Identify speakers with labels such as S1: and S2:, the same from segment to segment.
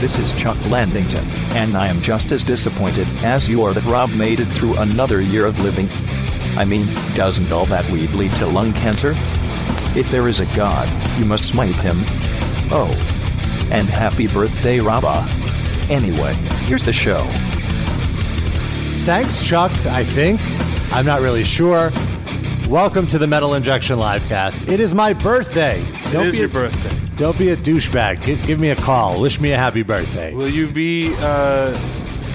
S1: This is Chuck Landington, and I am just as disappointed as you are that Rob made it through another year of living. I mean, doesn't all that weed lead to lung cancer? If there is a God, you must smite him. Oh. And happy birthday, Rabba. Anyway, here's the show.
S2: Thanks, Chuck, I think. I'm not really sure. Welcome to the Metal Injection Livecast. It is my birthday.
S3: It is
S2: be
S3: your
S2: a,
S3: birthday.
S2: Don't be a douchebag. Gi- give me a call. Wish me a happy birthday.
S3: Will you be uh,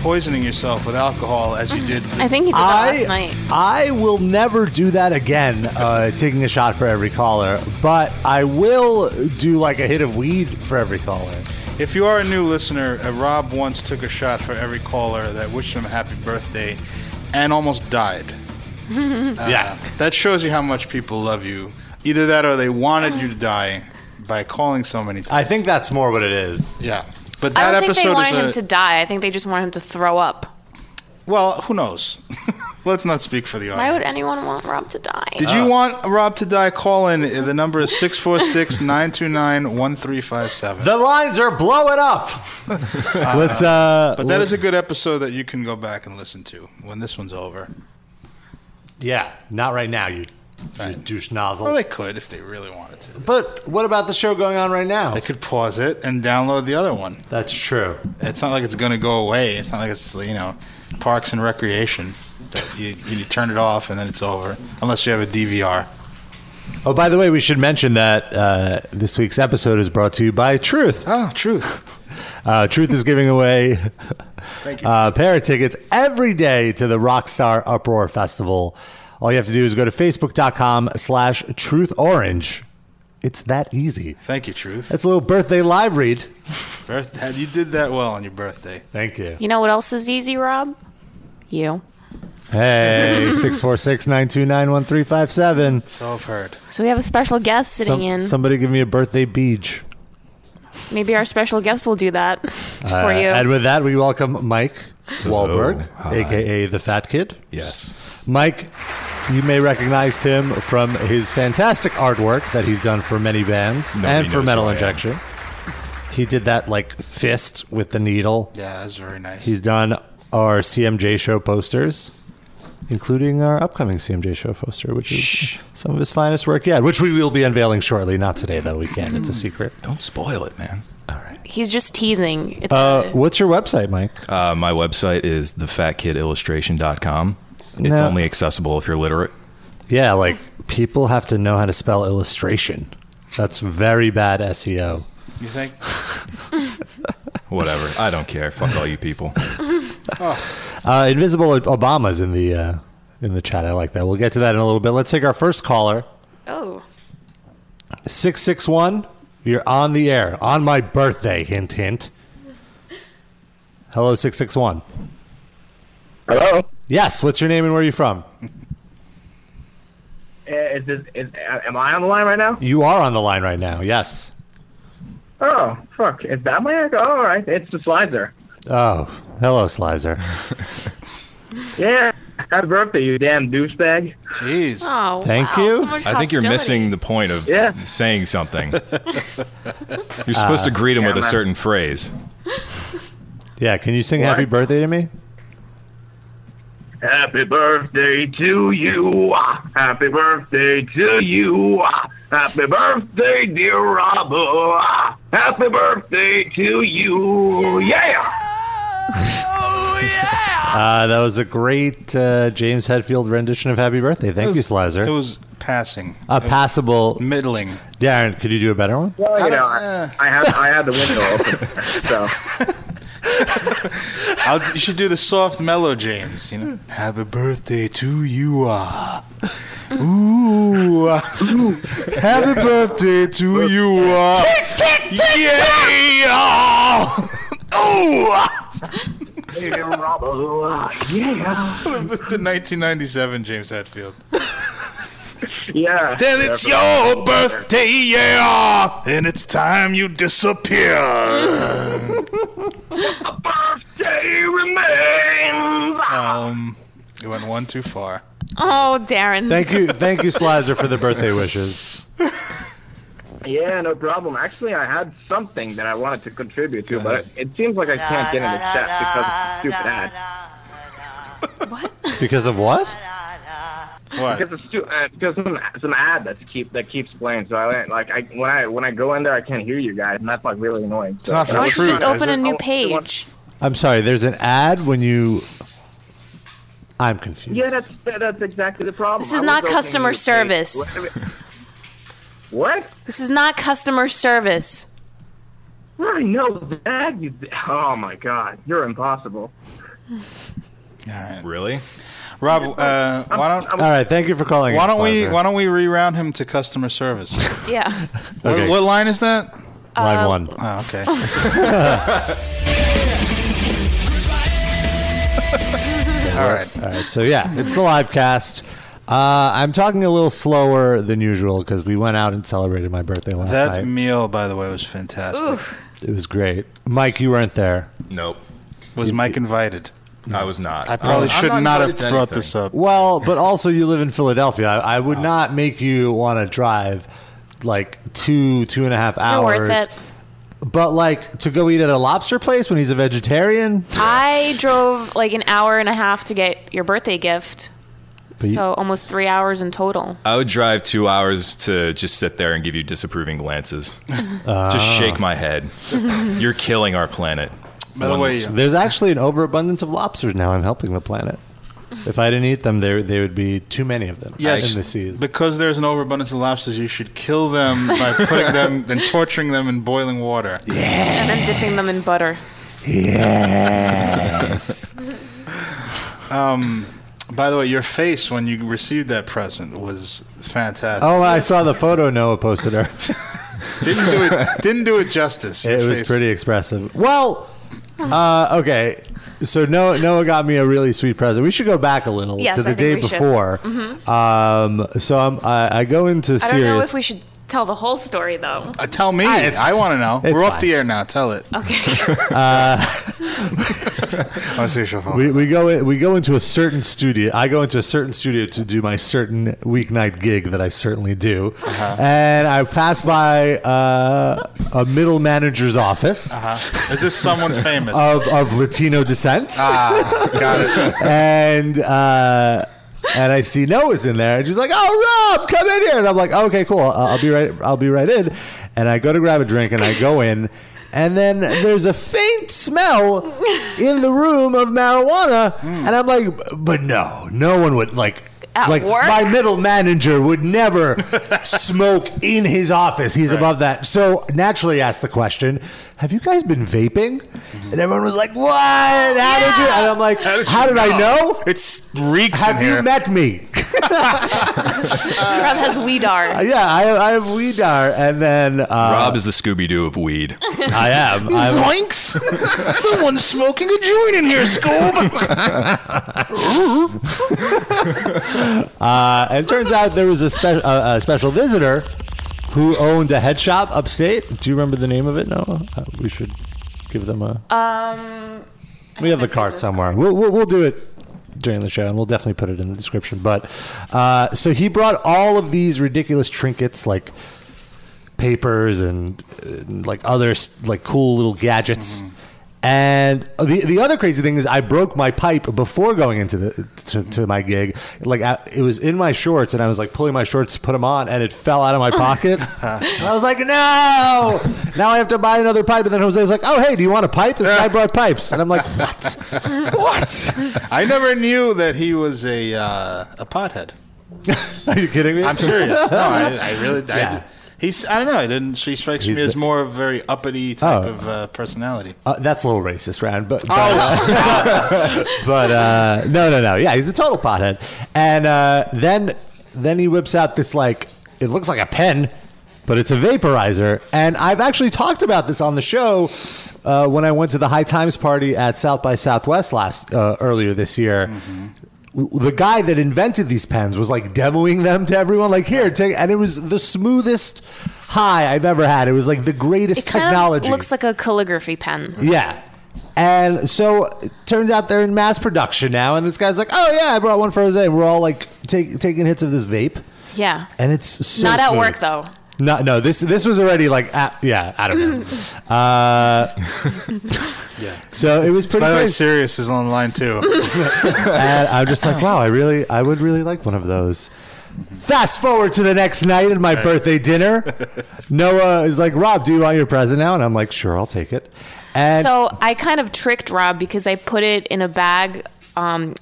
S3: poisoning yourself with alcohol as you did?
S4: I think he did that last night.
S2: I will never do that again, uh, taking a shot for every caller, but I will do like a hit of weed for every caller.
S3: If you are a new listener, uh, Rob once took a shot for every caller that wished him a happy birthday, and almost died. Uh,
S2: Yeah.
S3: that shows you how much people love you. Either that, or they
S4: Uh-huh.
S3: wanted you to die by calling so many times.
S2: I think that's more what it is.
S3: Yeah, but
S4: I
S3: that
S4: don't think
S3: episode
S4: they wanted
S3: is a,
S4: him to die. I think they just wanted him to throw up.
S3: well. Who knows? Let's not speak for the audience.
S4: Why would anyone want Rob to die?
S3: Did
S2: Oh.
S3: you want Rob to die? Call in. The number is 646 929 1357.
S2: The lines are blowing up. Let's uh
S3: But that is a good episode that you can go back and listen to when this one's over.
S2: Yeah, not right now, you, you douche nozzle.
S3: Or they could if they really wanted to.
S2: but what about the show going on right now?
S3: They could pause it and download the other one.
S2: That's true.
S3: It's not like it's going to go away. It's not like it's, you know, Parks and Recreation. that You, you turn it off and then it's over, unless you have a DVR.
S2: Oh, by the way, we should mention that uh, this week's episode is brought to you by Truth.
S3: Oh, truth.
S2: Uh, Truth is giving away
S3: Thank you.
S2: uh, pair of tickets every day to the Rockstar Uproar Festival. All you have to do is go to facebook.com slash Truth Orange. It's that easy.
S3: Thank you, truth.
S2: That's a little birthday live read.
S3: Birth- You did that well on your birthday.
S2: Thank you.
S4: You know what else is easy, Rob? You.
S2: Hey, 646-929-1357.
S3: So I've heard.
S4: So we have a special guest sitting
S2: Some-
S4: in.
S2: Somebody give me a birthday beach.
S4: Maybe our special guest will do that
S2: Uh,
S4: for you.
S2: And with that, we welcome Mike Wahlberg,
S5: Hi.
S2: aka the Fat Kid.
S5: Yes.
S2: Mike, you may recognize him from his fantastic artwork that he's done for many bands
S5: Nobody
S2: and for
S5: knows
S2: Metal
S5: who I am.
S2: Injection. He did that like fist with the needle.
S3: Yeah, that's very nice.
S2: He's done our CMJ show posters, including our upcoming CMJ show poster, which is some of his finest work yet, which we will be unveiling shortly. Not today, though. We can't. It's a secret.
S5: Don't spoil it, man.
S4: He's just teasing. It's
S2: Uh, what's your website, Mike?
S5: Uh, my website is thefatkidillustration.com. It's
S2: No.
S5: only accessible if you're literate.
S2: Yeah, like people have to know how to spell illustration. That's very bad E SEO.
S3: you think?
S5: Whatever. I don't care. Fuck all you people.
S6: Oh,
S2: Uh, Invisible Obama's in the uh, in the chat. I like that. We'll get to that in a little bit. Let's take our first caller,
S4: oh,
S2: six six one. You're on the air on my birthday. Hint, hint. Hello, six six one.
S6: Hello.
S2: Yes. What's your name and where are you from?
S6: Uh, Is this, is, am I on the line right now?
S2: You are on the line right now. Yes.
S6: Oh, fuck. Is that my echo? all right. It's the slider.
S2: Oh, hello, Slizer.
S6: Yeah. Happy birthday, you damn douchebag.
S3: Jeez.
S4: oh,
S2: Thank
S4: wow,
S2: you.
S4: so much
S5: I think you're
S4: hostility.
S5: missing the point of
S6: Yeah.
S5: saying something. you're supposed
S2: Uh,
S5: to greet him with a
S6: man.
S5: certain phrase.
S2: Yeah. Can you sing "Happy
S6: What?
S2: Birthday" to me?
S6: Happy birthday to you. Happy birthday to you. Happy birthday, dear Robbo. Happy birthday to you. Yeah.
S2: Uh, that was a great uh, James Hetfield rendition of "Happy Birthday." Thank you,
S3: It
S2: Slizer.
S3: was passing.
S2: A passable.
S3: Middling.
S2: Darren, could you do a better one?
S6: Well,
S3: I
S6: you know,
S3: don't-
S6: I,
S3: yeah.
S6: I had I had the window open, so
S3: I'll, you should do the soft mellow James, you know. Happy birthday to you. ah. Ooh. ah. Happy birthday to you. ah. Yay, ah. Ooh, ah.
S6: dear Robbo. Yeah.
S3: The 1997 James Hetfield.
S6: Yeah.
S3: Then it's your birthday, yeah. And it's time you disappear.
S6: birthday remains.
S3: Um, you went one too far.
S4: Oh, Darren.
S2: Thank you, thank you, Slizer, for the birthday wishes.
S6: Yeah, no problem. Actually, I had something that I wanted to contribute to, but it, it seems like I can't get into step because it's a stupid ad.
S2: Because of what?
S3: What?
S6: Because it's stu- uh, because some some ad that's keep that keeps playing. So I like I when I when I go in there, I can't hear you guys, and that's like really annoying. So,
S3: not
S4: Why don't you
S3: Truth,
S4: just open
S3: is
S4: a
S3: it?
S4: new
S6: you want-
S4: page?
S2: I'm sorry. There's an ad when you. I'm confused.
S6: yeah, that's that- that's exactly the problem.
S4: This
S6: I
S4: is
S6: was
S4: not
S6: opening a
S4: customer
S6: new page.
S4: service.
S6: What?
S4: This is not customer service.
S6: I know that you. Oh my God, you're impossible.
S5: Really?
S3: Rob, uh, why don't
S2: All right. Thank you for calling.
S3: why
S2: in,
S3: don't we
S2: Flounder.
S3: why don't we reround him to customer service?
S4: Yeah. Uh,
S2: Okay.
S3: what, what line is that?
S2: Line one.
S3: Oh, okay. All right.
S2: All right, so yeah, it's the live cast. Uh, I'm talking a little slower than usual because we went out and celebrated my birthday last
S3: That
S2: night.
S3: meal, by the way, was fantastic.
S2: it was great. Mike, you weren't there.
S5: Nope.
S3: Was Mike invited?
S5: I was not.
S3: I
S5: I'm
S3: probably should not, have
S5: invited to
S3: brought
S5: anything.
S3: this up. Oh.
S2: Well, but also you live in Philadelphia. I, I would not make you want to drive like two, two and a half
S4: You're
S2: hours.
S4: worth it.
S2: But like to go eat at a lobster place when he's a vegetarian.
S4: I drove like an hour and a half to get your birthday gift.
S2: you-
S4: So almost three hours in total.
S5: I would drive two hours to just sit there and give you disapproving glances. just
S2: Ah.
S5: shake my head. You're killing our planet.
S3: By the way,
S2: There's actually an overabundance of lobsters now. I'm helping the planet. If I didn't eat them, there there would be too many of them
S3: yes,
S2: in the seas.
S3: because there's an overabundance of lobsters, you should kill them by putting them, then torturing them in boiling water.
S4: And then dipping them in butter.
S3: Um, By the way, your face when you received that present was fantastic.
S2: Oh, I saw the photo Noah posted her.
S3: Didn't do it. Didn't do it justice. your
S2: It was
S3: face.
S2: pretty expressive. Well, uh, okay. So Noah, Noah got me a really sweet present. We should go back a little
S4: Yes,
S2: to the
S4: I think
S2: day
S4: we should. Mm-hmm.
S2: before. Um, so I'm, I, I go into
S4: I
S2: serious.
S4: don't know if we should tell the whole story though.
S3: Uh, tell me. I want to know. We're off the air now. Tell it.
S4: Okay.
S2: Uh,
S3: I want to see your phone.
S2: we, we go in, we go into a certain studio. I go into a certain studio to do my certain weeknight gig that I certainly do,
S3: Uh-huh.
S2: and I pass by uh, a middle manager's office
S3: Uh-huh. Is this someone famous?
S2: of, of Latino descent.
S3: ah, got it.
S2: and uh, and I see Noah's in there, and she's like, "Oh, Rob, come in here!" And I'm like, "Okay, cool. I'll, I'll be right. I'll be right in." And I go to grab a drink, and I go in, and then there's a faint smell in the room of marijuana, and I'm like, "But no, no one would like."
S4: At
S2: like
S4: work?
S2: my middle manager would never smoke in his office. He's above that. So naturally asked the question, have you guys been vaping? And everyone was like, What? How did you
S4: Yeah.
S2: and I'm like,
S3: How did
S2: how
S3: you
S2: did I know?
S3: It's reeks
S2: Have
S3: in
S2: you
S3: here.
S2: met me? Uh,
S4: Rob has Weedar.
S2: yeah, I, I am Weedar, and then uh,
S5: Rob is the Scooby Doo of weed.
S2: I am. I'm,
S3: Zoinks! Someone's smoking a joint in here, Scoob.
S2: uh, and it turns out there was a, spe- a, a special visitor who owned a head shop upstate. Do you remember the name of it? No, uh, we should give them a.
S4: Um
S2: we have the card somewhere. We'll, we'll we'll do it during the show, and we'll definitely put it in the description. But uh, so he brought all of these ridiculous trinkets, like papers and, and like other s- like cool little gadgets. And the the other crazy thing is, I broke my pipe before going into the to, to my gig. Like I, it was in my shorts, and I was like pulling my shorts to put them on, and it fell out of my pocket. and I was like, no! Now I have to buy another pipe. And then Jose was like, oh hey, do you want a pipe? This guy brought pipes, and I'm like, what? what?
S3: I never knew that he was a uh, a pothead.
S2: Are you kidding me?
S3: I'm serious. No, I, I really. I,
S2: Yeah.
S3: He's. I don't know. I didn't. She strikes
S2: He's
S3: me as
S2: the-
S3: more of a very uppity type
S2: Oh.
S3: of uh, personality.
S2: Uh, that's a little racist, Rand, but but,
S3: Oh, stop.
S2: but uh, no, no, no. Yeah, he's a total pothead. And uh, then then he whips out this like it looks like a pen, but it's a vaporizer. And I've actually talked about this on the show uh, when I went to the High Times party at South by Southwest last uh, earlier this year.
S3: Mm-hmm.
S2: W- The guy that invented these pens was like demoing them to everyone, like here, take, and it was the smoothest high I've ever had. It was like the
S4: it
S2: greatest
S4: kind
S2: technology.
S4: of looks like a calligraphy pen.
S2: Yeah. And so it turns out they're in mass production now, and this guy's like, "Oh yeah, I brought one for Jose." And we're all like take, taking hits of this vape,
S4: Yeah.
S2: and it's so
S4: Not at
S2: smooth.
S4: work though.
S2: No, no. This this was already like at, yeah. I don't know. Uh,
S3: Yeah.
S2: so it was pretty.
S3: By the way,
S2: crazy.
S3: Sirius is online too.
S2: and I'm just like, wow, I really, I would really like one of those. Fast forward to the next night at my birthday dinner. Noah is like, Rob, do you want your present now? And I'm like, sure, I'll take it. And
S4: So I kind of tricked Rob because I put it in a bag um,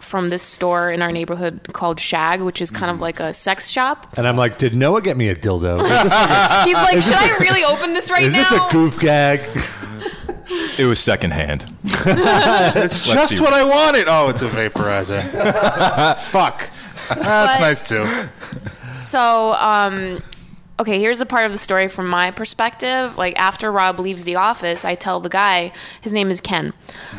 S4: from this store in our neighborhood called Shag, which is kind of
S2: Mm-hmm.
S4: like a sex shop.
S2: and I'm like, did Noah get me a dildo? Is this like
S4: He's like,
S2: Is
S4: should
S2: this
S4: I
S2: a-
S4: really open this
S2: a,
S4: right
S2: is
S4: now?
S2: this a goof gag?
S5: It was secondhand.
S3: It's just
S5: be-
S3: what I wanted. Oh, it's a vaporizer. Fuck. That's
S4: But-
S3: nice too.
S4: So, um, okay, here's the part of the story from my perspective. Like, after Rob leaves the office, I tell the guy, his name is Ken.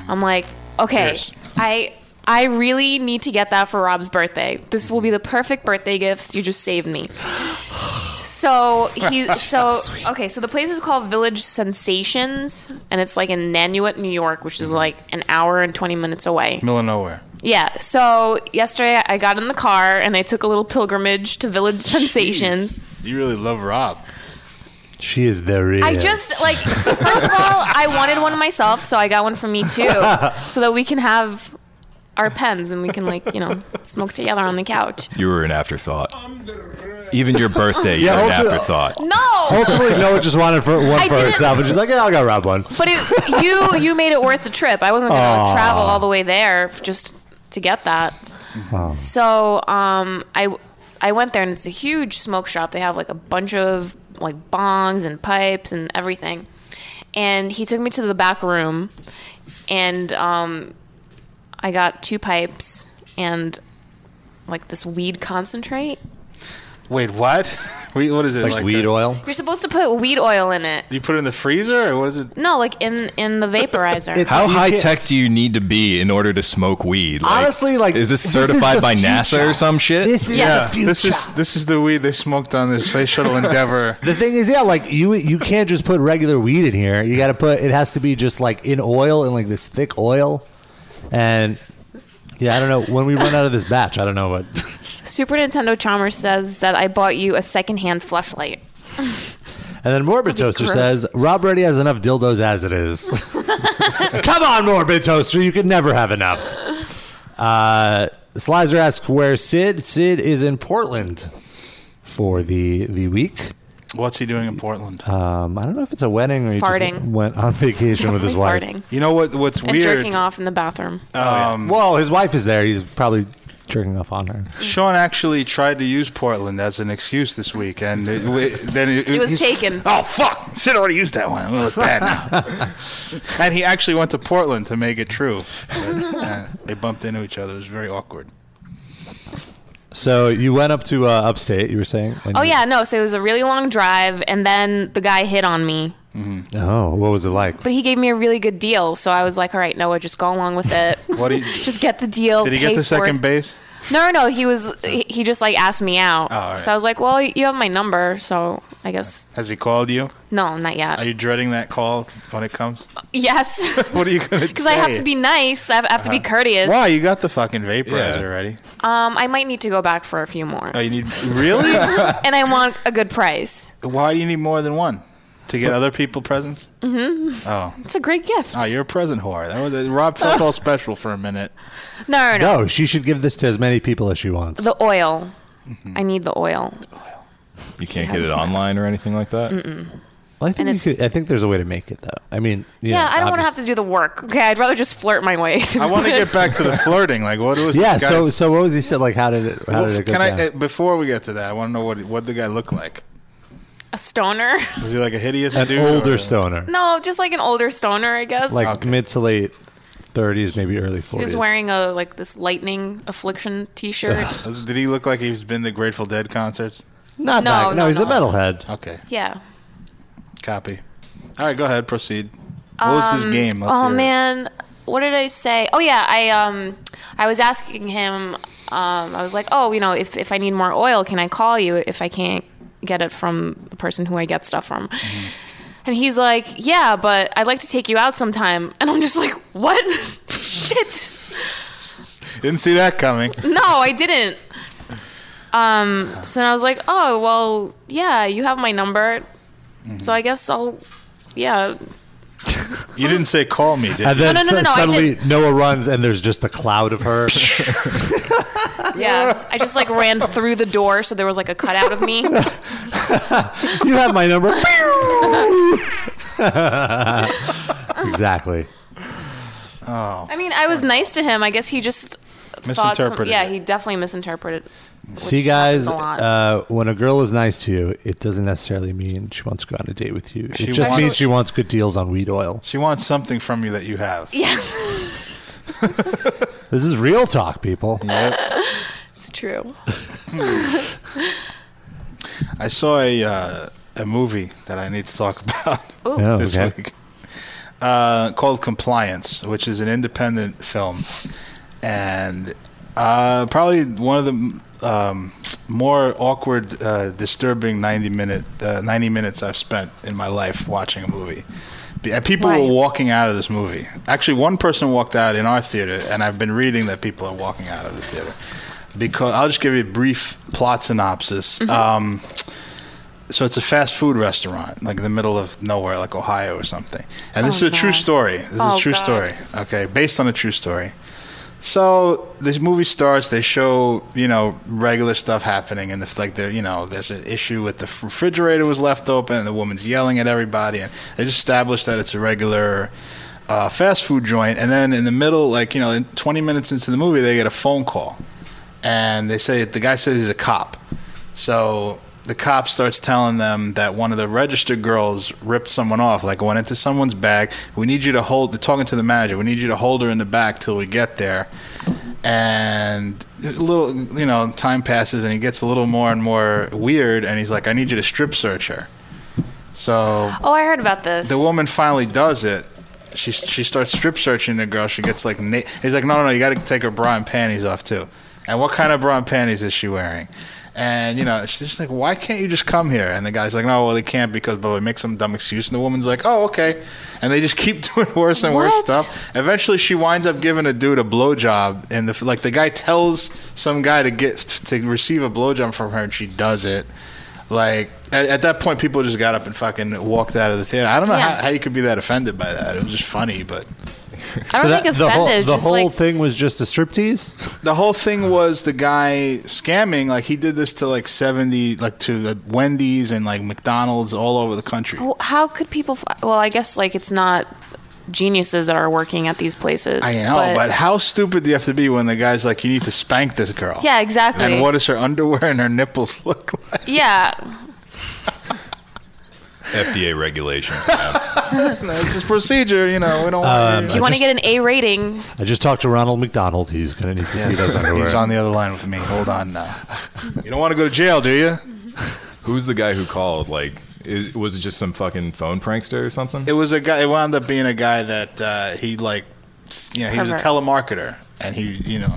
S4: I'm like, okay,
S3: Cheers.
S4: I. I really need to get that for Rob's birthday. This will be the perfect birthday gift. You just saved me. So he so, okay. So the place is called Village Sensations, and it's like in Nanuet, New York, which
S2: Mm-hmm.
S4: is like an hour and twenty minutes away.
S3: Middle of nowhere.
S4: Yeah. So yesterday I got in the car and I took a little pilgrimage to Village Sensations.
S3: Jeez. You really love Rob.
S2: She is the real.
S4: I just like first of all I wanted one myself, so I got one for me too, so that we can have our pens and we can like you know smoke together on the couch.
S5: You were an afterthought. Even your birthday,
S2: Yeah,
S5: you're an
S2: also-
S5: afterthought.
S4: No,
S2: ultimately Noah just wanted for one
S4: I
S2: for
S4: didn't-
S2: herself, and she's like, yeah, I'll go Rob one.
S4: but it, you you made it worth the trip. I wasn't gonna travel all the way there f- just to get that.
S3: Oh.
S4: So um, I I went there and it's a huge smoke shop. They have like a bunch of like bongs and pipes and everything. And he took me to the back room, and um, I got two pipes and like this weed concentrate.
S3: Wait, what? Wait, what is it? Like, a-
S2: oil.
S4: You're supposed to put weed oil in it.
S3: You put it in the freezer, or what is it?
S4: No, like in in the vaporizer.
S2: It's-
S5: How
S2: You
S5: high
S2: can't-
S5: tech do you need to be in order to smoke weed?
S2: Honestly, like,
S5: is this
S2: this is
S5: certified
S2: the
S5: by
S2: future.
S5: NASA or some shit?
S2: This is
S4: Yeah,
S2: the future.
S3: This is this is the weed they smoked on this space shuttle Endeavor.
S2: The thing is, yeah, like you you can't just put regular weed in here. You got to put it has to be just like in oil and like this thick oil, and yeah, I don't know when we run out of this batch. I don't know what.
S4: Super Nintendo Chalmers says that I bought you a secondhand flashlight.
S2: And then Morbid Toaster
S4: gross.
S2: says Rob already has enough dildos as it is. Come on, Morbid Toaster, you could never have enough. Uh, Slizer asks where Sid. Sid is in Portland for the the week.
S3: What's he doing in Portland?
S2: Um, I don't know if it's a wedding or he
S4: Farting.
S2: just went on vacation with his wife.
S4: farting
S3: you know what? What's
S4: and
S3: weird?
S4: jerking off in the bathroom.
S3: Um,
S2: Well, his wife is there. He's probably jerking off on her.
S3: Sean actually tried to use Portland as an excuse this week, and it, w- then it,
S4: It was
S3: he's-
S4: taken.
S3: Oh fuck! Sid already used that one. It looks bad now. and he actually went to Portland to make it true. But, uh, they bumped into each other. It was very awkward.
S2: So you went up to uh, upstate. You were saying. and
S4: Oh
S2: you-
S4: yeah, no. So it was a really long drive, and then the guy hit on me,
S2: Oh, what was it like?
S4: but he gave me a really good deal. So I was like, all right, Noah, just go along with it.
S3: What do you,
S4: just get the deal.
S3: did he get
S4: pay
S3: to
S4: for
S3: second
S4: it.
S3: base?
S4: No, no, no. He was he he just like asked me out.
S3: Oh, all right.
S4: So I was like, well, you have my number, so I guess
S3: Has he called you?
S4: no, not yet.
S3: Are you dreading that call when it comes?
S4: yes, because
S3: What are you gonna? Because
S4: I have to be nice. I have, I have to be courteous.
S3: Uh-huh. Why you got the fucking vaporizer
S5: Yeah.
S3: ready?
S4: Um, I might need to go back for a few more,
S3: Oh, you need really?
S4: and I want a good price.
S3: Why do you need more than one? To get other people presents? Mm-hmm. Oh,
S4: It's a great gift.
S3: oh, you're a present whore. That was a, Rob felt all special for a minute.
S4: No, no, no.
S2: No, she should give this to as many people as she wants.
S4: The oil.
S3: Mm-hmm.
S4: I need the oil.
S5: you can't get it online or anything like that.
S2: Well, I think
S4: and
S2: you
S4: it's-
S2: could, I think there's a way to make it though. I mean, you
S4: Yeah,
S2: know,
S4: I don't want to have
S2: obvious-
S4: to do the work. Okay, I'd rather just flirt my way.
S3: I want to get back to the flirting. Like, what was?
S2: Yeah.
S3: this
S2: So
S3: guy's-
S2: so what was he said? Like how did it? How
S3: Well,
S2: did it go
S3: can I?
S2: down?
S3: uh, Before we get to that, I want to know what what the guy looked like.
S4: a stoner.
S3: Was he like a hideous
S2: An
S3: dude?
S2: older
S3: or-
S2: stoner,
S4: No, just like an older stoner, I guess.
S2: like
S3: Okay.
S2: mid to late thirties, maybe early
S4: he
S2: forties.
S4: was wearing a like this lightning affliction T-shirt.
S3: Did he look like he's been to Grateful Dead concerts?
S2: not
S4: No,
S2: that. No,
S4: no,
S2: he's a
S4: no.
S2: metalhead.
S3: Okay,
S4: yeah.
S3: copy. All right, go ahead. Proceed. What was his game? Let's
S4: Oh
S3: hear it.
S4: man, what did I say? Oh yeah, I um, I was asking him. Um, I was like, oh, you know, if if I need more oil, can I call you? If I can't get it from the person who I get stuff from.
S3: Mm-hmm.
S4: And he's like, "Yeah, but I'd like to take you out sometime." And I'm just like, "What? Shit!
S3: Didn't see that coming.
S4: No, I didn't." Um, so then I was like, oh, well, yeah, you have my number.
S3: Mm-hmm.
S4: So I guess I'll, yeah.
S3: You didn't say call me, did you?
S2: And then
S4: No, no, no,
S2: su-
S4: no, no, I
S2: suddenly Noah runs, and there's just a cloud of her.
S4: Yeah. I just like ran through the door. So there was like a cutout of me.
S2: you have my number. exactly.
S3: Oh.
S4: I mean, I was nice to him. I guess he just thought some-
S3: Misinterpreted
S4: yeah,
S3: it.
S4: he definitely misinterpreted.
S2: See,
S4: which
S2: guys,
S4: happens a lot.
S2: uh, when a girl is nice to you, it doesn't necessarily mean she wants to go on a date with you. It just
S3: wants-
S2: means she wants good deals on weed oil.
S3: She wants something from you that you have.
S4: yes,
S2: This is real talk, people.
S4: it's true.
S3: I saw a uh, a movie that I need to talk about
S2: Oh,
S3: this
S2: okay.
S3: week uh, called Compliance, which is an independent film, and uh, probably one of the um, more awkward, uh, disturbing ninety minute uh, ninety minutes I've spent in my life watching a movie. Be- And people
S4: Why?
S3: were walking out of this movie. Actually, one person walked out in our theater, and I've been reading that people are walking out of the theater. Because I'll just give you a brief plot synopsis. Um, so it's a fast food restaurant, like in the middle of nowhere, like Ohio or something. And this
S4: Oh,
S3: is a true
S4: God.
S3: story. This is
S4: Oh,
S3: a true
S4: God.
S3: story. Okay, based on a true story. So this movie starts. They show you know regular stuff happening, and if like there you know there's an issue with the refrigerator was left open, and the woman's yelling at everybody, and they just establish that it's a regular uh, fast food joint. And then in the middle, like you know, in 20 minutes into the movie, they get a phone call, and they say the guy says he's a cop. So the cop starts telling them that one of the registered girls ripped someone off, like went into someone's bag. We need you to hold. They're talking to the manager. We need you to hold her in the back till we get there. And a little, you know, time passes, and he gets a little more and more weird. And he's like, "I need you to strip search her." So
S4: Oh, I heard about this.
S3: the woman finally does it. She she starts strip searching the girl. She gets like na- he's like, no, no, no, you got to take her bra and panties off too. And what kind of bra and panties is she wearing? And you know, she's just like, why can't you just come here? And the guy's like, no, well, they can't because but it makes some dumb excuse. And the woman's like, oh, okay. And they just keep doing worse and worse
S4: What?
S3: stuff. Eventually, she winds up giving a dude a blowjob, and the like the guy tells some guy to get to receive a blowjob from her, and she does it. Like at, at that point, people just got up and fucking walked out of the theater. I don't know
S4: Yeah.
S3: how, how you could be that offended by that. It was just funny, but
S4: I don't
S2: that-
S4: think
S2: the whole,
S4: offended.
S2: the
S4: just
S2: whole
S4: like
S2: thing was just a striptease?
S3: the whole thing was the guy scamming. Like he did this to like seventy, like to the Wendy's and like McDonald's all over the country.
S4: Well, how could people? F- well, I guess like it's not geniuses that are working at these places.
S3: I know, but, how stupid do you have to be when the guy's like, "You need to spank this girl"?
S4: yeah, exactly.
S3: And what does her underwear and her nipples look like?
S4: yeah,
S5: FDA regulation.
S3: It's a procedure, you know. We don't. want
S4: if you want to get an A rating,
S2: uh, I just talked to Ronald McDonald. He's going to need to see those underwear.
S3: He's on the other line with me. Hold on now. You don't want to go to jail, do you?
S5: Who's the guy who called? Like, is, was it just some fucking phone prankster or something?
S3: It was a guy. It wound up being a guy that uh, he like, s- you know, he was a
S4: Pervert.
S3: telemarketer, and he, you know,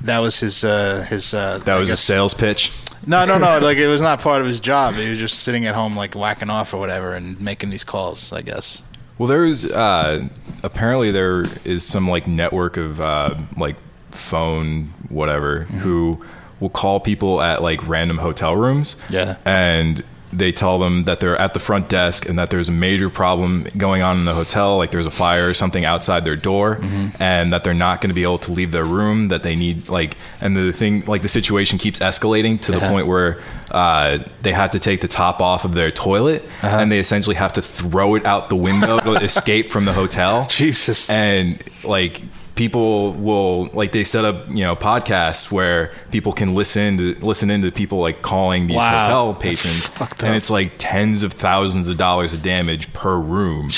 S3: that was his uh, his. Uh,
S5: that
S3: I
S5: was a
S3: guess-
S5: sales pitch.
S3: No, no, no. Like it was not part of his job. He was just sitting at home, like whacking off or whatever, and making these calls. I guess.
S5: Well, there is uh, apparently there is some like network of uh, like phone whatever who will call people at like random hotel rooms.
S3: Yeah.
S5: and they tell them that they're at the front desk and that there's a major problem going on in the hotel, like there's a fire or something outside their door, and that they're not going to be able to leave their room. That they need like, and the thing like the situation keeps escalating to the point where uh, they had to take the top off of their toilet and they essentially have to throw it out the window to escape from the hotel.
S3: Jesus.
S5: And like people will like they set up you know podcasts where people can listen to listen into people like calling these
S3: Wow.
S5: hotel
S3: That's
S5: patrons,
S3: fucked
S5: and
S3: up.
S5: it's like tens of thousands of dollars of damage per room.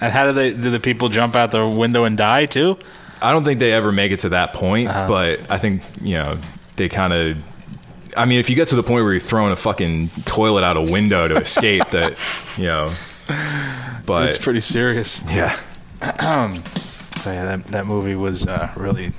S3: And how do they? Do the people jump out the window and die too? Uh-huh.
S5: I don't think they ever make it to that point, but I think you know they kind of. I mean, if you get to the point where you're throwing a fucking toilet out a window to escape, that you know. But
S3: That's pretty serious.
S5: yeah,
S3: So, yeah, that that movie was uh, really,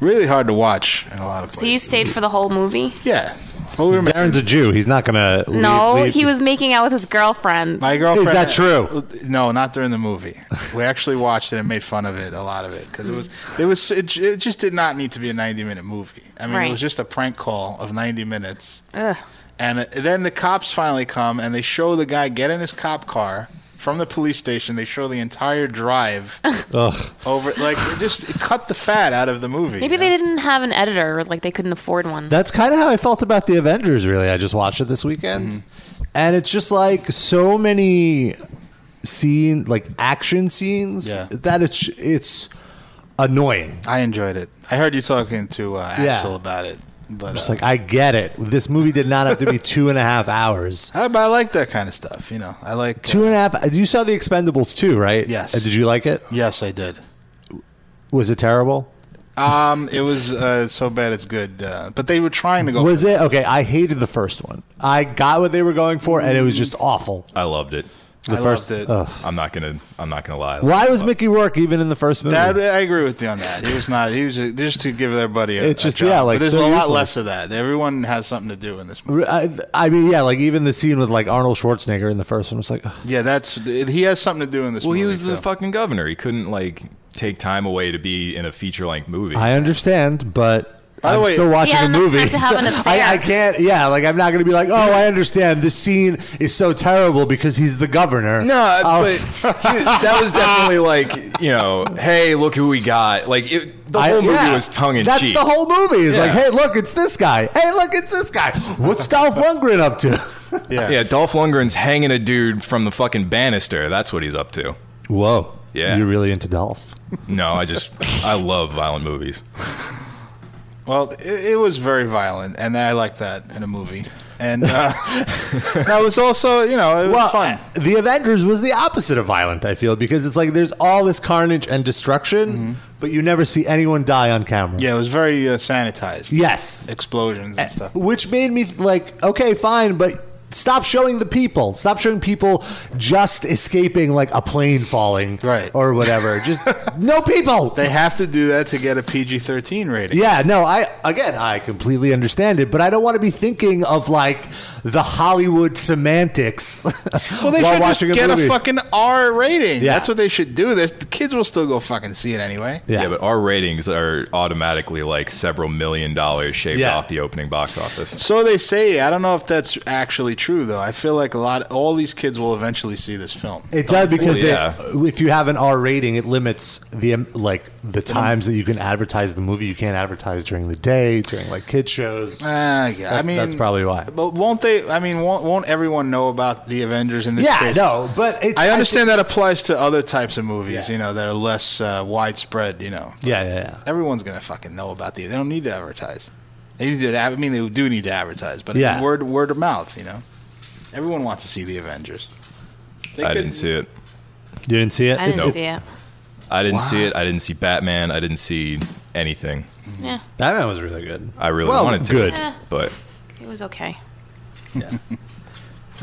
S3: really hard to watch in a lot of places.
S4: so you stayed for the whole movie.
S3: yeah. Well, we were
S2: Darren's a Jew. He's not gonna. lead-
S4: No,
S2: lead-
S4: he was making out with his girlfriend.
S3: My girlfriend.
S2: Is that true?
S3: No, not during the movie. We actually watched it and made fun of it, a lot of it, because it was it was it, it just did not need to be a ninety minute movie. I mean, it
S4: Right.
S3: was just a prank call of ninety minutes,
S4: Ugh.
S3: and uh, then the cops finally come and they show the guy get in his cop car from the police station. They show the entire drive
S2: Ugh.
S3: over, like it just it cut the fat out of the movie.
S4: Maybe
S3: you know?
S4: they didn't have an editor, or, like they couldn't afford one.
S2: That's kind of how I felt about the Avengers. Really, I just watched it this weekend,
S3: Mm-hmm.
S2: and it's just like so many scene, like action scenes,
S3: Yeah.
S2: that it's it's annoying.
S3: I enjoyed it. I heard you talking to uh,
S2: Yeah.
S3: Axel about it, but
S2: It's
S3: uh,
S2: like I get it. This movie did not have to be two and a half hours.
S3: I, but I like that kind of stuff. You know, I like
S2: Two and a half. You saw the Expendables too, right?
S3: Yes.
S2: Uh, Did you like it?
S3: Yes, I did.
S2: Was it terrible?
S3: Um, it was uh, so bad it's good, uh, but they were trying to go.
S2: Was it okay? I hated the first one. I got what they were going for, and it was
S3: Mm.
S2: just awful.
S5: I loved it.
S3: I loved it.
S5: I'm not gonna. I'm not gonna lie.
S2: Why was
S5: But-
S2: Mickey Rourke even in the first movie?
S3: That, I agree with you on that. He was not. He was just, just to give everybody. A,
S2: It's
S3: a
S2: just-
S3: job.
S2: yeah, like,
S3: But there's
S2: so
S3: a lot
S2: useless.
S3: less of that. Everyone has something to do in this movie.
S2: I, I mean, yeah, like even the scene with like Arnold Schwarzenegger in the first one was like, ugh.
S3: Yeah, that's he has something to do in this.
S5: Well,
S3: movie,
S5: he was the
S3: too.
S5: fucking governor. He couldn't like take time away to be in a feature length movie.
S2: I understand, but
S3: By the
S2: I'm
S3: way-
S2: still watching
S4: He had
S2: a
S4: enough
S2: movie.
S4: time to have an
S2: so I, I
S4: affair.
S2: can't. Yeah, like I'm not gonna be like, oh, I understand. This scene is so terrible because he's the governor.
S5: No,
S2: I'll-
S5: but he- that was definitely like you know, hey, look who we got. Like it, the
S2: I-
S5: whole movie
S2: yeah.
S5: was tongue in
S2: That's
S5: cheek.
S2: the whole movie. Is like,
S5: Yeah.
S2: hey, look, it's this guy. Hey, look, it's this guy. What's Dolph Lundgren up to?
S3: yeah.
S5: yeah, Dolph Lundgren's hanging a dude from the fucking banister. That's what he's up to.
S2: Whoa.
S5: Yeah.
S2: You're really into Dolph.
S5: No, I just I love violent movies.
S3: Well, it, it was very violent, and I like that in a movie. And uh, that was also, you know, it was fun.
S2: The Avengers was the opposite of violent, I feel, because it's like there's all this carnage and destruction, but you never see anyone die on camera.
S3: Mm-hmm. Yeah, it was very uh, sanitized.
S2: Yes. Eh,
S3: explosions and stuff.
S2: Which made me like, okay, fine, but stop showing the people. Stop showing people just escaping like a plane falling
S3: Right.
S2: or whatever. Just no people.
S3: They have to do that to get a PG-13 rating.
S2: Yeah, no, I again, I completely understand it, but I don't want to be thinking of like the Hollywood semantics.
S3: Well, they
S2: while
S3: should just
S2: watching
S3: get
S2: movie.
S3: a fucking R rating.
S2: Yeah.
S3: That's what they should do. There's, the kids will still go fucking see it anyway.
S2: Yeah.
S5: Yeah. but our ratings are automatically like several million dollars shaved
S2: Yeah.
S5: off the opening box office.
S3: So they say. I don't know if that's actually true though. I feel like a lot. All these kids will eventually see this film.
S2: It does because
S5: yeah.
S2: it, if you have an R rating, it limits the um, like the times that you can advertise the movie. You can't advertise during the day, during like kid shows.
S3: Ah, yeah. I
S2: That-
S3: mean,
S2: that's probably why.
S3: But won't they? I mean, won't, won't everyone know about the Avengers in this
S2: Yeah,
S3: case?
S2: no, but it's,
S3: I understand that applies to other types of movies,
S2: Yeah.
S3: you know, that are less uh, widespread. You know,
S2: thi- yeah, yeah, yeah.
S3: everyone's gonna fucking know about these. They don't need to advertise. They need to. I mean, they do need to advertise, but
S2: Yeah.
S3: word word of mouth. You know, everyone wants to see the Avengers. They
S5: I
S3: could-
S5: didn't see it.
S2: You didn't see it?
S4: I didn't
S5: Nope.
S4: see it.
S5: I didn't see it. I didn't see Batman. I didn't see anything.
S4: Yeah,
S2: Batman was really good.
S5: I really
S2: Well,
S5: wanted to.
S2: good.
S4: Eh.
S5: But
S4: it was okay.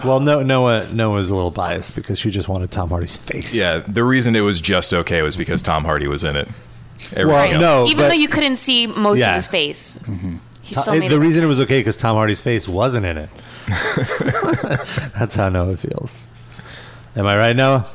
S2: Well, no, Noah, Noah's a little biased because she just wanted Tom Hardy's face.
S5: yeah, the reason it was just okay was because Tom Hardy was in it. Everything
S2: Well,
S5: else-
S2: no,
S4: Even
S2: but-
S4: though you couldn't see most
S2: Yeah.
S4: of his face, he
S2: Uh,
S4: still
S2: it-
S4: made
S2: the
S4: it.
S2: reason it was okay because Tom Hardy's face wasn't in it. That's how Noah feels. Am I right, Noah?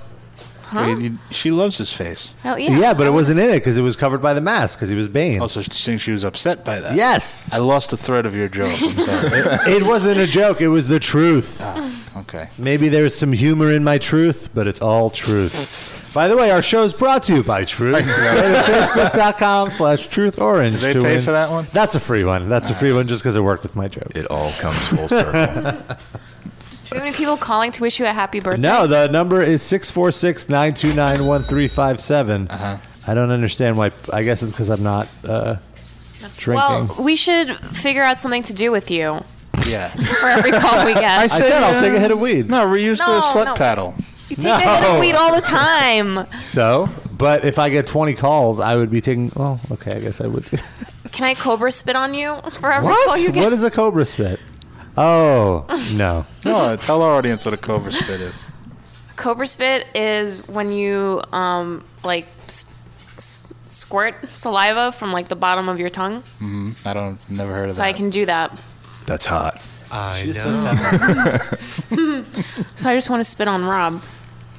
S3: Well, you- She loves his face.
S4: Hell
S2: Yeah,
S4: Oh, yeah.
S2: but it wasn't in it because it was covered by the mask because he was Bane.
S3: Also, she thinks she was upset by that.
S2: Yes.
S3: I lost the thread of your joke. I'm sorry.
S2: it wasn't a joke. It was the truth.
S3: Ah, okay.
S2: Maybe there's some humor in my truth, but it's all truth. By the way, our show is brought to you by Truth. Go to Facebook.com slash Truth Orange.
S3: they
S2: to
S3: pay
S2: win.
S3: for that one?
S2: That's a free one. That's a free one just because it worked with my joke.
S5: It all comes full circle.
S4: Do you have any people calling to wish you a happy birthday?
S2: No, the number is 646 929 1357.
S3: Uh-huh.
S2: I don't understand why. I guess it's because I'm not. Uh, drinking.
S4: Well, we should figure out something to do with you
S3: Yeah.
S4: for every call we get. uh,
S2: I said I'll take a hit of weed.
S3: No, reuse the
S4: No,
S3: slut
S4: no.
S3: paddle.
S4: you take a hit
S2: No.
S4: of weed all the time.
S2: So, but if I get 20 calls, I would be taking. Well, okay, I guess I would.
S4: Can I cobra spit on you for every call you
S2: What?
S4: get?
S2: What is a cobra spit? Oh no!
S3: No, uh, tell our audience what a cobra spit is.
S4: Cobra spit is when you um like s- s- squirt saliva from like the bottom of your tongue.
S2: Mm-hmm.
S3: I don't, never heard of
S4: So
S3: that.
S4: I can do that.
S5: That's hot.
S2: I
S3: She's
S2: know.
S3: so talented.
S4: So I just want to spit on Rob.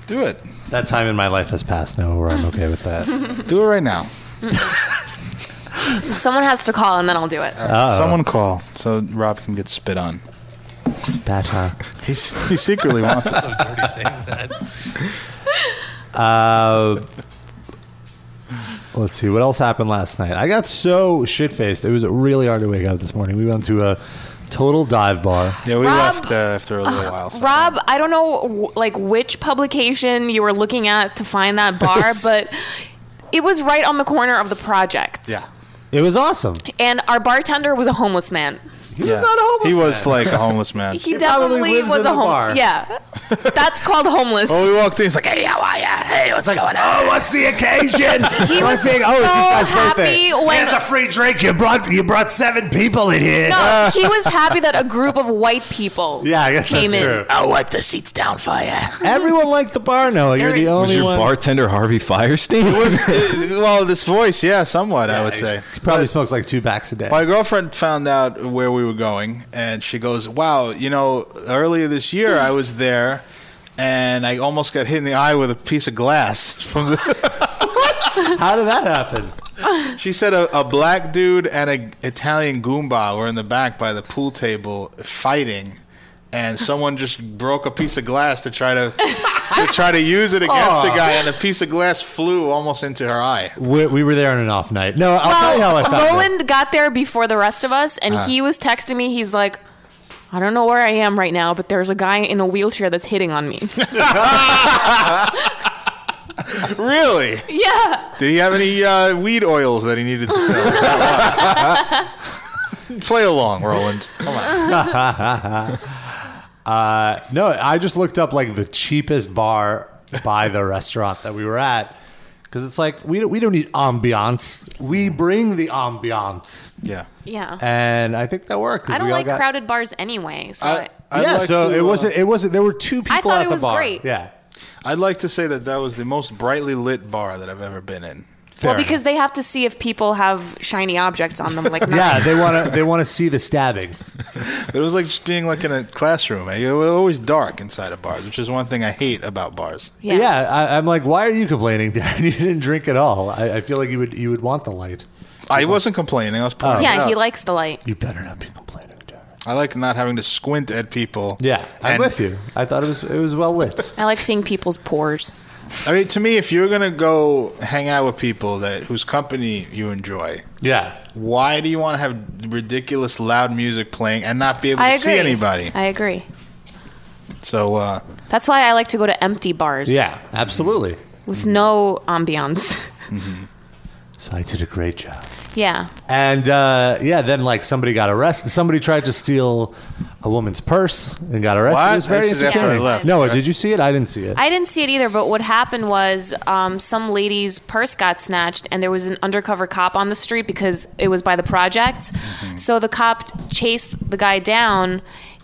S3: Do it.
S2: That time in my life has passed now where I'm okay with that.
S3: Do it right now.
S4: Someone has to call and then I'll do it.
S3: Uh, Someone call so Rob can get spit on.
S2: Bad, huh?
S3: He's, he secretly wants it.
S2: Uh, let's see what else happened last night. I got so shit faced. It was really hard to wake up this morning. We went to a total dive bar.
S3: Yeah, we
S4: Rob-
S3: left uh, after a little while. so-
S4: Rob, I don't know w- like which publication you were looking at to find that bar, but it was right on the corner of the project.
S3: Yeah.
S2: It was awesome.
S4: And our bartender was a homeless man.
S2: He was not a
S3: He
S2: homeless.
S3: was like a homeless man.
S4: He,
S2: probably
S4: definitely
S2: lives
S4: was
S2: in
S4: a
S2: the bar.
S4: homeless. Yeah. That's called homeless.
S3: Well, we walked in. He's like, "Hey, how are ya? Hey, Oh, what's going on?
S2: What's the occasion?
S4: He was
S3: "Oh,
S4: so
S2: oh,
S4: happy when
S2: free drink. You brought you brought seven people in here.
S4: no, he was happy that a group of white people
S2: Yeah, I guess
S4: came
S2: that's
S4: in.
S2: true.
S7: Oh, what the seats down fire.
S2: Everyone liked the bar. Noah, you're the
S4: Dirty.
S5: Was
S2: only
S5: your
S2: one.
S5: bartender Harvey Firestein?
S3: well, this voice, yeah, somewhat, I would say.
S2: He probably smokes like two packs a day.
S3: My girlfriend found out where we were going, and she goes, "Wow, you know, earlier this year I was there, and I almost got hit in the eye with a piece of glass from the."
S2: How did that happen?
S3: she said a, a black dude and a Italian goomba were in the back by the pool table fighting, and someone just broke a piece of glass to try to to try to use it against the guy, and a piece of glass flew almost into her eye.
S2: We, we were there on an off night. No, I'll tell you how I
S4: Well,
S2: found it. Uh-huh.
S4: Roland got there before the rest of us, and he was texting me. He's like, I don't know where I am right now, but there's a guy in a wheelchair that's hitting on me.
S3: Really?
S4: yeah.
S3: Did he have any uh, weed oils that he needed to sell? Play along, Roland. Come on.
S2: Uh, no, I just looked up like the cheapest bar by the restaurant that we were at because it's like we don't, we don't need ambiance. We bring the ambiance,
S3: Yeah.
S4: Yeah.
S2: and I think that worked. 'cause
S4: I don't
S2: Uh, we all
S4: like
S2: got-
S4: crowded bars anyway. So
S3: I,
S4: I,
S3: I'd
S2: yeah,
S3: like
S2: so
S3: to,
S2: it
S3: uh,
S2: wasn't. It wasn't. There were two people
S4: thought
S2: at
S4: it
S2: the
S4: was
S2: bar.
S4: great.
S2: Yeah,
S3: I'd like to say that that was the most brightly lit bar that I've ever been in.
S4: well,
S2: fair
S4: because
S2: enough.
S4: they have to see if people have shiny objects on them. Like,
S2: yeah, they want to. They want to see the stabbings.
S3: It was like just being like in a classroom. It was always dark inside of bars, which is one thing I hate about bars.
S2: Yeah, I, I'm like, why are you complaining, Darren? You didn't drink at all. I, I feel like you would. You would want the light. Oh,
S3: I wasn't complaining. I was pointing it
S4: Yeah,
S3: out.
S4: he likes the light.
S2: You better not be complaining, Darren.
S3: I like not having to squint at people.
S2: Yeah, I'm
S3: And-
S2: with you. I thought it was. It was well lit.
S4: I like seeing people's pores.
S3: I mean, to me, if you're gonna go hang out with people that whose company you enjoy,
S2: Yeah.
S3: why do you want to have ridiculous loud music playing and not be able
S4: I
S3: to
S4: agree.
S3: see anybody?
S4: I agree.
S3: So uh,
S4: That's why I like to go to empty bars.
S2: Yeah, absolutely.
S4: With no ambiance.
S2: So I did a great job.
S4: yeah.
S2: And uh, yeah, then like somebody got arrested. Somebody tried to steal a woman's purse and got arrested.
S3: What?
S2: It was very
S3: This is after I
S2: entertaining.
S3: left,
S2: No,
S3: right?
S2: did you see it? I didn't see it.
S4: I didn't see it either, but what happened was um, some lady's purse got snatched, and there was an undercover cop on the street because it was by the project. So the cop chased the guy down,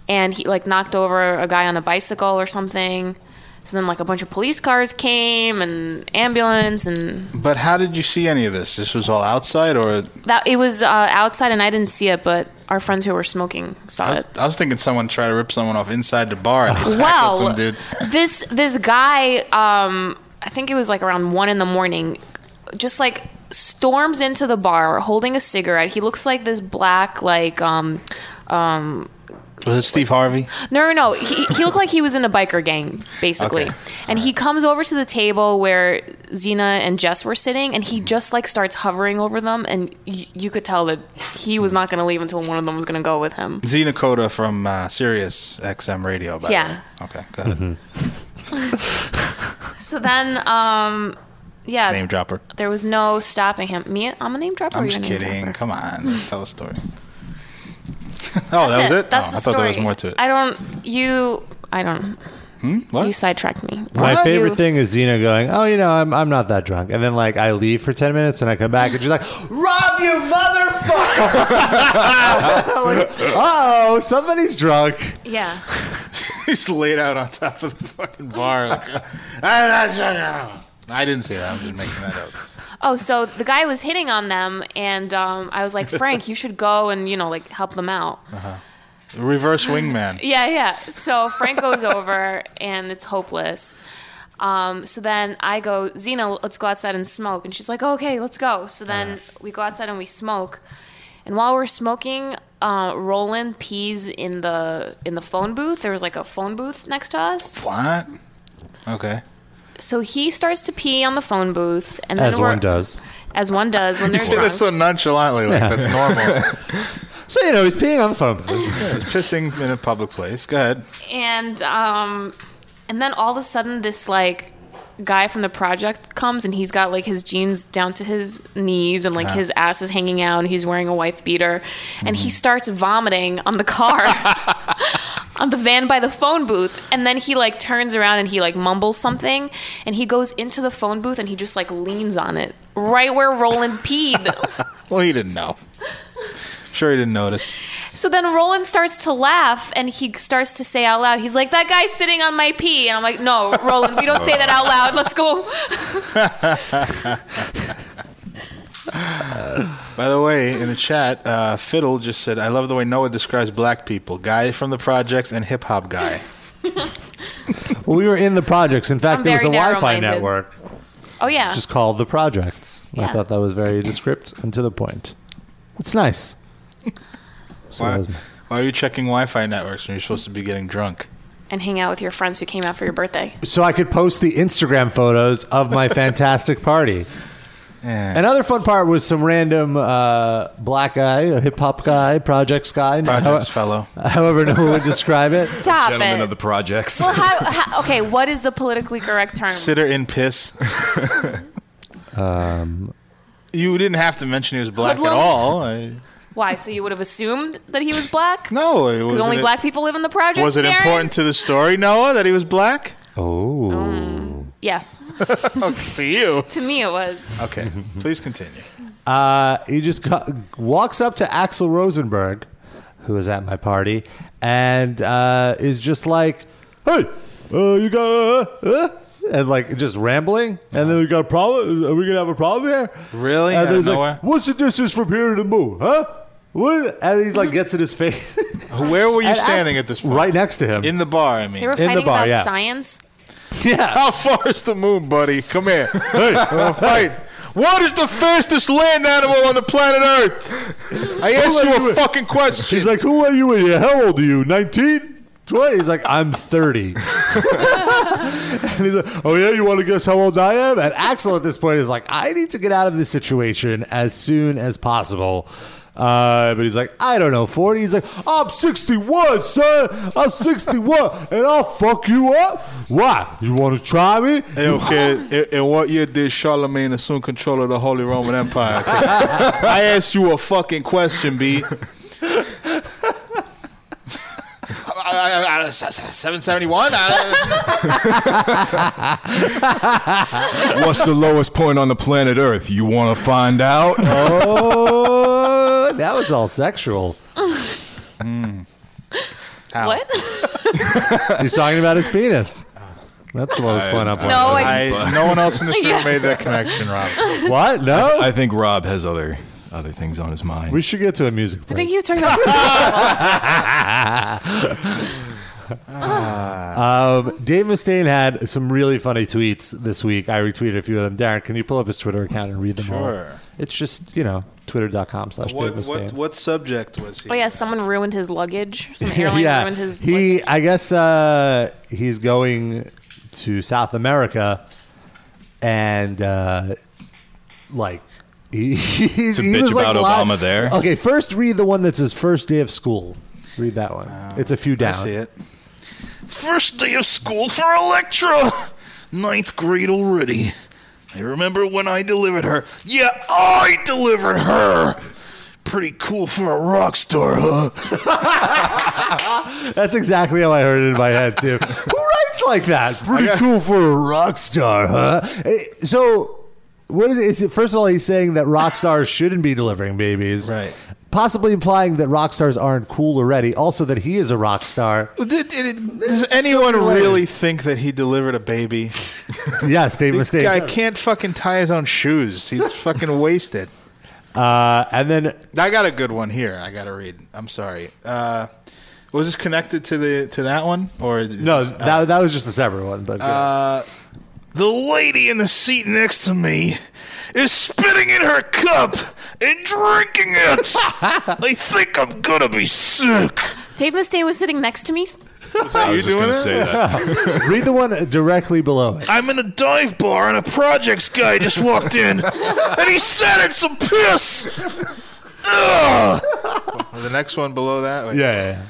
S4: and he like knocked over a guy on a bicycle or something. So then, like a bunch of police cars came and ambulance, and
S3: But how did you see any of this? This was all outside, or
S4: that it was uh, outside, and I didn't see it, but our friends who were smoking saw
S3: I
S4: it.
S3: was, I was thinking someone tried to rip someone off inside the bar and he tackled
S4: Uh, well,
S3: some dude.
S4: this this guy, um, I think it was like around one in the morning, just like storms into the bar holding a cigarette. He looks like this black like um, um,
S3: Was it Steve Harvey?
S4: no, no, no. He, he looked like he was in a biker gang, basically.
S3: Okay.
S4: And he comes over to the table where Xena and Jess were sitting, and
S3: Mm-hmm.
S4: he just like starts hovering over them, and y- you could tell that he was not going to leave until one of them was going to go with him.
S3: Zena Coda from uh, Sirius XM Radio, by
S4: Yeah.
S3: the way. Okay, go ahead.
S2: Mm-hmm.
S4: So then, um, yeah,
S3: Name dropper.
S4: There was no stopping him. Me, I'm a name dropper. or
S3: I'm
S4: you're
S3: just
S4: a name
S3: kidding.
S4: dropper? Hmm.
S3: Come on. Tell a story. oh, that was it?
S4: That's
S3: oh,
S4: the
S3: I thought there was
S4: story.
S3: more to it.
S4: I don't. You. I don't.
S3: Hmm? What?
S4: You sidetracked me.
S2: My
S4: What?
S2: favorite
S4: You-
S2: thing is Xena going, "Oh, you know, I'm, I'm not that drunk," and then like I leave for ten minutes and I come back and she's like, "Rob, you motherfucker!" I'm like, oh, somebody's drunk.
S4: Yeah.
S3: He's laid out on top of the fucking bar. Like, I didn't say that. I'm just making that up.
S4: Oh, so the guy was
S3: Uh-huh.
S4: hitting on them, and um, I was like, Frank, you should go and you know like help them out.
S3: Reverse wingman.
S4: Yeah, yeah. So Frank goes over and it's hopeless. Um, so then I go, Zena, let's go outside and smoke. And she's like, okay, let's go. So then we go outside and we smoke. And while we're smoking, uh, Roland pees in the in the phone booth. There was like a phone booth next to us.
S3: What? Okay.
S4: So he starts to pee on the phone booth, and then
S2: As
S4: we're-
S2: one does.
S4: As one does when they're
S3: Say
S4: drunk.
S3: that so nonchalantly, like that's normal.
S2: So you know he's peeing on the phone. booth.
S3: Pissing in a public place. Go ahead.
S4: and um and then all of a sudden this like guy from the project comes and he's got like his jeans down to his knees and like his ass is hanging out and he's wearing a wife beater and he starts vomiting on the car on the van by the phone booth and then he like turns around and he like mumbles something and he goes into the phone booth and he just like leans on it right where Roland peed
S3: Well, he didn't know. Sure, he didn't notice.
S4: So then Roland starts to laugh and he starts to say out loud, he's like, That guy's sitting on my pee. And I'm like, No, Roland, we don't say that out loud. Let's go.
S3: By the way, in the chat, uh, Fiddle just said, "I love the way Noah describes black people. Guy from the projects and hip hop guy."
S2: Well, we were in the projects. In fact,
S4: I'm
S2: there was a
S4: very
S2: Wi-Fi
S4: narrow-minded.
S2: network
S4: Oh, yeah.
S2: just called the projects. I
S4: Yeah.
S2: thought that was very descriptive and to the point. It's nice. So that
S3: Why,
S2: was my-
S3: why are you checking Wi-Fi networks when you're supposed to be getting drunk?
S4: and hang out with your friends who came out for your birthday.
S2: so I could post the Instagram photos of my fantastic party.
S3: Yeah.
S2: Another fun part was some random uh, black guy, a hip hop guy, projects guy,
S3: Projects fellow.
S2: however no one would describe it.
S4: Stop
S5: Gentlemen
S4: it.
S5: of the projects.
S4: well, how, how, okay, what is the politically correct term?
S3: Sitter in piss. um,
S2: Um,
S3: you didn't have to mention he was black at
S4: Hoodlum?
S3: all. I,
S4: Why? So you would have assumed that he was black?
S3: no, it was
S4: Because only
S3: it,
S4: black people live in the project.
S3: Was it
S4: Darren?
S3: important to the story, Noah, that he was black?
S2: Oh,
S4: Yes.
S3: Oh, to you.
S4: To me, it was.
S3: Okay, please continue.
S2: Uh, he just co- walks up to Axel Rosenberg, who was at my party, and uh, is just like, "Hey, uh, you got?" Uh, uh?" And like just rambling, and then we got a problem. Are we gonna have a problem here?
S3: Really?
S2: And
S3: Out of
S2: there's
S3: nowhere?
S2: like, "What's the distance from here to the moon, huh?" What? And he like gets in his face.
S3: Where were you
S2: And Ax-
S3: standing at this point?
S2: right next to him.
S3: in the bar. I mean,
S4: They were
S2: the
S4: fighting about
S2: bar, yeah.
S4: science.
S2: yeah.
S3: How far is the moon, buddy? Come here. Hey, wanna fight. What is the fastest land animal on the planet Earth? I asked you a fucking question.
S2: He's like, "Who are you? And you- How old are you? 19? 20? He's like, "I'm 30." and he's like, "Oh yeah, you want to guess how old I am?" And Axel at this point is like, "I need to get out of this situation as soon as possible." Uh, but he's like, I don't know, 40. He's like, I'm 61, sir. I'm 61, and I'll fuck you up. Why? You want to try me?
S3: Hey, okay, in, in what year did Charlemagne assume control of the Holy Roman Empire? Okay. I asked you a fucking question, B. Seven seventy one.
S5: What's the lowest point on the planet Earth? You want to find out?
S2: Oh, that was all sexual.
S4: Hmm. What?
S2: He's talking about his penis. That's the lowest one up.
S4: No, I-
S3: no one else in this room
S4: Yeah.
S3: made that connection, Rob.
S2: What? No?
S5: I think Rob has other other things on his mind.
S2: We should get to a music
S4: I
S2: break.
S4: think he was talking about
S2: Um, Dave Mustaine had some really funny tweets this week. I retweeted a few of them. Darren, can you pull up his Twitter account and read them all?
S3: Sure.
S2: It's just, you know, twitter.com slash Dave
S3: What, what,
S2: Mustaine.
S3: what subject was he?
S4: Oh, yeah, someone ruined his luggage. Some airline ruined his luggage.
S2: he, I guess uh, he's going to South America and, uh, like, he, he's,
S5: To
S2: he
S5: bitch
S2: was like
S5: about
S2: live-
S5: Obama there?
S2: Okay, first read the one that's his first day of school. Read that one. it's a few
S3: I
S2: down.
S3: see it.
S7: First day of school for Electra! Ninth grade already. I remember when I delivered her. Yeah, I delivered her! Pretty cool for a rock star, huh?
S2: That's exactly how I heard it in my head too. Who writes like that? Pretty cool for a rock star, huh? Eh, So, what is it? Is it first of all he's saying that rock stars shouldn't be delivering babies,
S3: Right.
S2: Possibly implying that rock stars aren't cool already. Also, that he is a rock star.
S3: Did, did,
S2: This
S3: does
S2: is
S3: anyone
S2: so lame.
S3: really think that he delivered a baby? this
S2: Yes, Dave Mustaine.
S3: guy can't fucking tie his own shoes. He's fucking wasted.
S2: Uh, and then
S3: I got a good one here. I got to read. I'm sorry. Uh, Was this connected to the to that one or is
S2: No,
S3: this- uh,
S2: that, that was just a separate one. But
S7: Uh, the lady in the seat next to me is spitting in her cup and drinking it. I think I'm gonna be sick.
S4: Dave Mustaine was sitting next to me.
S5: I was just going to say that.
S2: read the one directly below it.
S7: I'm in a dive bar and a projects guy just walked in and he sat in some piss. Ugh.
S3: the next one below that? Wait.
S2: Yeah, yeah, yeah.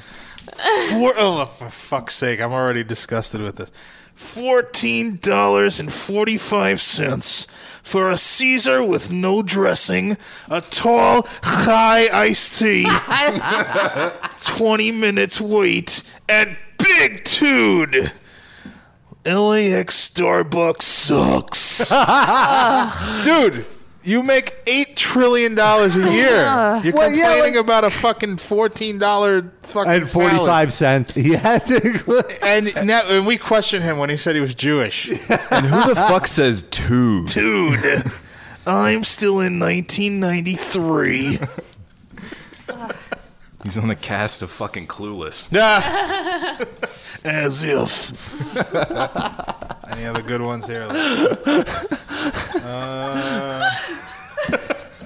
S3: Four, oh, for fuck's sake! I'm already disgusted with this.
S7: Fourteen dollars and forty-five cents for a Caesar with no dressing, a tall high iced tea, twenty minutes wait, and big dude. LAX Starbucks sucks.
S3: Dude, you make eight trillion dollars a year. You're
S2: Well, yeah,
S3: complaining
S2: like-
S3: about a fucking fourteen dollar fucking
S2: And
S3: salad.
S2: forty-five cent. He had to.
S3: And now, and we questioned him when he said he was Jewish.
S5: And who the fuck says two?
S7: Dude, I'm still in 1993.
S5: He's on the cast of fucking Clueless.
S3: Ah,
S7: As if.
S3: Any other good ones here? Uh,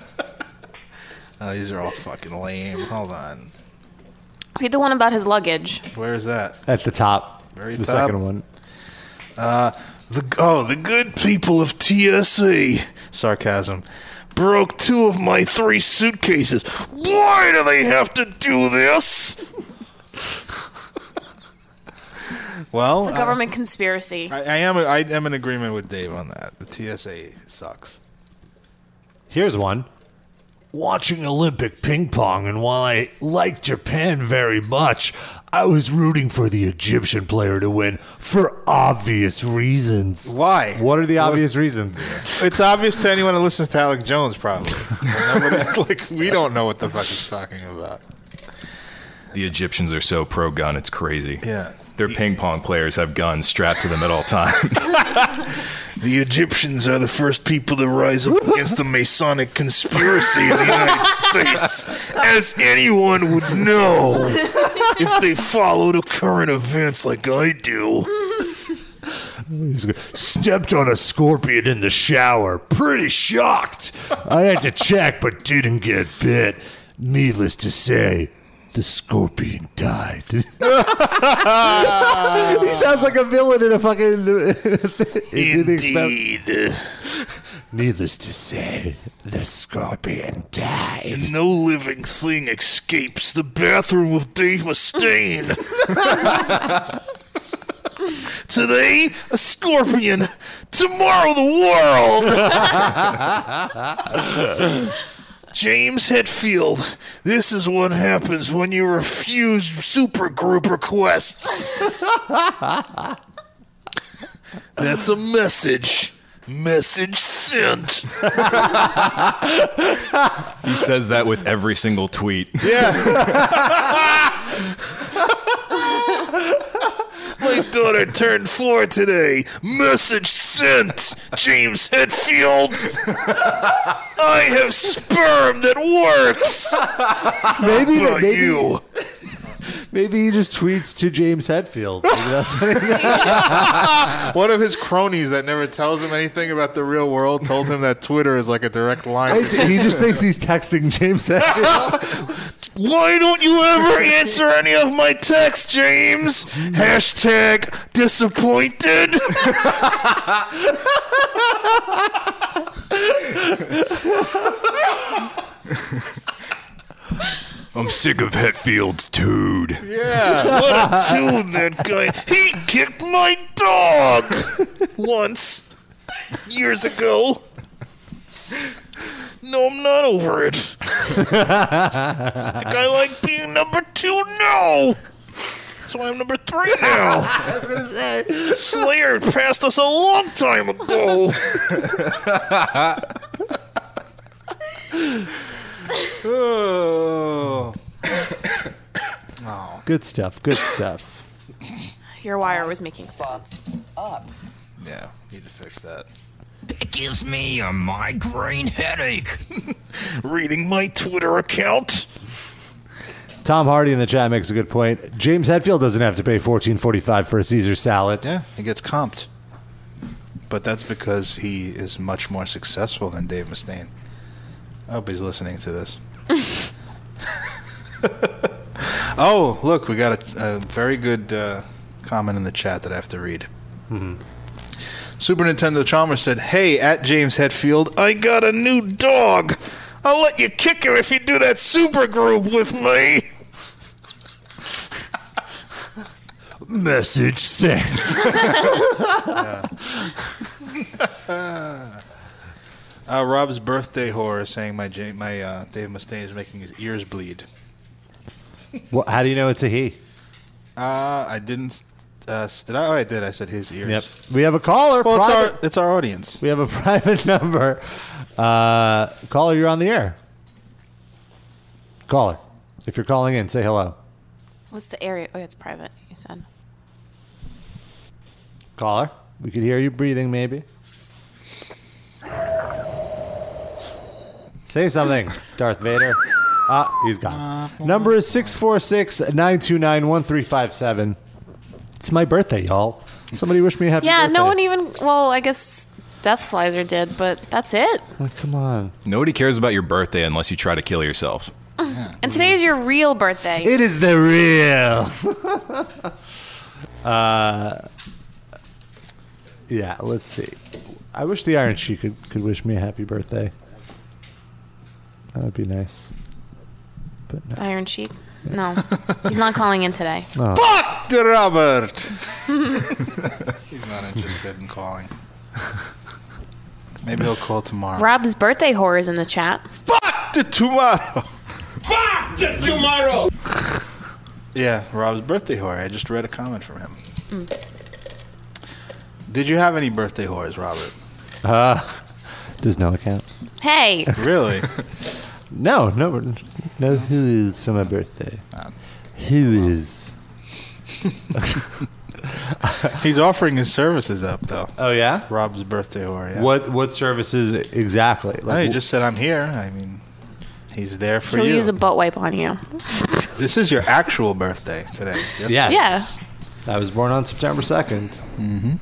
S3: oh, these are all fucking lame. Hold on.
S4: Read the one about his luggage.
S3: Where is that?
S2: At the top,
S3: Very
S2: the
S3: top.
S2: second one.
S7: The, oh, the good people of TSA.
S3: Sarcasm.
S7: broke two of my three suitcases. Why do they have to do this?
S3: Well,
S4: It's a
S3: uh,
S4: government conspiracy.
S3: I, I am I am in agreement with Dave on that. The TSA sucks.
S2: Here's one. Watching Olympic ping pong, and while I like Japan very much, I was rooting for the Egyptian player to win for obvious reasons.
S3: Why?
S2: What are the obvious reasons?
S3: It's obvious to anyone that listens to Alec Jones, probably. like we don't know what the fuck he's talking about.
S5: The Egyptians are so pro gun, it's crazy.
S3: Yeah.
S5: Their ping pong players have guns strapped to them at all times.
S7: The Egyptians are the first people to rise up against the Masonic conspiracy in the United States, as anyone would know if they follow the current events like I do.
S2: Stepped on a scorpion in the shower. Pretty shocked. I had to check, but didn't get bit. Needless to say, the scorpion died. he sounds like a villain in a fucking. in the expen-
S7: Indeed.
S2: Needless to say, the scorpion died.
S7: No living thing escapes the bathroom with Dave Mustaine. Today, a scorpion. Tomorrow, the world. James Hetfield, this is what happens when you refuse supergroup requests. That's a message. Message sent.
S5: he says that with every single tweet.
S7: My daughter turned four today. Message sent, James Hetfield. I have sperm that works.
S2: Maybe,
S7: For you.
S2: maybe he just tweets to James Hetfield. Maybe that's what he-
S3: One of his cronies that never tells him anything about the real world told him that Twitter is like a direct line. to-
S2: he just thinks he's texting James Hetfield.
S7: Why don't you ever answer any of my texts, James? Hashtag disappointed.
S5: I'm sick of Hetfield's dude.
S3: yeah.
S7: What a tune that guy. He kicked my dog once years ago. No, I'm not over it. Think
S8: Uh-uh.
S7: I like being number two? No. That's why I'm number three now. I was gonna say Slayer passed us a long time ago.
S3: Oh.
S2: Good stuff. Good stuff.
S4: Your wire was making sounds.
S3: Yeah, need to fix that.
S8: It gives me a migraine headache.
S7: Reading my Twitter account.
S2: Tom Hardy in the chat makes a good point. James Hetfield doesn't have to pay fourteen forty five for a Caesar salad.
S3: Yeah, he gets comped. But that's because he is much more successful than Dave Mustaine. I hope he's listening to this. oh, look, we got a, a very good uh, comment in the chat that I have to read. Super Nintendo Chalmers said, Hey, at James Hetfield, I got a new dog. I'll let you kick her if you do that super group with me.
S2: Message sent.
S3: Uh, Rob's birthday horror is saying my Ja- my uh, Dave Mustaine is making his ears bleed.
S2: well, how do you know it's a he?
S3: Uh, I didn't. Uh, did I? Oh, I did. I said his ears.
S2: Yep. We have a caller.
S3: Well, it's
S2: private-
S3: our it's our audience.
S2: We have a private number. Uh, caller, you're on the air. Caller, if you're calling in, say hello.
S4: What's the area? Oh, it's private. You said.
S2: Caller, we could hear you breathing, maybe. Say something, Darth Vader. Ah, he's gone. Number is 646 929 1357. It's my birthday, y'all. Somebody wish me a happy
S4: Yeah,
S2: birthday.
S4: no one even. Well, I guess Death Slicer did, but that's it.
S2: Like, come on.
S5: Nobody cares about your birthday unless you try to kill yourself.
S4: And today's your real birthday.
S2: It is the real. uh, yeah, let's see. I wish the Iron Sheik could, could wish me a happy birthday. That would be nice. But no.
S4: Iron Sheik. No, he's not calling in today.
S2: Oh.
S3: Fuck the Robert. He's not interested in calling. Maybe he'll call tomorrow.
S4: Rob's birthday horror is in the chat.
S3: Fuck the tomorrow.
S8: Fuck the tomorrow!
S3: Yeah, Rob's birthday horror. I just read a comment from him.
S2: Mm.
S3: Did you have any birthday horrors, Robert?
S2: Uh, There's no account.
S4: Hey,
S3: Really?
S2: No, no, no. Who is for my birthday? Who is?
S3: He's offering his services up though.
S2: Oh yeah.
S3: Rob's birthday horror. Yeah.
S2: What what services exactly?
S3: No, he
S2: wh-
S3: just said I'm here. I mean, he's there for
S4: he'll
S3: you.
S4: use a butt wipe on you.
S3: this is your actual birthday today. Yes.
S2: yes.
S4: Yeah.
S2: I was born on September second.
S3: Mm-hmm.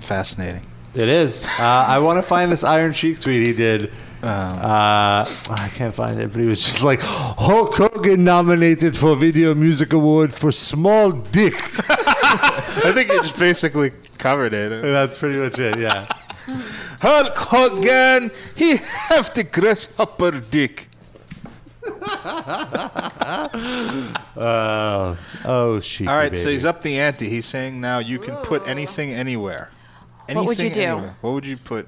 S3: Fascinating.
S2: It is. Uh, I want to find this Iron Sheik tweet he did. Uh, I can't find it, but he was just like Hulk Hogan nominated for Video Music Award for Small Dick.
S3: I think you just basically covered it.
S2: That's pretty much it. Yeah.
S3: Hulk Hogan, he have to dress up her dick.
S2: Oh, oh, Sheik.
S3: All right, so he's up the ante. He's saying now you can put anything anywhere. Anything
S4: What would you do?
S3: anywhere. What would you put?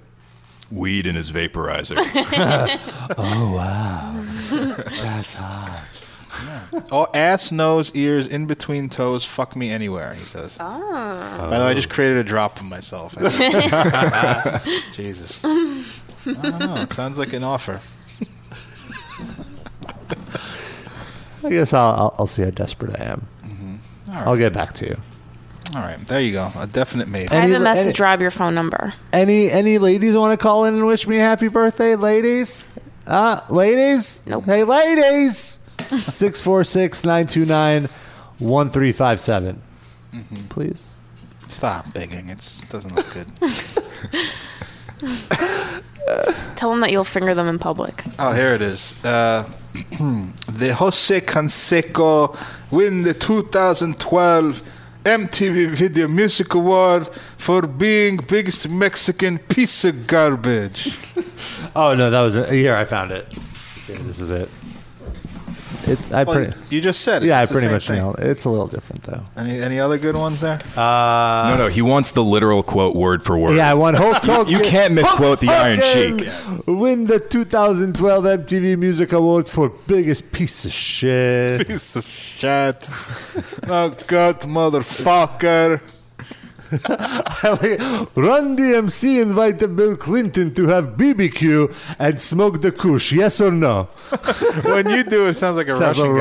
S5: Weed in his vaporizer.
S2: Oh.
S3: Oh, ass, nose, ears, in between toes. Fuck me anywhere. He says. Oh. By the way, I just created a drop for myself. Jesus. I don't know. It sounds like an offer.
S2: I guess I'll, I'll, I'll see how desperate I am. I'll get back to you.
S3: All right, there you go. A definite maybe.
S2: Any-
S4: Private message
S2: any-
S4: Rob your phone number.
S2: Any any ladies want to call in and wish me a happy birthday, ladies? Uh, ladies?
S4: Nope.
S2: Hey, ladies! 646 929 1357. Please.
S3: Mm-hmm. Stop begging. It's doesn't look good.
S4: Tell him that you'll finger them in public.
S3: Oh, here it is. Uh, the Jose Canseco win the 2012 MTV Video Music Award for being biggest Mexican piece of garbage.
S2: Oh, no, that was it. Here, I found it. Here, this is it. It, I
S3: Well,
S2: pretty,
S3: you just said it.
S2: yeah, I
S3: It's the
S2: pretty
S3: same
S2: much
S3: thing.
S2: nailed it. It's a little different, though.
S3: Any, any other good ones there? Uh,
S5: no, no, he wants the literal quote word for word.
S2: Yeah, I want Hulk Hogan.
S5: you can't misquote the
S2: Hulk
S5: Iron
S2: Hogan
S5: Sheik.
S2: Win the 2012 MTV Music Awards for biggest piece of shit.
S3: Piece of shit. oh, God, motherfucker.
S2: Run DMC invited Bill Clinton to have BBQ and smoke the kush. Yes or no?
S3: When you do it, it sounds like a
S2: Sounds
S3: Russian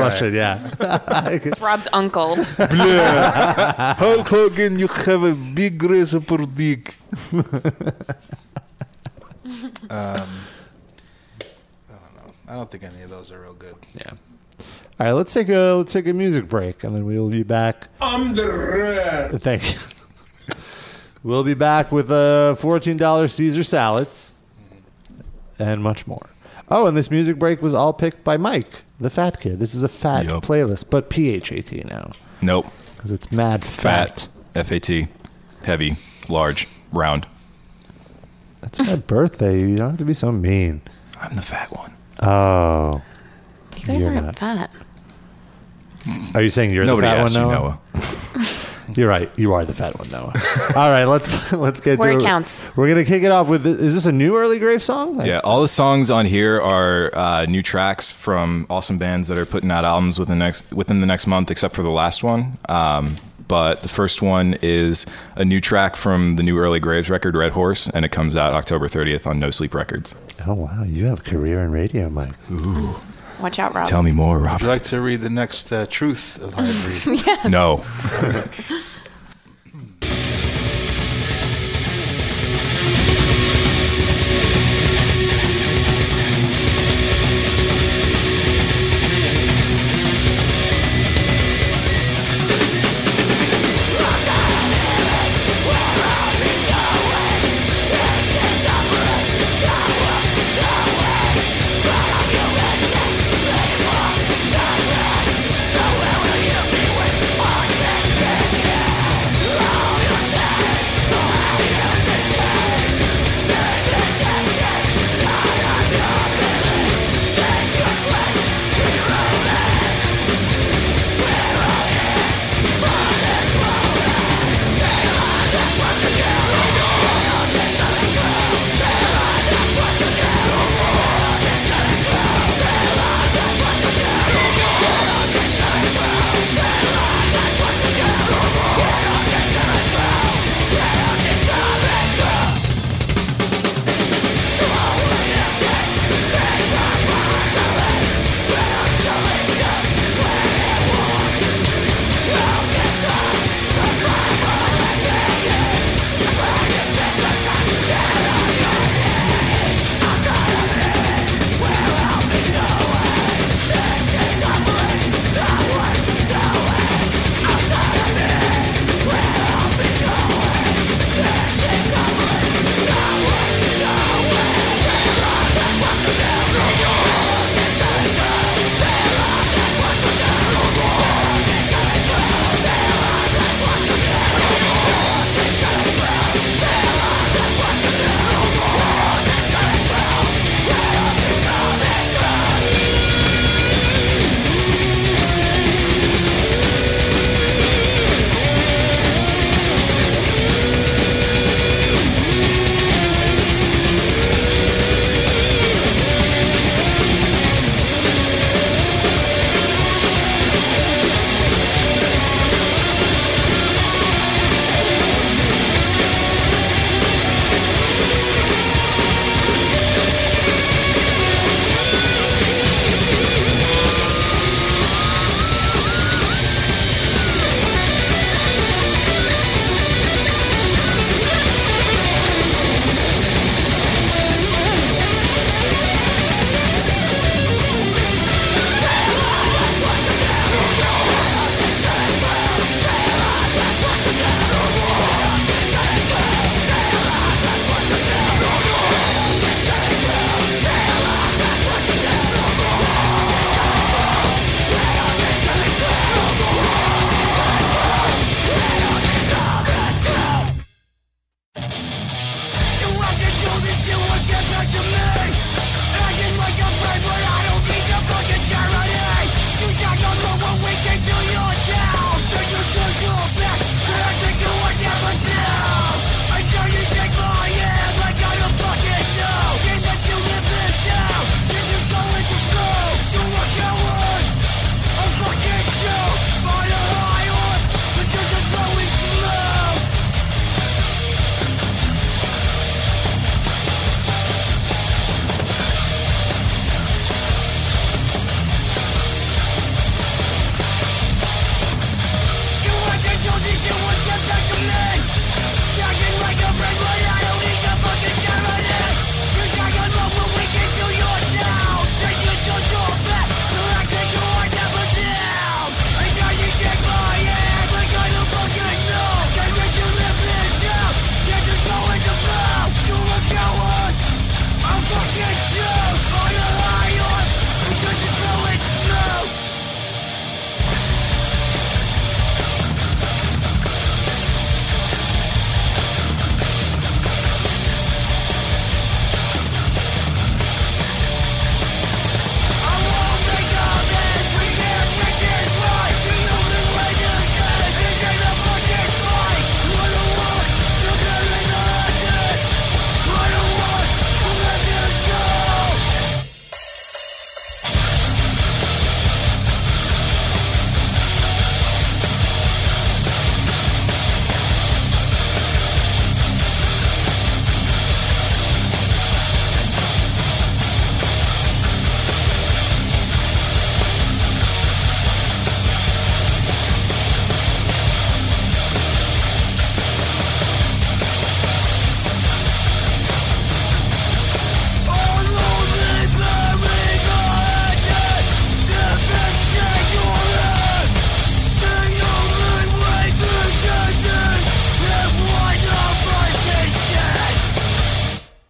S3: guy.
S2: like Russian, yeah.
S4: Rob's uncle.
S3: Hulk Hogan, you have a big razor per dick. um, Um, I don't know. I don't think any of those are real good.
S2: yeah. All right, let's take a let's take a music break, and then we'll be back.
S8: I'm the red.
S2: Thank you. we'll be back with uh, fourteen dollars Caesar salads and much more. Oh, and this music break was all picked by Mike, the fat kid. This is a fat
S5: Yup.
S2: playlist, but PHAT now
S5: Nope.
S2: because it's mad fat.
S5: Fat. F A T. Heavy. Large. Round.
S2: That's my birthday. You don't have to be so mean.
S5: I'm the fat one.
S2: Oh,
S4: You guys
S2: You're
S4: aren't
S2: not.
S4: fat.
S2: are you saying you're
S5: Nobody
S2: the fat
S5: asked
S2: one,
S5: you,
S2: Noah?
S5: Noah.
S2: You're right. You are the fat one, Noah. all right, let's let's get
S4: Where
S2: to
S4: it counts.
S2: We're gonna kick it off with. Is this a new early grave song? Like,
S5: Yeah, all the songs on here are uh, new tracks from awesome bands that are putting out albums within the next within the next month, except for the last one. Um, but the first one is a new track from the new Early Graves record, Red Horse, and it comes out October 30th on No Sleep Records.
S2: Oh wow, you have a career in radio, Mike.
S4: Watch out, Rob.
S5: Tell me more,
S3: Would you
S5: Robert.
S3: like to read the next uh, truth that I read?
S5: No.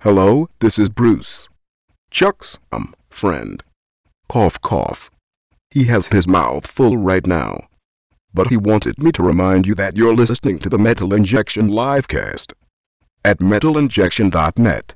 S9: Hello, this is Bruce. Chuck's um friend. Cough cough. He has his mouth full right now. But he wanted me to remind you that you're listening to the Metal Injection livecast at metalinjection.net.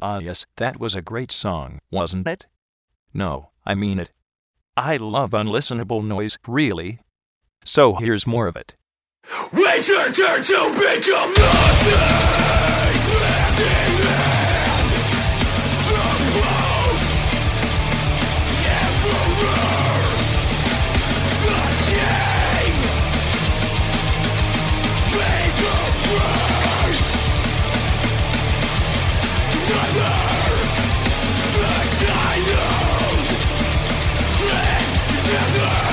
S1: Ah, yes, that was a great song, wasn't it? No, I mean it. I love unlistenable noise, really. So here's more of it.
S8: Wait your turn to become nothing! To the grave!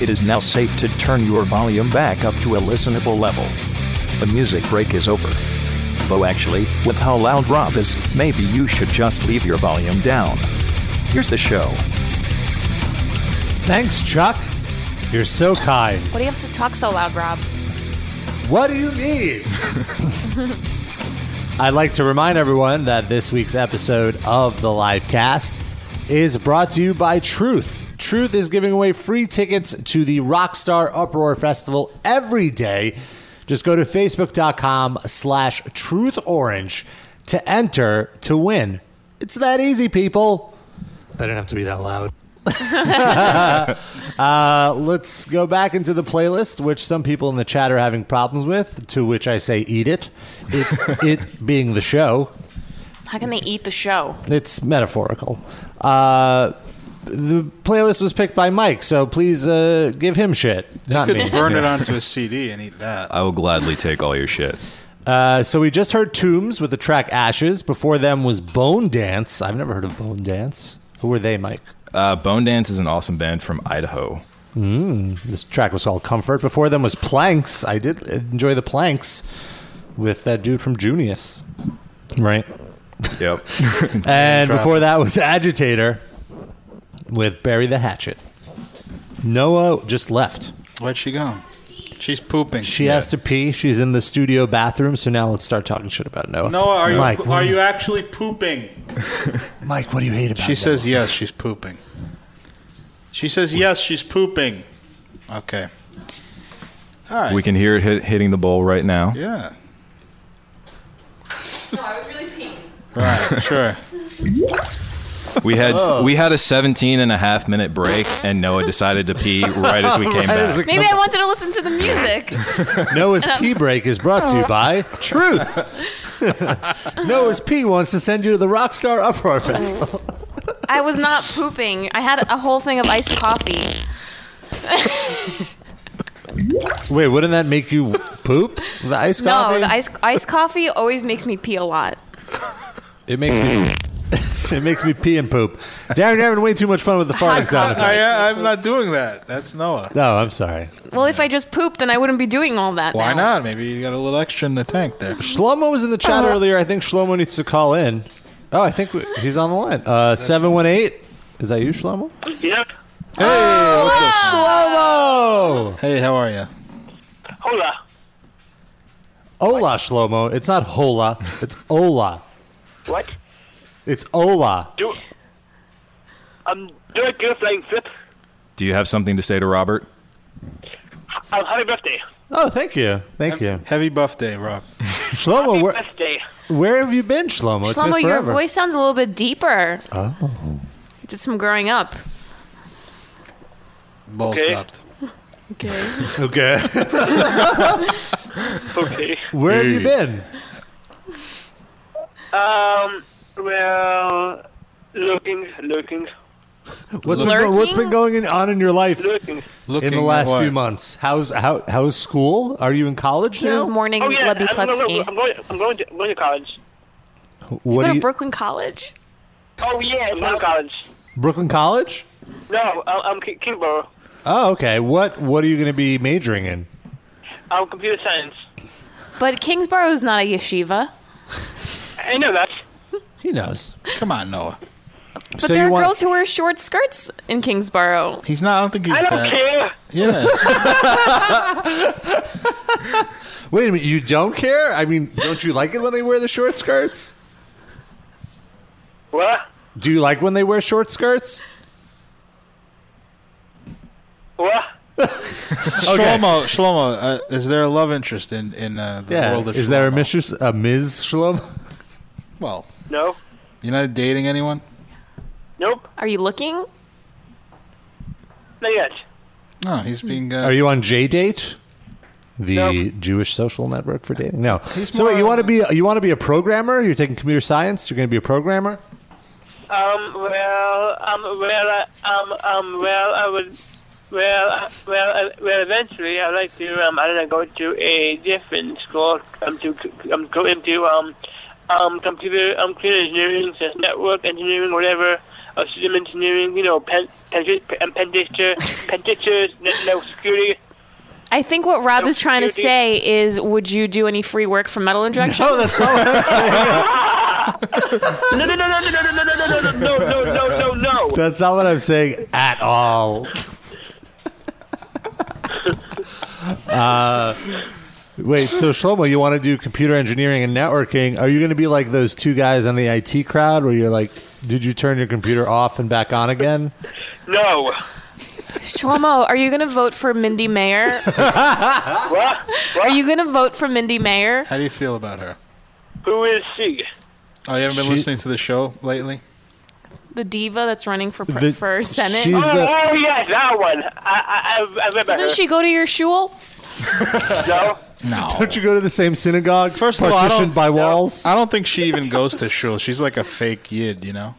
S1: It is now safe to turn your volume back up to a listenable level. The music break is over. Though actually, with how loud Rob is, maybe you should just leave your volume down. Here's the show.
S2: Thanks, Chuck. You're so kind.
S4: What do you have to talk so loud, Rob?
S2: What do you mean? I'd like to remind everyone that this week's episode of the Livecast is brought to you by Truth. Truth is giving away free tickets to the Rockstar Uproar Festival every day. Just go to facebook.com slash truthorange to enter to win. It's that easy, people. They don't have to be that loud. Uh, let's go back into the playlist, which some people in the chat are having problems with. To which I say, eat it. It, it being the show,
S4: How can they eat the show?
S2: it's metaphorical. Uh, the playlist was picked by Mike, so please uh, give him shit, not me.
S3: Could burn it onto a CD and eat that.
S5: I will gladly take all your shit.
S2: Uh, so we just heard Tombs with the track Ashes. Before them was Bone Dance. I've never heard of Bone Dance. Who were they, Mike?
S5: Uh, Bone Dance is an awesome band from Idaho.
S2: Hmm, This track was called Comfort. Before them was Planks. I did enjoy the Planks with that dude from Junius. Right.
S5: Yep.
S2: And before that was Agitator with Bury the Hatchet. Noah just left.
S3: Where'd she go? She's pooping.
S2: She has to pee. She's in the studio bathroom. So now let's start talking shit about Noah.
S10: Noah, are you
S2: Mike,
S10: are
S2: what do
S10: you actually pooping?
S2: Mike, what do you hate about?
S3: She
S2: Noah?
S3: says yes, she's pooping.
S10: She says yes, she's pooping.
S3: Okay. All right.
S5: we can hear it hit, hitting the bowl right now.
S3: yeah.
S4: No, I was really peeing.
S3: Right. Sure. Oh.
S5: We had we had a 17 and a half minute break, and Noah decided to pee right as we came back.
S4: Maybe I wanted to listen to the music. Um, Oh,
S2: Noah's Pee Break is brought to you by Truth. Noah's Pee wants to send you to the Rockstar Uproar Festival.
S4: I was not pooping. I had a whole thing of iced coffee.
S2: Wait, wouldn't that make you poop? The ice
S4: No,
S2: coffee?
S4: the iced iced coffee always makes me pee a lot.
S2: It makes me. it makes me pee and poop. Darren, you're having way too much fun with the
S4: Hot
S2: farting sound.
S4: coffee.
S2: effect.
S3: I, I, I'm not doing that. That's
S10: Oh,
S3: Noah.
S2: No, I'm sorry.
S4: Well, if I just pooped, then I wouldn't be doing all that.
S3: Why
S4: Uh, now. Uh-huh.
S3: not? Maybe you got a little extra in the tank there.
S2: Shlomo was in the chat earlier. I think Shlomo needs to call in. Oh, I think we, he's on the line. Uh, 718. Is that you, Shlomo?
S6: Yep.
S2: Hey,
S4: Oh,
S2: what's up, Shlomo?
S3: Hey, how are you?
S6: Hola.
S2: Hola, Shlomo. It's not hola. It's ola.
S6: What?
S2: It's ola.
S6: Do I'm doing good, flying flip.
S5: Do you have something to say to Robert?
S6: Um, happy birthday.
S2: Oh, thank you. Thank you.
S3: Heavy buff day, Rob.
S2: Shlomo, where,
S6: Birthday.
S2: where have you been, Shlomo? It's been
S4: Shlomo, your
S2: forever.
S4: voice sounds a little bit deeper. Oh. You did some growing up.
S3: Balls
S6: Okay.
S3: dropped.
S4: Okay.
S2: Okay.
S6: Okay.
S2: where have you been?
S6: Um. Well, looking, looking,
S2: What's been, go- what's been
S4: Lurking?
S2: going in- on in your life?
S6: looking.
S3: Looking
S2: in the
S3: at
S2: last
S3: what?
S2: few months. How's how how's school? Are you in college
S4: He
S2: now?
S4: was mourning
S6: Oh yeah,
S4: Lebby
S6: I'm, going, I'm,
S4: Kletsky.
S6: going, I'm going to I'm going to college.
S4: You
S2: what do
S4: go
S2: you,
S4: to Brooklyn College?
S6: Oh yeah, I'm going to college.
S2: Brooklyn College?
S6: No, I- I'm K- Kingborough.
S2: Oh, okay. What what are you going to be majoring in?
S6: I'm computer science.
S4: But Kingsborough is not a yeshiva.
S6: I know that.
S2: He knows.
S3: Come on, Noah.
S4: But
S2: So
S4: there
S2: you
S4: are
S2: want-
S4: girls who wear short skirts in Kingsborough.
S3: He's not. I don't think he's
S6: I don't
S3: that.
S6: care.
S3: Yeah.
S2: Wait a minute. You don't care? I mean, don't you like it when they wear the short skirts?
S6: What?
S2: Do you like when they wear short skirts?
S6: What?
S3: Shlomo, Shlomo, uh, is there a love interest in in uh, the
S2: Yeah.
S3: world of?
S2: Is there a
S3: Shlomo?
S2: mistress, a Ms. Shlomo?
S3: Well,
S6: No.
S3: you're not dating anyone.
S6: Nope.
S4: Are you looking?
S6: Not yet.
S3: No, he's being. Uh,
S2: Are you on J Date? The
S6: No.
S2: Jewish social network for dating. No. So
S3: more
S2: wait, you
S3: of
S2: want to be you want to be a programmer? You're taking computer science. You're going to be a programmer.
S6: Um. Well. Um. Well. I um. Um. Well. I would. Well. uh, Well. uh, Well. Eventually, I'd like to. Um. I don't know. Go to a different school. Um. To. Um. Go into. Um. Um. Computer. Um. Computer engineering, network engineering, whatever.
S11: uh, system engineering, you know, pen, pen, pen, penditure, penditures, no, no security.
S4: I think what Rob is trying to say is, would you do any free work for metal injection?
S11: No,
S2: Oh, that's all I'm
S11: No, no, no, no, no, no, no, no, no, no, no, no, no, no, no.
S2: That's not what I'm saying at all. uh, wait, so Shlomo, you want to do computer engineering and networking? Are you going to be like those two guys on the IT crowd where you're like, did you turn your computer off and back on again?
S11: No.
S4: Shlomo, are you going to vote for Mindy Mayer?
S11: What?
S4: Are you going to vote for Mindy Mayer?
S3: How do you feel about her?
S11: Who is she?
S3: Oh, you haven't been
S11: She-
S3: listening to the show lately?
S4: The diva that's running for per-
S3: The-
S4: for Senate.
S3: she's
S11: Oh, oh yes, that one. I, I, I remember her.
S4: Doesn't she go to your shul?
S11: No.
S3: No.
S2: Don't you go to the same synagogue? First
S3: of all, I don't-
S2: partitioned by walls.
S3: I don't think she even goes to shul. She's like a fake yid, you know?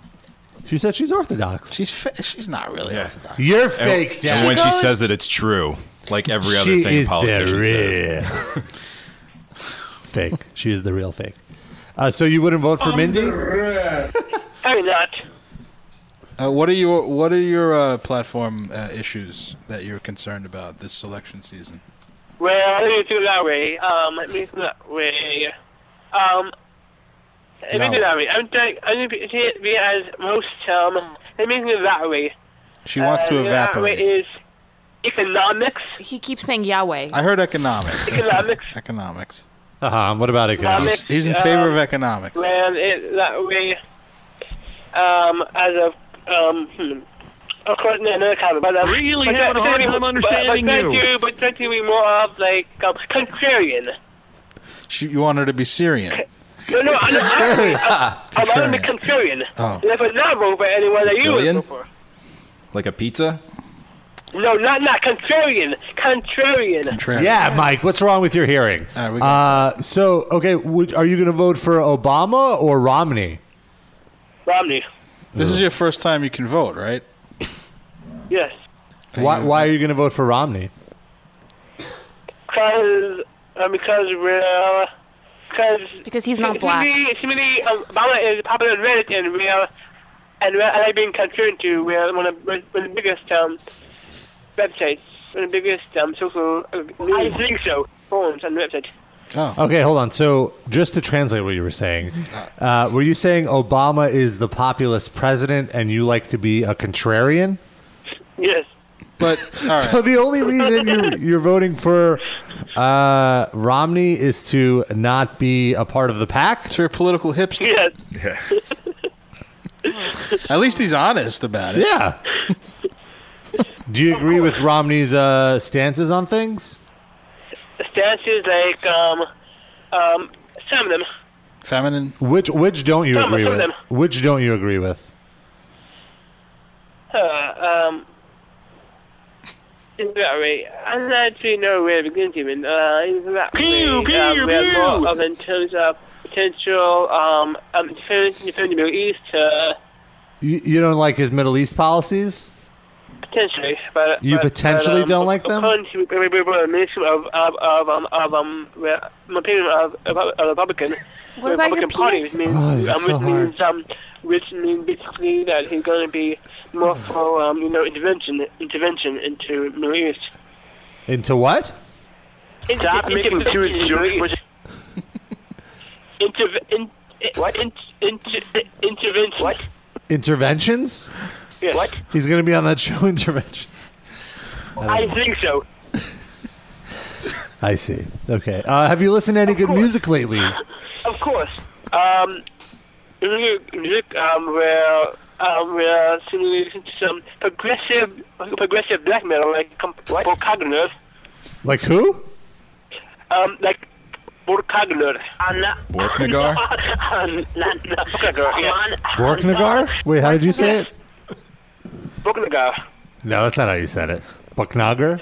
S2: She said she's Orthodox.
S3: She's fa- she's not really Orthodox.
S2: You're
S5: And-
S2: fake,
S5: And,
S2: Dad.
S5: when
S2: She
S5: she
S2: goes-
S5: says it, it's true. Like every other
S2: She
S5: thing
S2: is
S5: a politician
S2: the
S5: says.
S2: fake. She is the real fake. Uh, so you wouldn't
S3: Um,
S2: vote for Mindy?
S11: I'm not.
S3: Uh, what are your what are your uh, platform uh, issues that you're concerned about this election season?
S11: Well, let me do it that way. Um, let me do it that way. Um, let me do it that way. I'm trying. I'm gonna be, see it be as most um. Let me do it that way.
S3: She wants
S11: Uh,
S3: to
S11: That way
S3: evaporate.
S11: is economics.
S4: He keeps saying Yahweh.
S3: I heard economics. That's what-
S11: Economics.
S3: economics.
S2: Uh huh. What about
S3: He's,
S11: economics?
S3: he's in favor of economics.
S11: um, Well, it that way. Um, as a um. Hmm, of course, no, no, kind of, but um,
S12: Really
S11: but
S12: having a
S11: that-
S12: hard
S11: that-
S12: time
S11: but-
S12: understanding
S11: but,
S12: you.
S11: that do- But that do be more of like um, contrarian.
S3: She, you want her to be Syrian.
S11: No, no, I- no, I- I- I'm on the contrarian.
S3: Oh.
S11: And if I not vote for anyone that you would
S5: Sicilian?
S11: vote for.
S5: Like a pizza?
S11: No, not not contrarian. Contrarian.
S2: Yeah, Mike, what's wrong with your hearing? Uh, so, okay, would, are you going to vote for Obama or Romney?
S11: Romney.
S3: This is your first time you can vote, right?
S11: Yes.
S2: Why, why are you going to vote for Romney?
S11: Because uh, because we're because
S4: Because he's not
S11: see,
S4: black.
S11: See, see, see, um, Obama is popular in Reddit, and we're and we're and I've been contrarian to we're one of one of the biggest um websites, one of the biggest um social. Uh, I think so. Forums and website.
S3: Oh.
S2: Okay, hold on. So, just to translate what you were saying, uh, were you saying Obama is the populist president and you like to be a contrarian?
S11: Yes.
S3: But
S2: So, the only reason you're, you're voting for uh, Romney is to not be a part of the pack?
S3: It's your political hipster.
S11: Yes.
S3: At least he's honest about it.
S2: Yeah. Do you agree with Romney's uh, stances on things?
S11: The stance is like um um some of them.
S3: Feminine.
S2: Which which don't you
S11: Some-
S2: agree
S11: some of
S2: with?
S11: them.
S2: Which don't you agree with?
S11: Uh, um, it's that way. I'm not actually know where to begin to even. Uh, it's that way.
S12: Pew, pew,
S11: um, we're
S12: pew.
S11: more of in terms of potential um um defense defense the Middle East uh,
S2: You, you don't like his Middle East policies?
S11: potentially, but
S2: You
S11: but,
S2: potentially
S11: but, um,
S2: don't like them?
S11: Currently, we- we- we- we're a ministry of of of um of um we're- my opinion of of a Republican.
S4: What about your
S11: Republican Party,
S4: penis?
S11: Which means,
S2: Oh, this
S11: um,
S2: is so
S11: which means um which means basically that he's going to be more for um you know intervention intervention into Middle East.
S2: Into what?
S11: Stop making Jews Jewish. Interve- in- in- what? In- inter- intervention. What?
S2: Interventions?
S11: Yeah. What?
S2: He's going to be on that show, Intervention.
S11: I think so.
S2: I see. Okay. Uh, have you listened to any good music lately?
S11: Of course. Um, music, music, um, where, um, where similarly listen to some progressive, progressive black metal, like, com- Paul Kagner,
S2: Like who?
S11: um, like, Paul Kagner. Anna.
S5: Borknagar?
S11: Anna. Borknagar, yeah.
S2: Borknagar? Wait, how did you say it?
S11: Borknagar.
S2: No, that's not how you said it. Borknagar?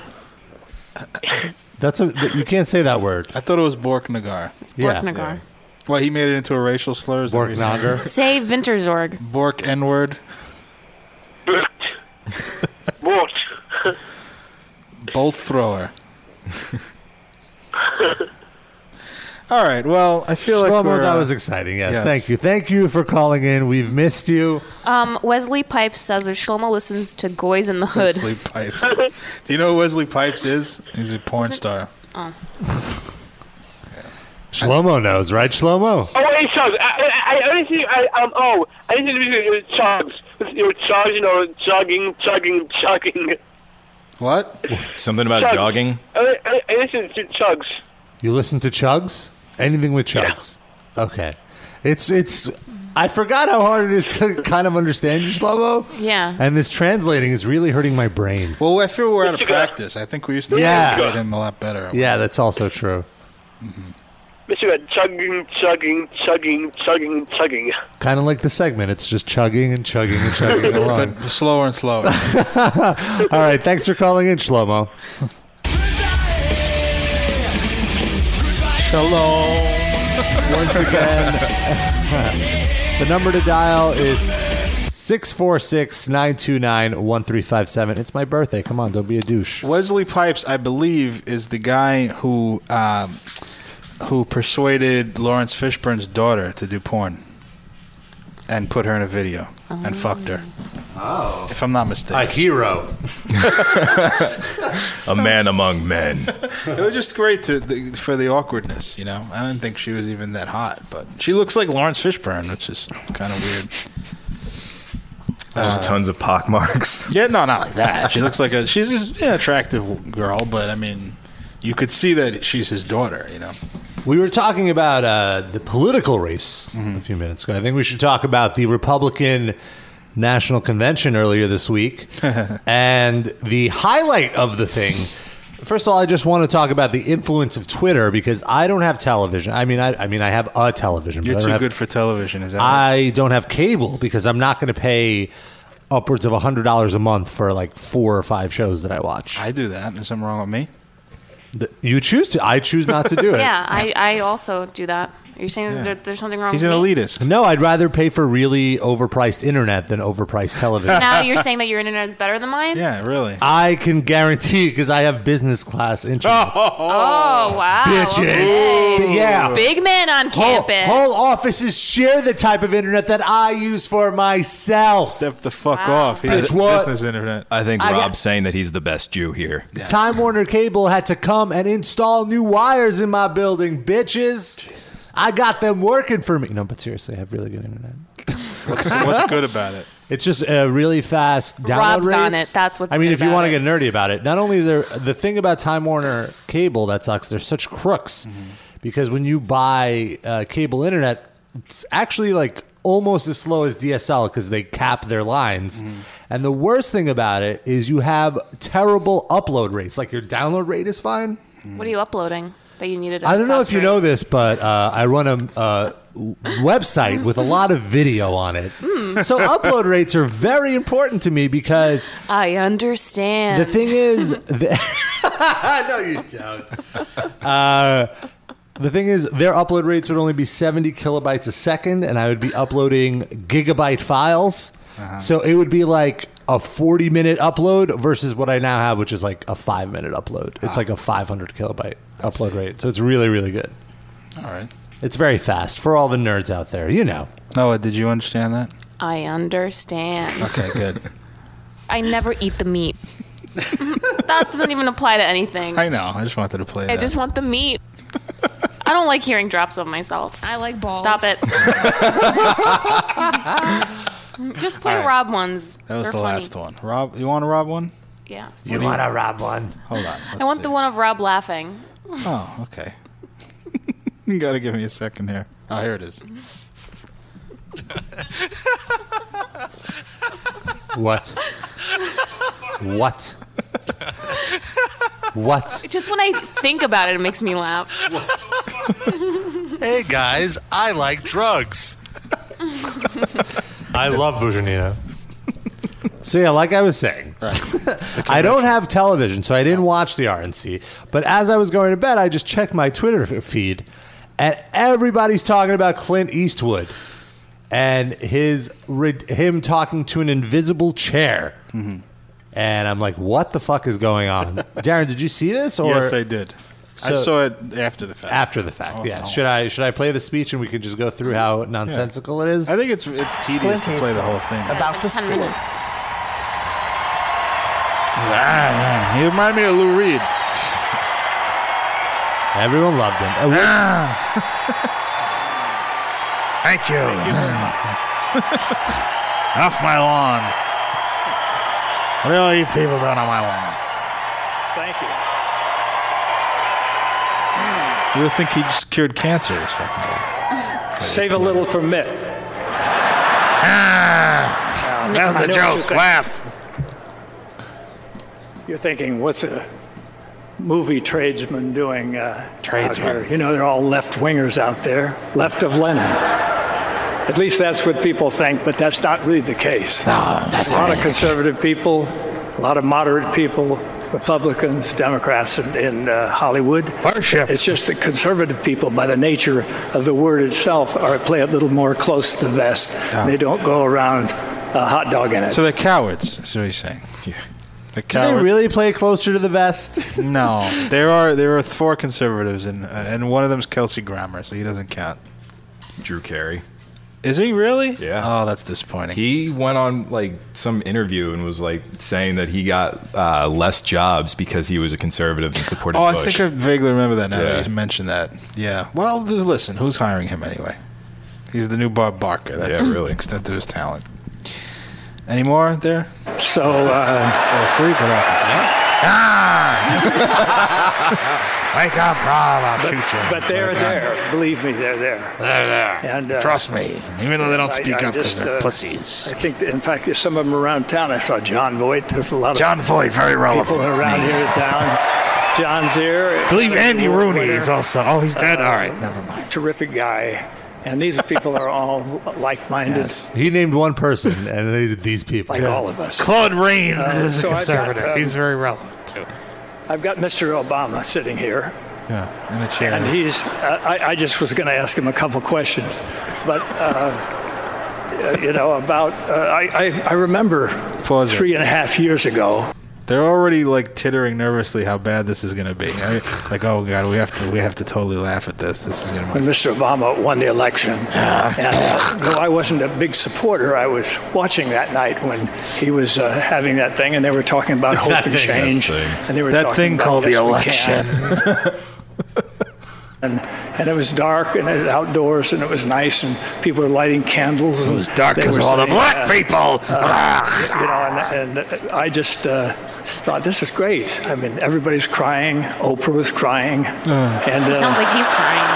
S2: That's a you can't say that word.
S3: I thought it was Borknagar. It's
S2: Yeah.
S4: Borknagar.
S3: Well, he made it into a racial slur. is that what you're saying?
S4: Say Winterzorg.
S3: Bork N word.
S11: Bort.
S3: Bolt thrower. All right. Well, I feel like
S2: Shlomo,
S3: we're,
S2: that
S3: uh,
S2: was exciting. Yes,
S3: yes.
S2: thank you, thank you for calling in. We've missed you.
S4: Um, Wesley Pipes says that Shlomo listens to Goys in the Hood.
S3: Wesley Pipes. Do you know who Wesley Pipes is? He's a porn star.
S4: Oh.
S2: Shlomo knows, right? Shlomo.
S11: Oh, hey, Chugs. I, I, I honestly, I, um, oh, I listen to music with Chugs. You know, Chugs, you know, jogging, jogging, jogging.
S3: What?
S5: Something about
S11: Chugs.
S5: jogging.
S11: I, I, I listen to Chugs.
S2: You listen to Chugs? Anything with Chugs? Okay. It's it's. I forgot how hard it is to kind of understand you, Shlomo.
S4: Yeah.
S2: And this translating is really hurting my brain.
S3: Well, I feel we're out of practice. I think we used to
S2: Yeah.
S3: get him a lot better.
S2: Yeah, that's also true.
S11: Listen to chugging, chugging, chugging, chugging, chugging.
S2: Kind of like the segment. It's just chugging and chugging and chugging along.
S3: but slower and slower.
S2: All right. Thanks for calling in, Shlomo. Shalom. Once again, the number to dial is 646 929 1357. It's my birthday. Come on, don't be a douche.
S3: Wesley Pipes, I believe, is the guy who um, who persuaded Lawrence Fishburne's daughter to do porn and put her in a video and fucked her. Oh, if I'm not mistaken,
S2: a hero.
S5: A man among men.
S3: it was just great to the, for the awkwardness, you know. I didn't think she was even that hot, but she looks like Lawrence Fishburne, which is kind of weird.
S5: Just
S3: Uh,
S5: tons of pock marks.
S3: Yeah, no, not like that. She looks like a she's just, yeah, an attractive girl, but I mean, you could see that she's his daughter, you know.
S2: We were talking about uh, the political race
S3: Mm-hmm.
S2: a few minutes ago. I think we should talk about the Republican National Convention earlier this week. and the highlight of the thing, first of all, I just want to talk about the influence of Twitter because I don't have television. I mean, I, I mean, I have a television. but
S3: You're
S2: I don't
S3: too
S2: have-
S3: good for television, is that? right?
S2: I don't have cable because I'm not going to pay upwards of $100 a month for like four or five shows that I watch.
S3: I do that. Is something wrong with me?
S2: Th- You choose to. I choose not to do it.
S4: Yeah, I, I also do that. You're saying that there, there's something wrong with me?
S3: elitist.
S2: No, I'd rather pay for really overpriced internet than overpriced television.
S4: So now you're saying that your internet is better than mine?
S3: Yeah, really.
S2: I can guarantee because I have business class internet.
S4: Oh, wow.
S2: Bitches.
S4: okay.
S2: Ooh. Yeah.
S4: Big man on
S2: Whole,
S4: campus.
S2: whole offices share the type of internet that I use for myself.
S3: Step the fuck
S4: Wow.
S3: off.
S2: Bitch, what?
S3: Business internet.
S5: I think
S2: I got-
S5: Rob's saying that he's the best Jew here.
S2: Time Warner Cable had to come and install new wires in my building, bitches. I got them working for me. No, but seriously, I have really good internet.
S3: What's good about it?
S2: It's just a really fast download
S4: Rob's on
S2: rates.
S4: it. That's what's
S2: I mean.
S4: good
S2: If you
S4: about
S2: want to
S4: it.
S2: get nerdy about it, not only there the thing about Time Warner Cable that sucks. They're such crooks because when you buy uh, cable internet, it's actually like almost as slow as DSL because they cap their lines. And the worst thing about it is you have terrible upload rates. Like your download rate is fine.
S4: What are you uploading that you needed?
S2: I don't know if you know this, but uh, I run a uh, w- website with a lot of video on it. So upload rates are very important to me because
S4: I understand.
S2: the thing is, the,
S8: no, you don't.
S2: uh, the thing is, their upload rates would only be seventy kilobytes a second, and I would be uploading gigabyte files.
S3: Uh-huh.
S2: So it would be like a forty-minute upload versus what I now have, which is like a five-minute upload.
S3: Ah.
S2: It's like a five hundred kilobyte upload rate. So it's really, really good.
S3: All right.
S2: It's very fast for all the nerds out there. You know.
S3: Noah, Oh, did you understand that?
S4: I understand.
S3: Okay, good.
S4: I never eat the meat. that doesn't even apply to anything.
S3: I know. I just wanted to play
S4: I
S3: that.
S4: just want the meat. I don't like hearing drops of myself. I like balls. Stop it. Just play
S3: All right.
S4: Rob ones.
S3: that was
S4: They're
S3: the
S4: funny.
S3: last one. Rob, you want to rob one?
S4: Yeah.
S3: You want to
S2: rob one?
S3: Hold on.
S4: I want the one of Rob laughing.
S3: Oh, okay. you got to give me a second here. Oh, here it is.
S2: What? what? What?
S4: Just when I think about it, it makes me laugh.
S2: Hey guys, I like drugs. I love Bujanina. So yeah, like I was saying, I don't have television, so I didn't watch the RNC. But as I was going to bed, I just checked my Twitter f- feed, and everybody's talking about Clint Eastwood and his rid- him talking to an invisible chair.
S3: Mm-hmm.
S2: And I'm like, what the fuck is going on? Darren, did you see this? Or
S3: yes, I did. I saw it after the fact.
S2: After the fact,
S3: Oh,
S2: yeah.
S3: no.
S2: Should I should I play the speech and we can just go through how nonsensical it is?
S3: I think it's it's tedious to play the whole thing.
S11: About the school.
S3: Ah, He reminded me of Lou Reed.
S2: Everyone loved him. Oh, we-
S3: Ah. Thank you. Off my lawn. What are all you people doing on my lawn?
S13: Thank you. Hmm.
S3: You would think he just cured cancer this fucking guy.
S13: Save a little for Mick.
S3: Ah, that was
S13: I
S3: a
S13: know what you're
S3: joke.
S13: thinking.
S3: Laugh.
S13: You're thinking, what's a movie tradesman doing uh,
S3: Tradesman.
S13: out here? You know, they're all left wingers out there, left of Lenin. At least that's what people think, but that's not really the case. No,
S11: that's
S13: a lot
S11: not
S13: of conservative people, a lot of moderate people, Republicans, Democrats in, in uh, Hollywood. Worship. It's just that conservative people, by the nature of the word itself, are play it a little more close to the vest. They don't go around uh, hot dogging it.
S3: Oh, So they're cowards. Is what he's saying. Yeah. The
S2: Do they
S3: cowards.
S2: really play closer to the vest?
S3: no, there are there are four conservatives, and uh, and one of them's Kelsey Grammer, so he doesn't count.
S5: Drew Carey.
S3: Is he really?
S5: Yeah.
S3: Oh, that's disappointing.
S5: He went on like some interview and was like saying that he got uh, less jobs because he was a conservative and supported
S3: Oh, I
S5: Bush.
S3: think I vaguely remember that now
S5: Yeah.
S3: that you mentioned that. Yeah. Well, th- listen, who's hiring him anyway? He's the new Bob Barker. That's
S5: Yeah,
S3: really the extent to his talent. Any more there?
S13: So, uh.
S3: Fall asleep? What Ah! Wake up, Rob. I'll
S13: But-
S3: shoot you.
S13: But they're
S3: Wake up.
S13: there. Believe me, they're there.
S3: They're there.
S13: And, uh,
S3: Trust me, even though they don't speak up 'cause they're
S13: pussies. uh, I think, that, in fact, there's some of them around town. I saw John Voight. There's a lot of
S3: John Voight, very relevant.
S13: People around here in town. John's here.
S3: I believe Andy Rooney is also. Oh, he's dead.
S13: Uh,
S3: All right, never mind.
S13: Terrific guy. And these people are all like-minded,
S2: He named one person, and these these people,
S13: like all of us.
S3: Claude Rains
S13: Uh,
S3: is a
S13: so I've got,
S3: conservative.
S13: um,
S3: he's very relevant too.
S13: I've got Mr. Obama sitting here.
S3: Yeah, in a chair.
S13: And he's, I, I- I just was going to ask him a couple questions, but, uh, you know, about, uh, I, I, I remember
S3: Pause it.
S13: three and a half years ago.
S3: They're already like tittering nervously how bad this is going to be. I mean, like, oh god, we have to, we have to totally laugh at this. This is going to
S13: When Mr. Obama won the election,
S3: Uh-huh.
S13: and uh, though I wasn't a big supporter, I was watching that night when he was uh, having that thing, and they were talking about hope and change, and they were
S3: That
S13: talking
S3: thing
S13: about,
S3: called the
S13: "Yes, we
S3: election."
S13: can. and and it was dark, and it was outdoors, and it was nice, and people were lighting candles. It was
S3: dark 'cause of all the black people.
S13: uh, you know, and, and I just uh, thought this is great. I mean, everybody's crying. Oprah was crying,
S3: Uh.
S13: and uh,
S4: It sounds like he's crying.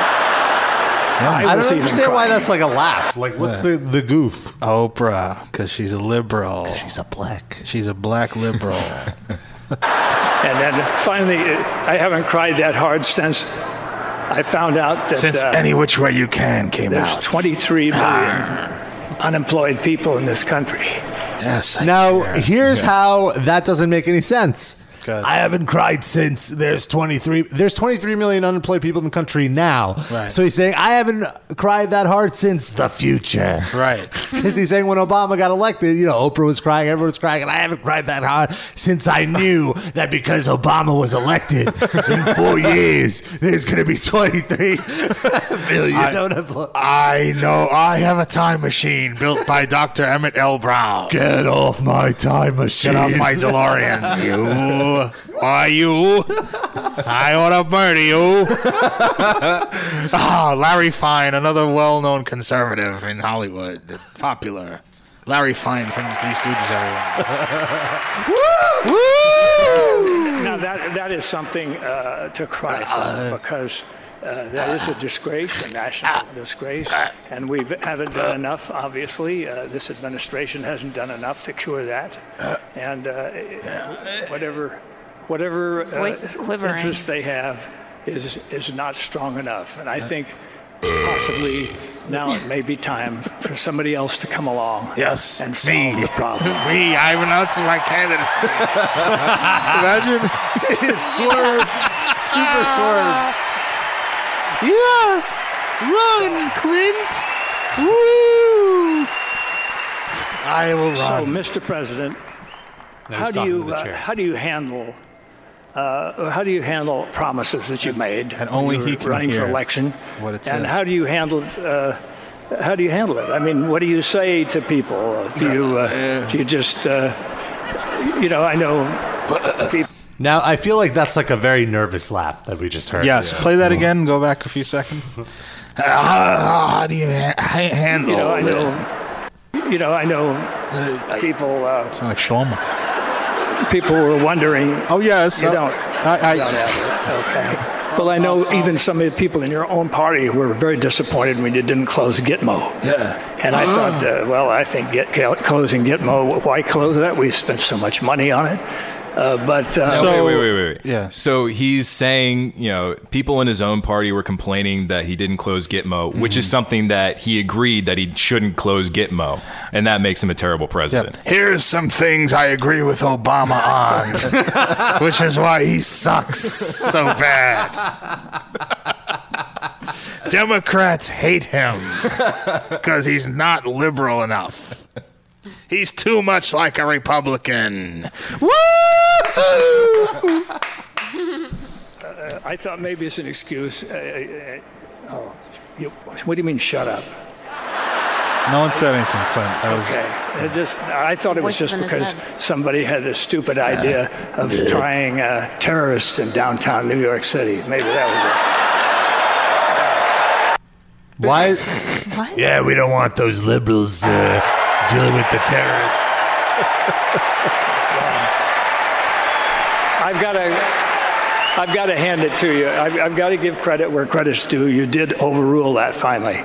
S2: I,
S3: I
S2: don't
S3: was even
S2: understand why
S3: crying.
S2: that's like a laugh. Like, what's the the goof?
S3: Oprah, because she's a liberal. She's
S2: a black.
S3: She's a black liberal.
S13: And then finally, I haven't cried that hard since I found out that
S3: Since
S13: uh,
S3: any which way you can came
S13: there's
S3: out.
S13: 23 million
S3: Ah.
S13: unemployed people in this country.
S3: Yes.
S2: now here's how that doesn't make any sense.
S3: Good.
S2: I haven't cried since there's 23 there's 23 million unemployed people in the country now.
S3: Right.
S2: So he's saying I haven't cried that hard since the future.
S3: Right.
S2: Cuz he's saying when Obama got elected, you know, Oprah was crying, everyone was crying, and I haven't cried that hard since I knew that because Obama was elected in 4 years there's going to be 23 million
S3: I-
S2: unemployed.
S3: I know. I have a time machine built by Dr. Emmett L. Brown.
S2: Get off my time machine.
S3: Get off my DeLorean, you. Why, you? I want to murder you. Ah, Larry Fine, another well known conservative in Hollywood. Popular. Larry Fine from the Three Stooges, everyone.
S13: Now, that, that is something uh, uh, to cry for because uh, that is a disgrace, a national disgrace, and we haven't done enough, obviously. Uh, this administration hasn't done enough to cure that. And uh, whatever, whatever uh,
S4: His voice is quivering.
S13: interest they have is, is not strong enough. And I think possibly now it may be time for somebody else to come along
S3: Yes,
S13: and solve the problem.
S3: Me, I'm announcing my candidacy. Imagine
S2: swerve, super swerve.
S3: Yes, run, Clint. Woo! I will
S13: So,
S3: run.
S13: Mr. President,
S3: No,
S13: how
S3: he's
S13: do
S3: talking to
S13: you
S3: the
S13: uh,
S3: chair.
S13: how do you handle uh, how do you handle promises that you made and
S3: only
S13: when you
S3: he
S13: were
S3: can
S13: running
S3: hear
S13: for election?
S3: what it
S13: and
S3: said.
S13: how do you handle uh, how do you handle it? I mean, what do you say to people? Do you uh, do you just uh, you know? I know. people-
S2: Now I feel like that's like a very nervous laugh that we just heard.
S3: Yes, play that again. Go back a few seconds. Ah,
S7: How do you ha- ha- handle
S13: You know, I
S7: it?
S13: know. You know, I know people. Uh,
S3: Sound like Shlomo.
S13: people were wondering.
S3: Oh yes,
S13: you
S3: uh,
S13: don't.
S3: I- I-
S13: you don't have it. Okay. Well, I know even some of the people in your own party were very disappointed when you didn't close Gitmo.
S7: Yeah.
S13: And
S3: Ah.
S13: I thought, uh, well, I think get, closing Gitmo, why close that? We've spent so much money on it. Uh, but uh,
S5: No, wait, wait, wait, wait, wait.
S3: Yeah.
S5: So he's saying, you know, people in his own party were complaining that he didn't close Gitmo, which
S2: Mm-hmm.
S5: is something that he agreed that he shouldn't close Gitmo, and that makes him a terrible president.
S7: Here's some things I agree with Obama on, which is why he sucks so bad. Democrats hate him because he's not liberal enough. He's too much like a Republican. Woo!
S13: uh, I thought maybe it's an excuse. Uh, uh, uh, oh, you, what do you mean, shut up?
S3: No one said anything, Clint. That was
S13: Okay. It just, I thought it was
S3: Voices
S13: just
S3: in his
S13: because somebody had a stupid idea of trying uh, terrorists in downtown New York City. Maybe that
S2: Why?
S8: Yeah, we don't want those liberals uh, dealing with the terrorists.
S13: was it. I've got to. I've got to hand it to you. I've, I've got to give credit where credit's due. You did overrule that finally.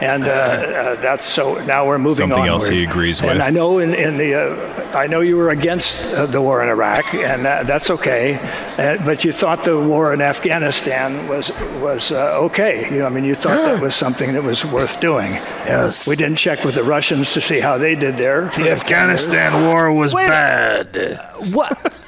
S13: And uh, uh, that's so. Now we're moving
S5: Something
S13: on.
S5: else he agrees with.
S13: And I know in, in the, uh, I know you were against uh, the war in Iraq, and that, that's okay. Uh, but you thought the war in Afghanistan was was uh, okay. You know, I mean, you thought that was something that was worth doing.
S7: Yes.
S13: We didn't check with the Russians to see how they did there.
S7: The Afghanistan war was bad.
S2: What?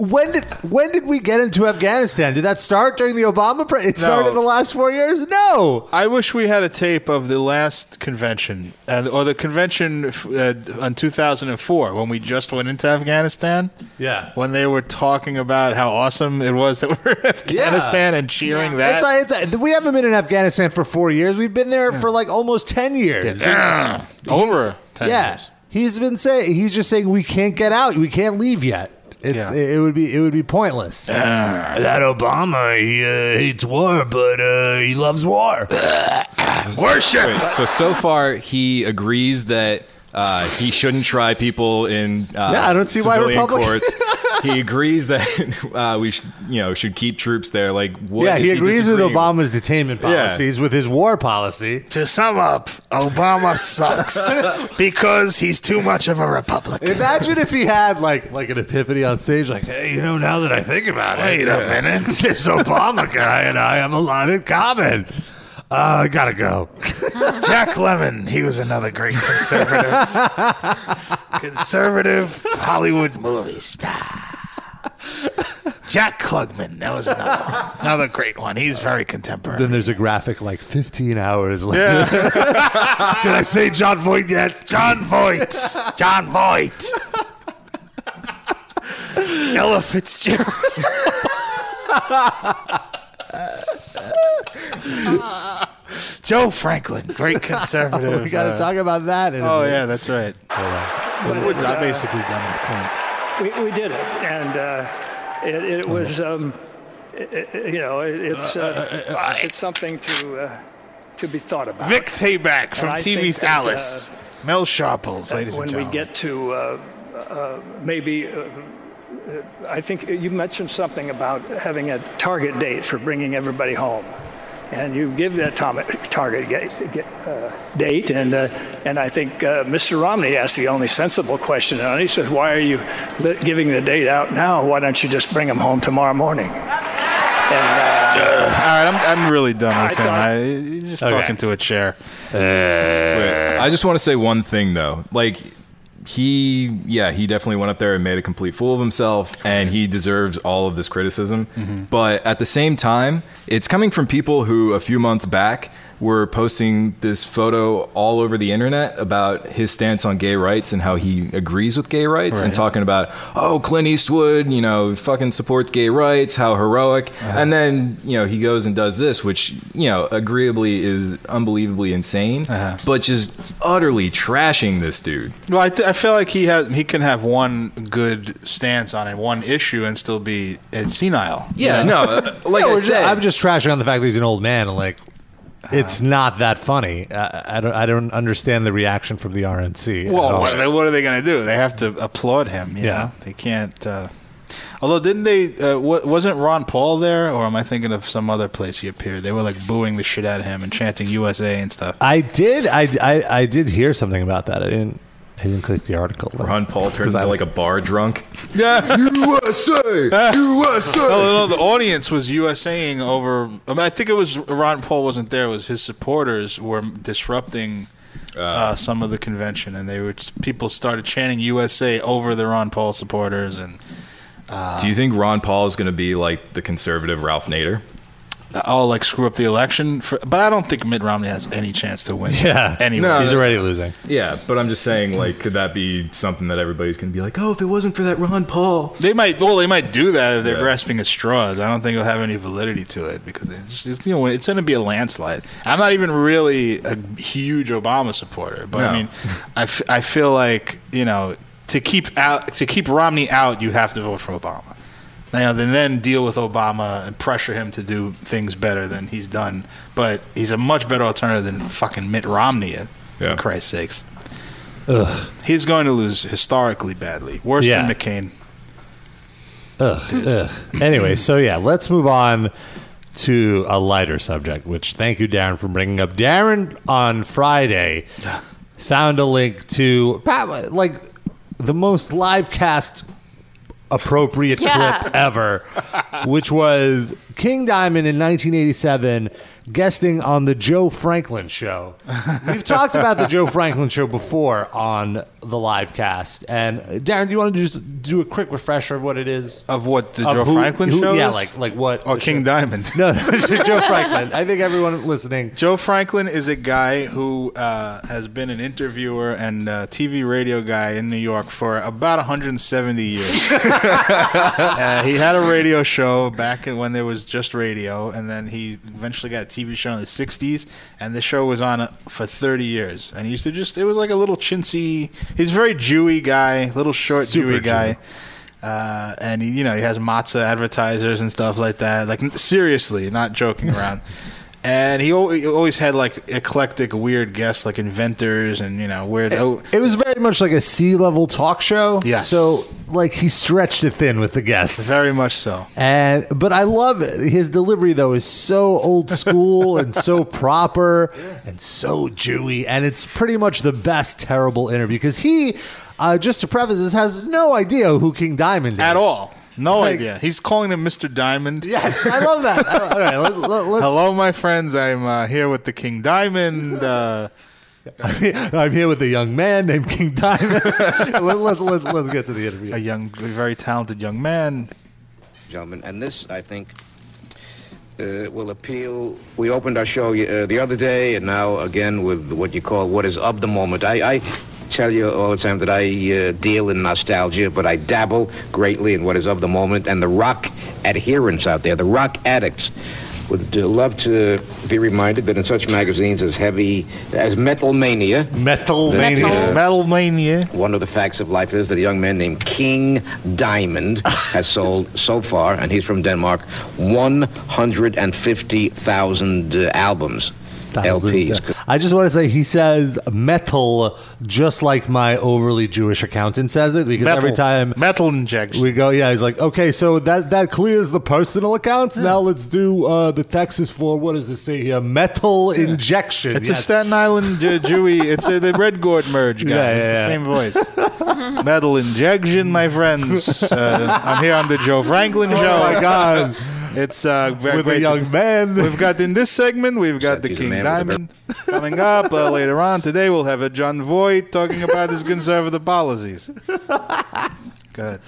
S2: When did when did we get into Afghanistan? Did that start during the Obama? Pre- it started the last four years. No.
S3: Oh, I wish we had a tape of the last convention uh, or the convention uh, on 2004 when we just went into Afghanistan.
S2: Yeah.
S3: When they were talking about how awesome it was that we were in Afghanistan and cheering that.
S2: It's like- it's like- we haven't been in Afghanistan for four years. We've been there for like almost ten years.
S3: Yeah. Over 10
S2: yeah.
S3: years.
S2: He's been saying he's just saying we can't get out. We can't leave yet. It's
S8: Yeah.
S2: it, it would be it would be pointless.
S8: Uh, that Obama, he uh, hates war, but uh, he loves war.
S7: Worship.
S5: so so far he agrees that uh, he shouldn't try people in. Uh,
S2: Yeah, I don't see why
S5: civilian
S2: Republic-
S5: courts. he agrees that uh, we should, you know, should keep troops there. Like, what
S2: yeah,
S5: is
S2: he agrees with
S5: disagreeing
S2: Obama's detainment
S5: Yeah.
S2: policies, with his war policy.
S7: To sum up, Obama sucks because he's too much of a Republican.
S2: Imagine if he had like like an epiphany on stage, like, hey,
S8: You know, now that I think about it,
S7: Wait a minute.
S8: this Obama guy and I have a lot in common. Uh, I gotta go.
S7: Jack Lemon, he was another great conservative, conservative Hollywood movie star. Jack Klugman, that was another one. another great one. He's very contemporary.
S2: Then there's a graphic like 15 hours later.
S8: Did I say John Voight yet?
S7: John Voight, John Voight, Ella Fitzgerald. Joe Franklin, great conservative.
S2: we got to
S7: uh,
S2: talk about that. In
S3: Oh,
S2: a minute.
S3: yeah, that's right. We're
S13: But, uh,
S3: basically done with Clint.
S13: We, we did it, and uh, it, it was, um, i i you know, it, it's uh, it's something to uh, to be thought about.
S7: Vic Tayback from
S13: And I
S7: TV's
S13: think that,
S7: Alice.
S13: uh,
S7: Mel Sharples,
S13: that
S7: ladies
S13: when
S7: and
S13: we
S7: gentlemen.
S13: get to uh, uh, maybe, uh, uh, I think you mentioned something about having a target date for bringing everybody home. And you give that tom- target ga- ga- uh, date, and uh, and I think uh, Mr. Romney asked the only sensible question on it. He says, "Why are you li- giving the date out now? Why don't you just bring them home tomorrow morning?" And, uh,
S3: All right, I'm, I'm really done with
S13: I
S3: him.
S13: thought-
S3: I, he's just
S5: Okay.
S3: talking to a chair.
S5: Wait, I just want to say one thing though. Like he, yeah, he definitely went up there and made a complete fool of himself, and he deserves all of this criticism. But at the same time, it's coming from people who a few months back were posting this photo all over the internet about his stance on gay rights and how he agrees with gay rights and
S12: Right.
S5: talking about, oh, Clint Eastwood, you know, fucking supports gay rights, how heroic. And then, you know, he goes and does this, which, you know, agreeably is unbelievably insane, but just utterly trashing this dude.
S3: Well, I, th- I feel like he has he can have one good stance on it, one issue, and still be it's senile.
S5: Yeah,
S3: You know?
S5: no, uh, like
S2: Yeah,
S5: I
S2: we're ju-
S5: said,
S2: I'm just trashing on the fact that he's an old man and like. It's
S5: Uh-huh.
S2: not that funny. Uh, I, I don't. I don't understand the reaction from the RNC. at
S3: Well,
S2: all.
S3: what, what are they going to do? They have to applaud him. You
S2: Oh. Yeah.
S3: know? they can't. Uh, although, didn't they? Uh, wa- wasn't Ron Paul there, or am I thinking of some other place he appeared? They were like booing the shit out of him and chanting USA and stuff.
S2: I did. I, I, I did hear something about that. I didn't. I didn't click the article.
S5: Ron Paul turns into like a bar drunk.
S3: Yeah, USA, USA. No, no, no, the audience was USAing over. I, mean, I think it was Ron Paul wasn't there. It was his supporters were disrupting uh, some of the convention, and they were just, people started chanting USA over the Ron Paul supporters. And uh,
S5: Do you think Ron Paul is going to be like the conservative Ralph Nader?
S3: oh, like screw up the election? For, but I don't think Mitt Romney has any chance to win. anyway,
S2: losing.
S5: Yeah, but I'm just saying, like, could that be something that everybody's going to be like, oh, if it wasn't for that Ron Paul?
S3: They might. Well, they might do that if they're
S5: Yeah.
S3: grasping at straws. I don't think it'll have any validity to it because it's, just- you know it's going to be a landslide. I'm not even really a huge Obama supporter, but
S5: No.
S3: I mean, I, f- I feel like you know to keep out to keep Romney out, you have to vote for Obama. You know, then then deal with Obama and pressure him to do things better than he's done. But he's a much better alternative than fucking Mitt Romney. is, For Christ's sakes,
S2: Ugh.
S3: he's going to lose historically badly, worse
S2: Yeah.
S3: than McCain.
S2: Ugh, ugh. Anyway, so yeah, let's move on to a lighter subject. Which thank you, Darren, for bringing up. Darren on Friday found a link to pa- like the most live cast appropriate
S8: Yeah.
S2: clip ever, which was King Diamond in 1987 guesting on the Joe Franklin show. We've talked about the Joe Franklin show before on the live cast. And Darren, do you want to just do a quick refresher of what it is?
S3: Of what the
S2: Of
S3: Joe
S2: who-
S3: Franklin
S2: who-
S3: show?
S2: yeah,
S3: is?
S2: like- like what?
S3: Or King Diamond?
S2: No, no, it's Joe Franklin. I think everyone listening.
S3: Joe Franklin is a guy who uh, has been an interviewer and uh, TV radio guy in New York for about 170 years. uh, he had a radio show back in- when there was just radio, and then he eventually got a TV show in the 60s, and the show was on uh, for 30 years. And he used to just, it was like a little chintzy, he's a very Jewy guy, little short
S8: Super
S3: Jewy guy.
S8: Jew.
S3: Uh, and he, you know he has matzah advertisers and stuff like that. Like n- seriously, not joking around. and he al- he always had like eclectic, weird guests, like inventors and you know weird. oh,
S2: It was very much like a sea level talk show. Yeah. So like he stretched it thin with the guests.
S3: very much so.
S2: And but I love it. his delivery though is so old school and so proper and so Jewy and it's pretty much the best terrible interview because he uh, just to preface this has no idea who King Diamond is
S3: At all. No
S2: Like-
S3: idea. He's calling him Mr. Diamond.
S2: Yes, I love that. All right, let, let, let's-
S3: Hello, my friends. I'm uh, here with the King Diamond. Uh,
S2: I'm here with a young man named King Diamond. let, let, let, let's get to the interview.
S3: A young, a very talented young man.
S14: gentlemen. And this, I think, uh, will appeal. We opened our show uh, the other day, and now again with what you call what is of the moment. I, I tell you all the time that I uh, deal in nostalgia, but I dabble greatly in what is of the moment. And the rock adherents out there, the rock addicts, would uh, love to be reminded that in such magazines as heavy as uh, Metal Mania,
S2: Metal
S3: Metal. Metal Mania.
S14: One of the facts of life is that a young man named King Diamond has sold so far, and he's from Denmark, 150,000 uh, albums, LPs.
S2: I just want to say he says metal just like my overly Jewish accountant says it because every
S14: Metal.
S2: time
S3: metal injection
S2: we go yeah he's like okay so that that clears the personal accounts
S3: Hmm.
S2: now let's do uh, the taxes for what does it say here metal injection
S3: It's a
S2: Yes.
S3: Staten Island uh, Jewy. It's uh, the Red Gourd merge guy.
S2: Yeah,
S3: it's
S2: yeah, yeah.
S3: the same voice. Metal injection, my friends. Uh, I'm here on the Joe Franklin
S2: Oh,
S3: show.
S2: my God.
S3: It's uh, very
S2: With a
S3: great to-
S2: young man.
S3: We've got in this segment, we've got the
S14: he's a
S3: King
S14: man with a very-
S3: Diamond coming up uh, later on. Today we'll have a John Voight talking about his conservative policies. Good.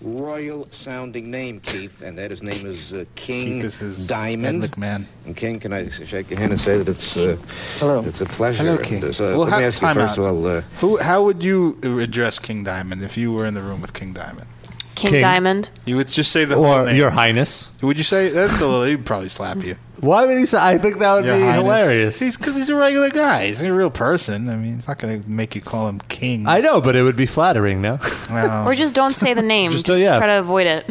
S14: royal sounding name, Keith, and that his name is uh, King
S3: Keith is his
S14: Diamond.
S3: Ed McMahon.
S14: And King, can I shake your hand and say that it's uh, it's a pleasure?
S3: Hello, King.
S14: And, uh, so
S3: Well,
S14: let
S3: ha-
S14: me ask you
S3: time
S14: first
S3: out.
S14: of all. Uh,
S3: Who? How would you address King Diamond if you were in the room with King Diamond?
S4: King, Diamond.
S3: You would just say the
S2: or
S3: whole name.
S2: Your Highness.
S3: Would you say that's a little? He'd probably slap you.
S2: Why would he say? I think that would
S3: Your
S2: be
S3: Highness.
S2: hilarious.
S3: He's because he's a regular guy. He's a real person. I mean, it's not going to make you call him king.
S2: I know, but it would be flattering. No.
S3: Well,
S4: Or just don't say the name.
S3: Oh. Just
S4: just
S3: don't- yeah.
S4: try to avoid it.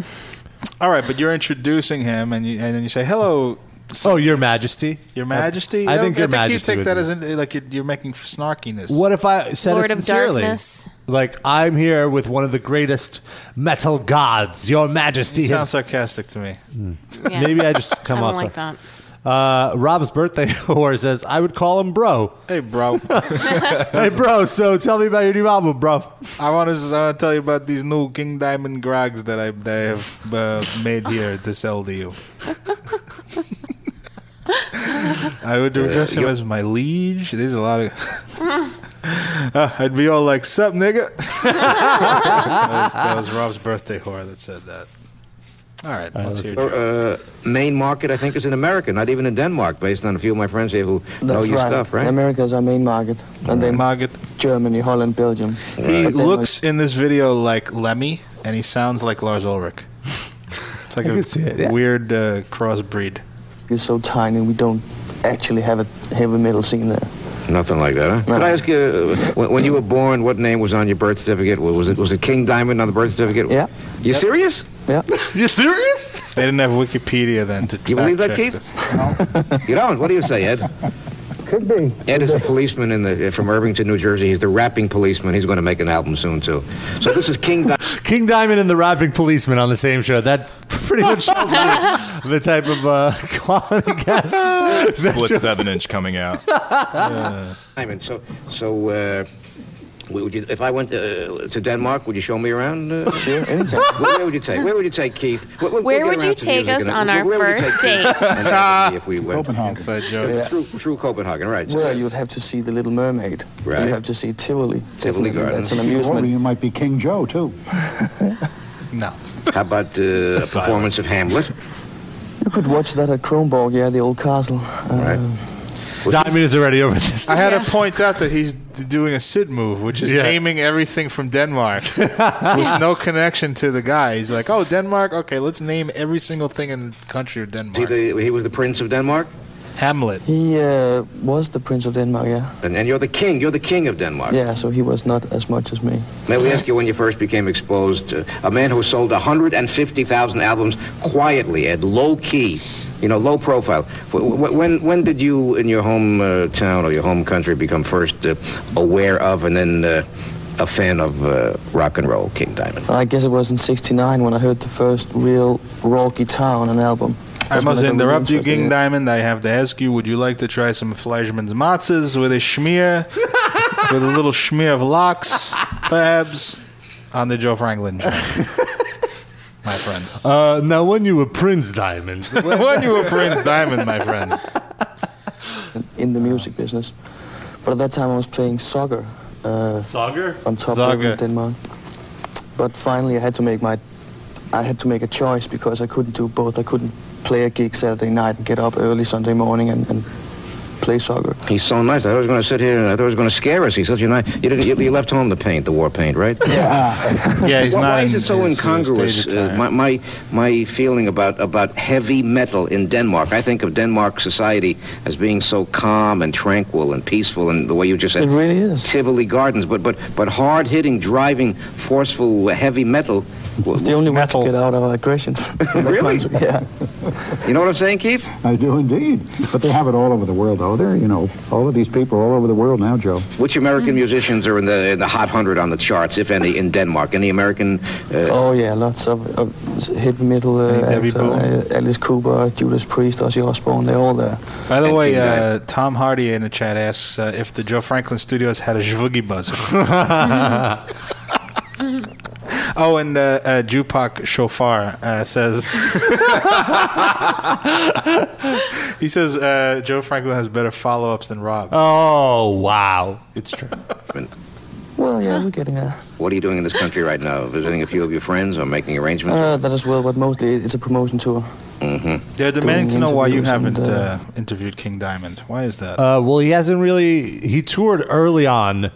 S3: all right, but you're introducing him, and you, and then you say hello.
S2: oh, Your Majesty.
S3: Your Majesty.
S2: I, think Your
S3: You
S2: Majesty.
S3: take
S2: would
S3: that
S2: be-
S3: as an, like you're, you're making snarkiness.
S2: What if I said
S4: Lord
S2: it
S4: of
S2: sincerely?
S4: Darkness.
S2: Like I'm here with one of the greatest metal gods, Your Majesty.
S3: You sound
S2: him-
S3: sarcastic to me.
S4: Yeah.
S2: Maybe I just come
S4: I don't
S2: off.
S4: like
S2: sorry. Uh, Rob's birthday whore says I would call him bro.
S3: Hey bro.
S2: hey bro. So tell me about your new album, bro.
S3: I want to. I want to tell you about these new King Diamond grogs that I that I have uh, made here to sell to you. I would address
S7: Uh,
S3: him
S7: yo-
S3: as my liege. There's a lot of. Uh, I'd be all like, "Sup, nigga." that, was, that was Rob's birthday whore that said that. All
S14: Uh,
S3: right, let's hear. it.
S14: Your uh, main market, I think, is in America, not even in Denmark, based on a few of my friends here who know
S12: That's
S14: your
S12: right.
S14: stuff, right?
S12: America is our main market. And then
S3: market.
S12: Germany, Holland, Belgium.
S3: He
S12: But then
S3: looks in this video like Lemmy, and he sounds like Lars Ulrich. It's like
S12: I
S3: a
S12: can see it, yeah.
S3: weird uh, crossbreed.
S12: It's so tiny, we don't actually have a heavy metal scene there.
S14: Nothing like that, huh? Could I ask you, uh, when, when you were born, what name was on your birth certificate? Wa- Was it was it King Diamond on the birth certificate? Yeah. You
S3: Yep.
S14: serious?
S12: Yeah.
S3: You serious? They didn't have Wikipedia then to
S14: You believe that,
S3: fact-check
S14: Keith? you don't. What do you say, Ed? Could be. Ed is a policeman in the, uh, from Irvington, New Jersey. He's the rapping policeman. He's going to make an album soon too. So this is King Diamond.
S2: King Diamond and the Rapping Policeman on the same show. That pretty much shows you the type of uh, quality guest.
S15: Split seven inch coming out.
S14: Diamond. So so. Uh, would you, if I went uh, to Denmark, would you show me around? Uh, sure, anytime. Where, where would you take? Where would you take Keith? Where,
S4: Where would you take us on our first date?
S14: if we went
S3: inside
S12: joke.
S14: through, through Copenhagen, right? So
S12: Well, you'd have to see the Little Mermaid.
S14: Right.
S12: You have to see Tivoli. Definitely,
S14: Gardens.
S12: That's an amusement.
S16: you might be King Joe, too.
S14: How about uh, a performance of Hamlet?
S12: You could watch that at Kronborg, yeah, the old castle. Uh,
S2: Diamond is already over this.
S3: I had to point out that he's d- doing a Sid move, which is
S2: Yeah.
S3: naming everything from Denmark with no connection to the guy. He's like, "Oh, Denmark. Okay, let's name every single thing in the country of Denmark."
S14: he was the prince of Denmark.
S3: Hamlet.
S12: He uh, was the Prince of Denmark, yeah.
S14: And, and you're the king. You're the king of Denmark.
S12: Yeah, so he was not as much as me.
S14: May we ask you when you first became exposed? Uh, a man who sold 150,000 albums quietly at low key, you know, low profile. Wh- wh- When when did you, in your hometown uh, town or your home country, become first uh, aware of and then uh, a fan of uh, rock and roll, King Diamond?
S12: I guess it was in 69 when I heard the first real raw guitar on an album.
S3: I
S12: That's
S3: must
S12: when got really
S3: interrupt you,
S12: interested in
S3: King
S12: it.
S3: Diamond. I have to ask you, would you like to try some Fleischmann's matzahs with a schmear, with a little schmear of locks, perhaps, on the Joe Franklin show? my friends.
S2: Uh, now, when you were Prince Diamond,
S3: when you were Prince Diamond, my friend.
S12: in the music business. But at that time, I was playing soccer. Uh,
S2: soccer
S12: on top
S2: Soccer.
S12: of Denmark. But finally, I had to make my, I had to make a choice because I couldn't do both. I couldn't play a gig Saturday night and get up early Sunday morning and, and play soccer.
S14: He's so nice. I thought he was going to sit here and I thought he was going to scare us. He's such a nice. You didn't. You, you left home to paint the war paint, right?
S12: Yeah.
S3: Yeah, he's
S14: why,
S3: not
S14: Why is
S3: in
S14: it so
S3: his, uh,
S14: incongruous?
S3: stage
S14: Uh,
S3: attire.
S14: my, my my feeling about about heavy metal in Denmark. I think of Denmark society as being so calm and tranquil and peaceful, and the way you just said. It
S12: really is.
S14: Tivoli Gardens, but but but hard hitting, driving, forceful, uh, heavy metal. It's
S12: the only way to get out of our aggressions.
S14: really?
S12: yeah.
S14: You know what I'm saying, Keith?
S16: I do indeed. But they have it all over the world, though. They're, you know, all of these people all over the world now, Joe.
S14: Which
S12: Mm.
S14: American musicians are in the in the hot hundred on the charts, if any, in Denmark? Any American? Uh,
S12: Oh yeah, lots of, of heavy metal uh, acts, uh, Alice Cooper, Judas Priest, Ozzy Osbourne. They're all there.
S3: By the
S12: And
S3: way,
S12: King
S3: uh, Tom Hardy in the chat asks uh, if the Joe Franklin Studios had a Zhvugi buzzer. oh, and uh, uh, Jupac Shofar uh, says he says uh, Joe Franklin has better follow ups than Rob.
S2: Oh wow, it's true.
S12: Well, yeah, we're getting there.
S14: What are you doing in this country right now? Visiting a few of your friends or making arrangements?
S12: Uh, that as well, but mostly it's a promotion tour.
S14: Mm-hmm.
S3: They're demanding to know why you haven't
S12: Interviews and,
S3: uh, interviewed King Diamond. Why is that?
S2: Uh, well, he hasn't really. He toured early on, uh,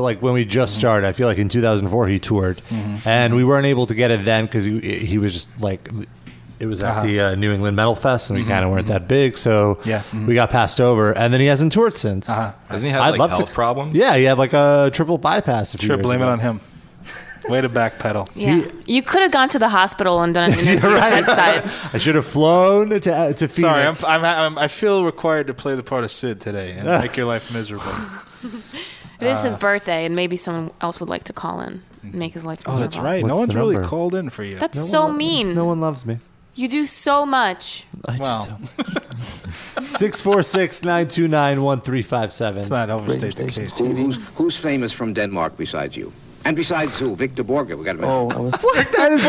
S2: like when we just
S3: Mm-hmm.
S2: started. I feel like in 2004 he toured,
S3: Mhm.
S2: and we weren't able to get it then because he, he was just like it was at
S3: Uh-huh.
S2: the uh, New England Metal Fest, and we
S3: Mhm,
S2: kind of weren't that big, so
S3: Yeah, mhm.
S2: we got passed over. And then he hasn't toured since.
S3: Uh-huh. Doesn't he
S5: have,
S2: I'd
S5: like,
S2: love to-
S5: health problems?
S2: Yeah, he had like a triple bypass. A few
S3: Sure,
S2: years
S3: blame it
S2: ago.
S3: on him. Way to backpedal.
S4: Yeah. you could have gone to the hospital and done an interview
S2: You're right.
S4: bedside.
S2: I should have flown to to Phoenix.
S3: Sorry, I'm, I'm, I'm, I feel required to play the part of Sid today and make your life miserable.
S4: It is
S3: Uh,
S4: his birthday, and maybe someone else would like to call in and make his life
S3: Oh, that's
S4: miserable.
S3: right. no
S2: What's
S3: one's
S2: the
S3: really
S2: number?
S3: called in for you.
S4: That's so mean. No
S2: one loves me.
S4: You do so much.
S2: I wow. Six four six nine two nine one three five seven.
S12: uh,
S2: It's
S3: not
S14: Who, who's, who's famous from Denmark besides you? And besides who? Victor Borga. We got to mention.
S12: Oh,
S2: that is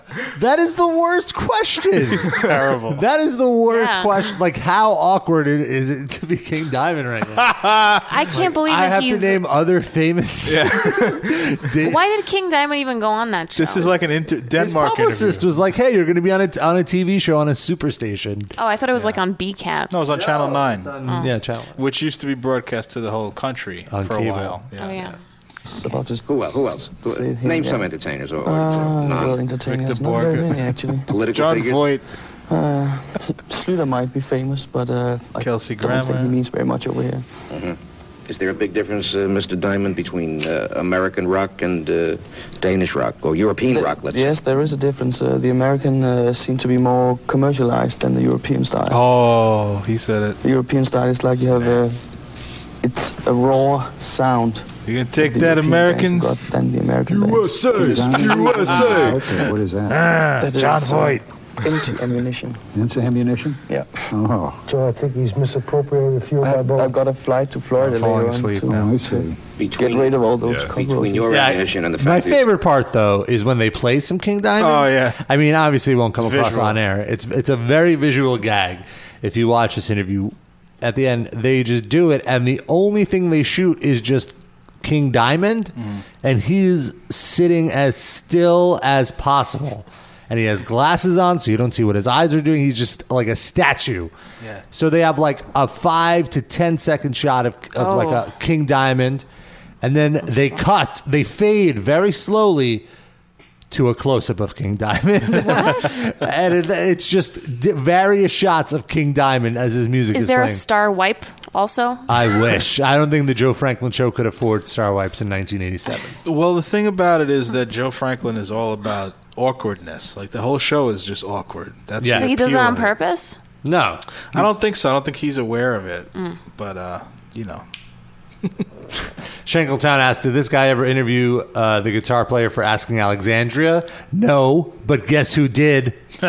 S2: That is the worst question.
S3: It's terrible.
S2: That is the worst
S4: Yeah.
S2: question. Like, how awkward it is it to be King Diamond right now?
S4: I can't believe
S2: I
S4: that
S2: have
S4: he's-
S2: to name other famous. Did-
S4: Why did King Diamond even go on that show?
S3: This is like an inter- Denmark
S2: publicist
S3: interview.
S2: was like, "Hey, you're going to be on a on a TV show on a superstation."
S4: oh, I thought it was like on BCAT.
S3: No, it was on Channel 9.
S4: Oh.
S2: Um, Yeah, channel.
S3: Which used to be broadcast to the whole country
S2: On
S3: for
S2: cable.
S3: a while.
S4: Oh, yeah.
S14: Who else? Who else? Who-
S12: Sid here,
S14: name some
S12: yeah.
S14: entertainers or, or
S12: Uh,
S14: non-
S12: well, entertainers.
S14: Victor
S12: Not very
S14: Borge.
S12: many, actually.
S14: Political John figures? Voight.
S12: Uh, Schluter might be famous, but uh, I
S3: Kelsey
S12: don't think he means very much over here.
S14: Mhm. Is there a big difference, uh, Mr. Diamond, between uh, American rock and uh, Danish rock or European rock? Let's
S12: Yes, there is a difference. Uh, the American uh, seem to be more commercialized than the European style.
S3: Oh, he said it.
S12: The European style is like you have a, it's a raw sound.
S3: You can take
S12: The
S3: that,
S12: European
S3: Americans.
S12: bands got Than the American
S3: USA, USA.
S7: Ah, Okay, what is that? Ah,
S12: That is,
S7: John
S12: uh,
S7: Voight.
S12: Empty ammunition.
S7: Empty ammunition?
S12: Yeah.
S7: Oh.
S12: So I think he's misappropriated a few of my balls. I've got a flight to Florida
S7: I'm falling
S12: later on
S7: asleep
S12: to
S7: now. I see.
S12: get rid of all those cockroaches.
S2: Yeah, my favorite part though is when they play some King Diamond.
S3: Oh, yeah.
S2: I mean, obviously it won't come
S3: It's
S2: across
S3: visual.
S2: on air. It's it's a very visual gag. If you watch this interview, at the end they just do it, and the only thing they shoot is just King Diamond,
S3: Mm.
S2: and he's sitting as still as possible. And he has glasses on, so you don't see what his eyes are doing. He's just like a statue.
S3: Yeah.
S2: So they have like a five to ten second shot of, of like
S3: Oh.
S2: a king diamond, and
S4: Oh,
S2: then they cut, they fade very slowly to a close up of King Diamond. and it, it's just di- various shots of King Diamond as his music is,
S4: Is there a
S2: playing.
S4: star wipe also?
S2: I wish. I don't think the Joe Franklin show could afford Star Wipes in 1987.
S3: Well, the thing about it is that Joe Franklin is all about awkwardness. Like the whole show is just awkward. That's
S4: So
S3: the
S4: he does that
S3: appeal
S4: on
S3: of it.
S4: purpose?
S2: No,
S3: I don't think so. I don't think he's aware of it.
S4: Mm.
S3: But uh, you know,
S2: Shankletown asked, "Did this guy ever interview uh, the guitar player for Asking Alexandria?" No, but guess who did?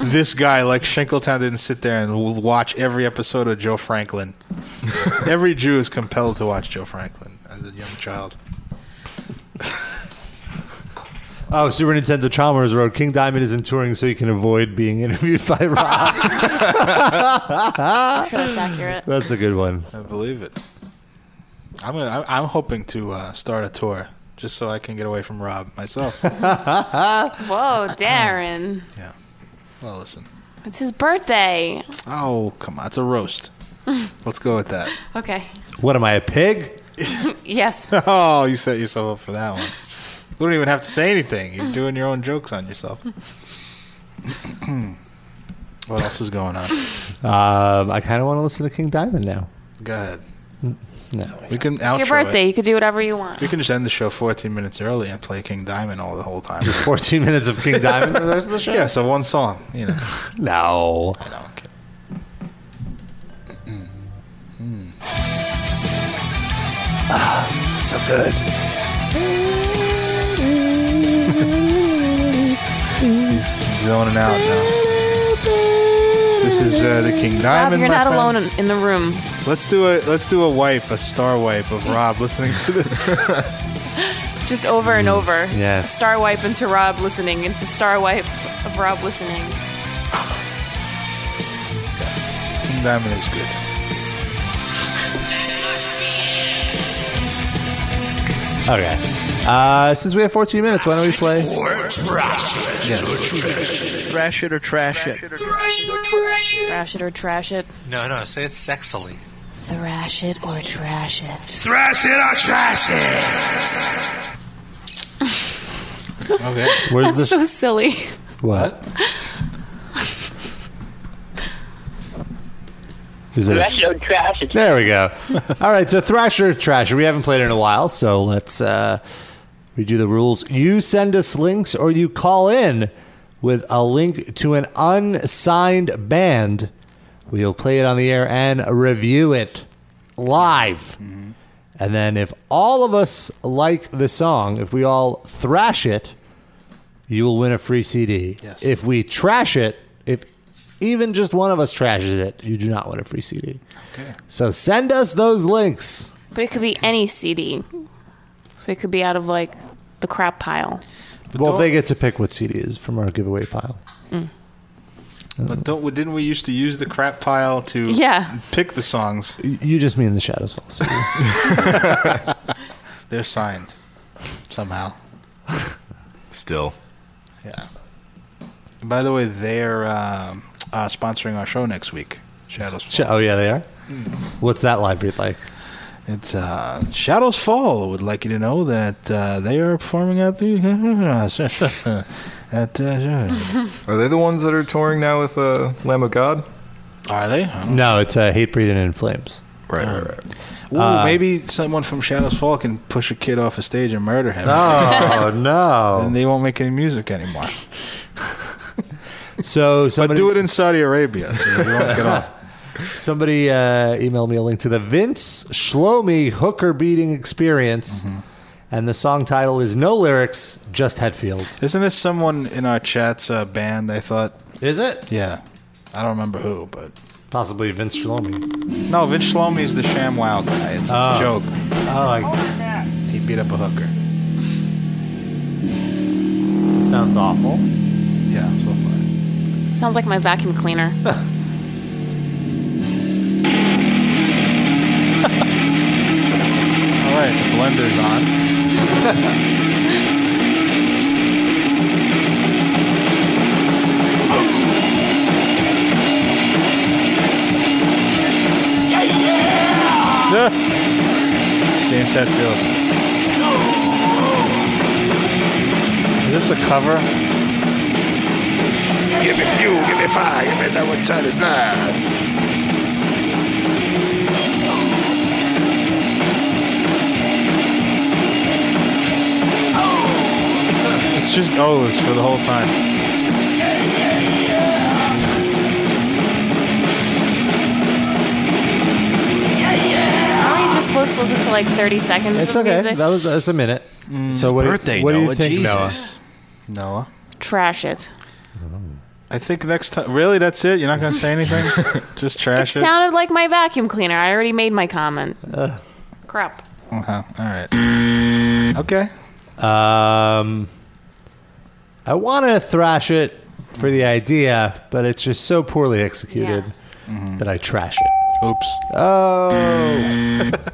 S3: this guy like Shinkletown didn't sit there and w- watch every episode of Joe Franklin. every Jew is compelled to watch Joe Franklin as a young child.
S2: Oh, Super Nintendo Chalmers wrote, "King Diamond isn't touring, so he can avoid being interviewed by Rob."
S4: I'm sure that's accurate.
S2: That's a good one.
S3: I believe it. I'm gonna, I'm- I'm hoping to uh, start a tour just so I can get away from Rob myself.
S4: Whoa, Darren.
S3: well, listen.
S4: It's his birthday.
S3: Oh, come on. It's a roast. Let's go with that.
S4: Okay.
S2: What am I, a pig?
S4: yes.
S3: Oh, you set yourself up for that one. We don't even have to say anything. You're doing your own jokes on yourself. what else is going on?
S2: Um, I kind of want to listen to King Diamond now.
S3: Go ahead.
S2: No,
S3: we can
S4: It's
S3: outro
S4: your birthday.
S3: it.
S4: You could do whatever you want.
S3: We can just end the show 14 minutes early and play King Diamond all the whole time.
S2: Just 14 minutes of King Diamond for the rest of the show?
S3: Yeah, so one song. You know.
S2: No.
S3: I know. Okay.
S2: so good.
S3: He's zoning out now. This is uh, the King
S4: Rob,
S3: Diamond.
S4: you're
S3: my
S4: not
S3: friends.
S4: alone in, in the room.
S3: Let's do a let's do a wipe, a star wipe of Rob listening to this.
S4: Just over and over.
S3: Mm, Yes.
S4: Star wipe into Rob listening, into star wipe of Rob listening.
S3: King Diamond is good.
S2: Okay. Uh, since we have 14 minutes, why don't we play?
S7: Trash it or trash it.
S17: Trash it or trash it.
S4: Thrash it or trash it. Thrash it or trash it.
S7: No, no, say it sexily.
S4: Thrash it or trash it.
S7: Thrash it or trash
S4: it.
S2: Okay. Where's
S4: That's
S2: this?
S4: so silly.
S2: what? Is it a- There we go. All right, so Thrasher Trasher. We haven't played in a while, so let's uh, redo the rules. You send us links or you call in with a link to an unsigned band. We'll play it on the air and review it live. And then if all of us like the song, if we all thrash it, you will win a free CD. If we trash it, if even just one of us trashes it, you do not win a free CD. Okay. So send us those links.
S4: But it could be any CD. So it could be out of like the crap pile.
S2: well,
S4: don't-
S2: they get to pick what CD is from our giveaway pile.
S3: But don't we- didn't we used to use the crap pile to
S4: Yeah.
S3: pick the songs?
S2: Y- You just mean the Shadows Fall CD.
S3: They're signed somehow.
S5: Still.
S3: Yeah. By the way, they're um, uh, sponsoring our show next week. Shadows. Fall.
S2: Sh- oh yeah, they are.
S3: Mm.
S2: What's that live read like?
S3: It's uh, Shadows Fall would like you to know that uh, they are performing at the at uh,
S5: Are they the ones that are touring now with uh, Lamb of God?
S3: Are they?
S2: No, it's uh, Hate Breed and In Flames.
S5: Right, right, right.
S3: Ooh,
S2: Uh,
S3: maybe someone from Shadows Fall can push a kid off a stage and murder him.
S2: Oh, no!
S3: Then they won't make any music anymore.
S2: So, somebody,
S3: but do it in Saudi Arabia. So you won't get off.
S2: Somebody uh, emailed me a link to the Vince Shlomi hooker beating experience,
S3: Mm-hmm.
S2: and the song title is "No Lyrics, Just Headfield."
S3: Isn't this someone in our chat's uh, band? I thought.
S2: Is it?
S3: Yeah, I don't remember who, but
S2: possibly Vince Shlomi.
S3: No, Vince Shlomi is the ShamWow guy. It's
S2: Oh.
S3: a joke.
S2: Oh,
S3: he beat up a hooker.
S2: Sounds awful.
S3: Yeah, so far.
S4: Sounds like my vacuum cleaner.
S3: All right, the blender's on. James Hetfield. Is this a cover?
S7: Give me fuel, give me fire, give me that which I desire.
S3: It's just O's for the whole time.
S4: Aren't we just supposed to listen to like 30 seconds
S2: It's
S4: of
S2: okay.
S4: music?
S2: That was that's a minute. so what? do,
S3: Mm. birthday,
S2: you- what do
S3: Noah.
S2: you think,
S3: Jesus. Noah?
S4: Trash it.
S3: I think next time. Really, that's it. You're not going to say anything. Just
S4: It
S3: trash it.
S4: sounded like my vacuum cleaner. I already made my comment.
S2: Ugh.
S4: Crap.
S3: Uh-huh. All right. Okay.
S2: Noah? Um, I want to thrash it for the idea, but it's just so poorly executed
S3: Mm-hmm.
S2: that I trash it.
S3: Oops.
S2: Oh.
S3: Mm.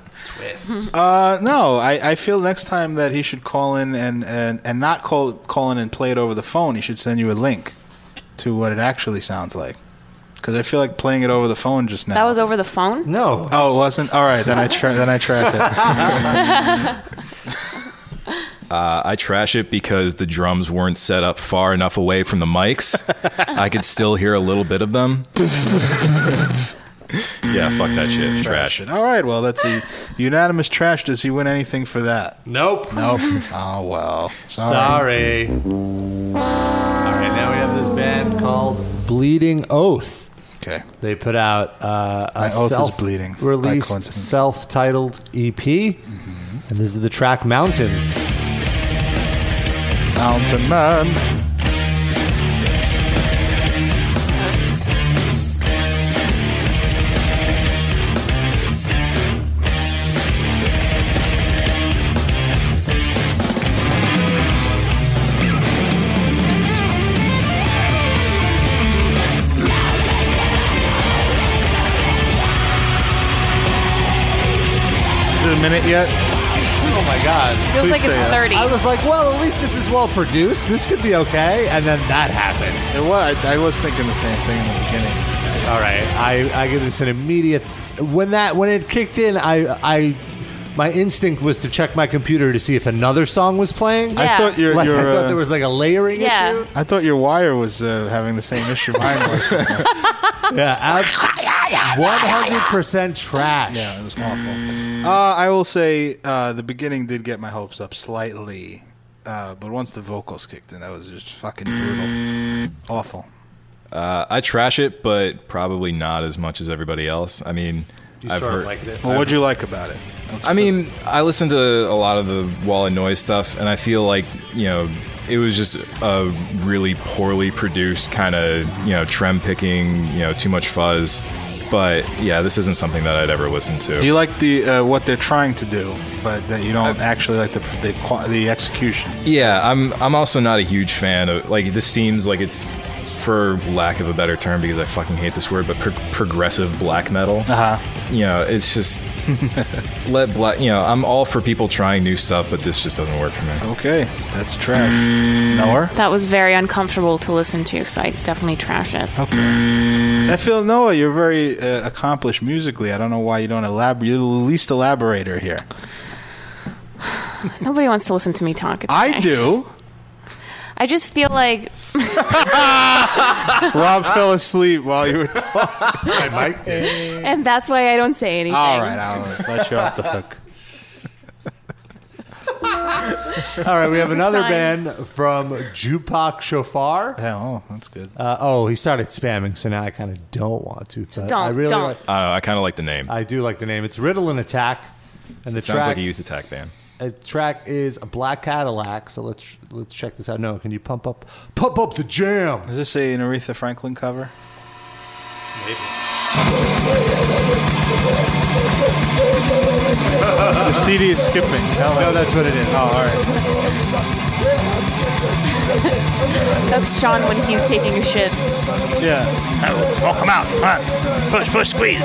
S3: Uh, no, I, I feel next time that he should call in and, and, and not call call in and play it over the phone. He should send you a link to what it actually sounds like. Because I feel like playing it over the phone just now.
S4: That was over the phone?
S2: No.
S3: Oh, it wasn't. All right, then I tra- then I trash it.
S5: Uh, I trash it because the drums weren't set up far enough away from the mics. I could still hear a little bit of them. yeah, fuck that shit. Trash.
S3: it. All right, well that's a unanimous trash. Does he win anything for that?
S2: Nope.
S3: Nope. Oh well.
S2: Sorry. All right, now we have this band called Bleeding Oath.
S3: Okay.
S2: They put out uh, a
S3: My oath is
S2: self
S3: bleeding, by Mm-hmm.
S2: released
S3: coincidence.
S2: self titled EP, E and this is the track Mountains.
S3: Mountain Man. Is it a minute yet?
S2: Oh my god.
S4: Feels like it's 30.
S2: I was like, well, at least this is well produced. This could be okay. And then that happened.
S3: It was. I was thinking the same thing in the beginning.
S2: All right. I, I give this an immediate. When that when it kicked in, I I my instinct was to check my computer to see if another song was playing.
S3: I thought your,
S2: Like,
S3: your
S2: I thought
S3: uh,
S2: there was like a layering issue.
S3: I thought your wire was uh, having the same issue mine was.
S2: yeah, one hundred percent trash.
S3: Yeah, it was awful. Uh, I will say uh, the beginning did get my hopes up slightly, uh, but once the vocals kicked in, that was just fucking brutal, awful.
S5: Uh, I trash it, but probably not as much as everybody else. I mean, I've heard.
S3: Well, what'd you like about it?
S5: I mean, I listened to a lot of the Wall of Noise stuff, and I feel like you know it was just a really poorly produced kind of you know trem picking, you know, too much fuzz. But yeah, this isn't something that I'd ever listen to.
S3: Do you like the uh, what they're trying to do, but that you don't actually like the the, qua- the execution?
S5: Yeah, I'm. I'm also not a huge fan of like this. Seems like it's, for lack of a better term, because I fucking hate this word, but pro- progressive black metal.
S3: Uh-huh.
S5: You know, it's just let black. You know, I'm all for people trying new stuff, but this just doesn't work for me.
S3: Okay, that's trash.
S2: Mm.
S3: Nowhere.
S4: That was very uncomfortable to listen to, so I definitely trash it.
S3: Okay. So I feel Noah, you're very uh, accomplished musically. I don't know why you don't elaborate. You're the least elaborator here.
S4: Nobody wants to listen to me talk. It's
S3: I
S4: okay.
S3: do.
S4: I just feel like
S3: Rob fell asleep while you were talking. My mic did.
S4: and that's why I don't say anything.
S3: All right, I'll let you off the hook.
S2: All right, we have
S4: It's a
S2: another
S4: sign.
S2: band from Jupak Shofar.
S3: Yeah, oh, that's good.
S2: Uh, oh, he started spamming, so now I kind of don't want to. but
S4: Don't,
S2: I really
S4: don't.
S2: Like,
S5: Uh, I, don't know, I kind of like the name.
S2: I do like the name. It's Riddle and Attack, and the
S5: It sounds
S2: track
S5: like a youth attack band.
S2: a track is a Black Cadillac. So let's let's check this out. No, can you pump up pump up the jam?
S3: Is this a, an Aretha Franklin cover? The CD is skipping. Tell no,
S2: that's what it is.
S3: Oh, all right.
S4: That's Sean when he's taking a shit.
S3: Yeah.
S7: Walk him out. Come on. Push, push, squeeze.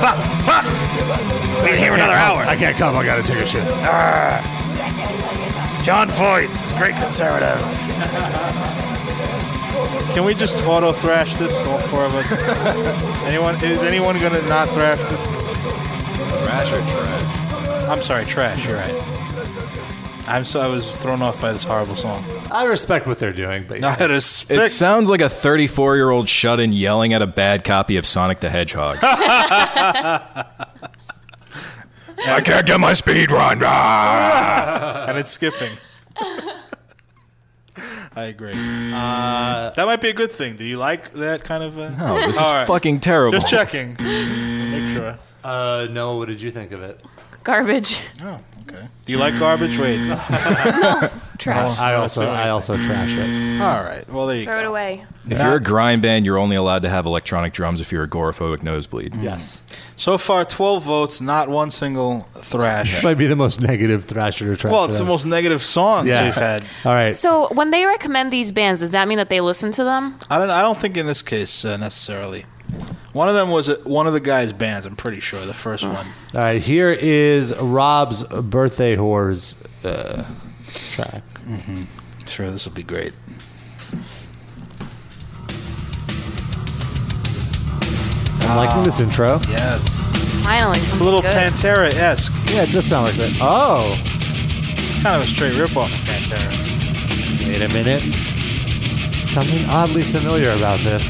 S7: fuck, fuck. We'll be here another hour.
S18: I can't come. I gotta take a shit.
S7: Arr. John Foyt, he's a great conservative.
S3: Can we just auto thrash this, all four of us? anyone? Is anyone gonna not thrash this?
S5: Thrash or trash?
S3: I'm sorry, trash. You're right. I'm so I was thrown off by this horrible song.
S2: I respect what they're doing, but
S3: Not a spick.
S5: It sounds like a 34 year old shut in yelling at a bad copy of Sonic the Hedgehog.
S7: I can't get my speed run. Ah.
S3: and it's skipping. I agree. Uh, that might be a good thing. Do you like that kind of? Uh...
S5: No, this is
S3: All right.
S5: fucking terrible.
S3: Just checking. Make sure.
S2: Uh, no. What did you think of it?
S4: Garbage.
S3: Oh, okay. Do you like garbage? Wait.
S4: No, trash.
S2: I also I also trash it.
S3: All right. Well, there you
S4: Throw it away.
S5: If you're a grind band, you're only allowed to have electronic drums if you're agoraphobic nosebleed.
S2: Mm. Yes.
S3: So far, 12 votes, not one single
S2: This
S3: thrash.
S2: might be the most negative thrasher or trash.
S3: well, it's the
S2: ever.
S3: most negative songs
S2: Yeah.
S3: we've had.
S2: All right.
S4: Uh, So when they recommend these bands, does that mean that they listen to them?
S3: I don't. I don't think in this case uh, necessarily. One of them was uh, one of the guys' bands. I'm pretty sure the first one.
S2: All right, here is Rob's birthday whores uh, track.
S3: Mm-hmm. Sure, this will be great.
S2: I'm liking this intro.
S3: Yes.
S4: Finally,
S3: It's a little Pantera esque.
S2: Yeah, it does sound like that. Oh.
S3: It's kind of a straight rip off of Pantera.
S2: Wait a minute. Something oddly familiar about this.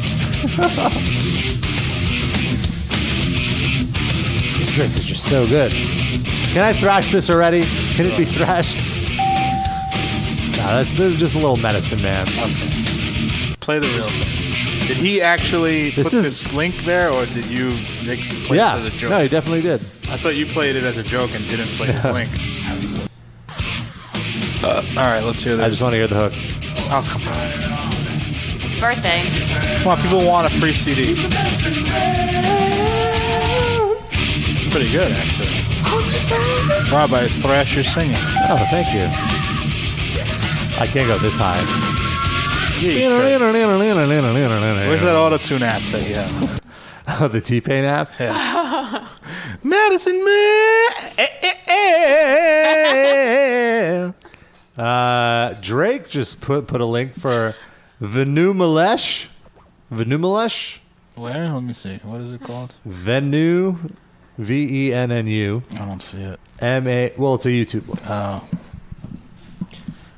S2: This riff is just so good. Can I thrash this already? Can it be thrashed? Nah, that's, this is just a little medicine, man.
S3: Play the real thing. Did he actually
S2: This
S3: put
S2: is-
S3: this link there, or did you make him play
S2: yeah.
S3: this as a joke?
S2: No, he definitely did.
S3: I thought you played it as a joke and didn't play this link. all right, let's hear this.
S2: I just want to hear the hook.
S3: Oh, come on.
S4: It's his birthday.
S3: Come on, people want a free CD. It's pretty good, actually. Rob, I thrash your singing.
S2: Oh, thank you. I can't go this high.
S3: Where's
S2: Where's
S3: that auto tune app that you have?
S2: Oh, the T Pain app?
S3: Yeah. Madison Man!
S2: Uh, Drake just put put a link for Venu Malesh. Venu Malesh?
S3: Where? Let me see. What is it called?
S2: Venu, V E N N U.
S3: I don't see it.
S2: M A. Well, it's a YouTube one. Oh.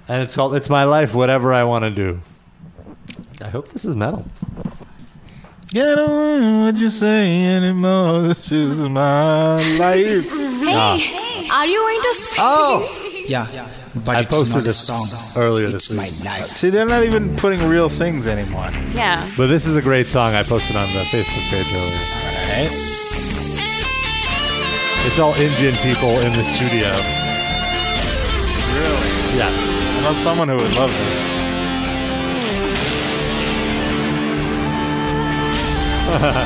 S2: And it's called "It's My Life, Whatever I Want to Do." I hope this is metal.
S3: Yeah, I don't want what you say anymore. This is my life.
S14: Hey,
S3: Ah.
S14: are you going to sing? Oh,
S3: Yeah, yeah.
S2: I posted this song earlier this week.
S3: See, they're not even putting real things anymore.
S4: Yeah.
S2: But this is a great song I posted on the Facebook page earlier. It's all Indian people in the studio.
S3: Really?
S2: Yes.
S3: I know someone who would love this.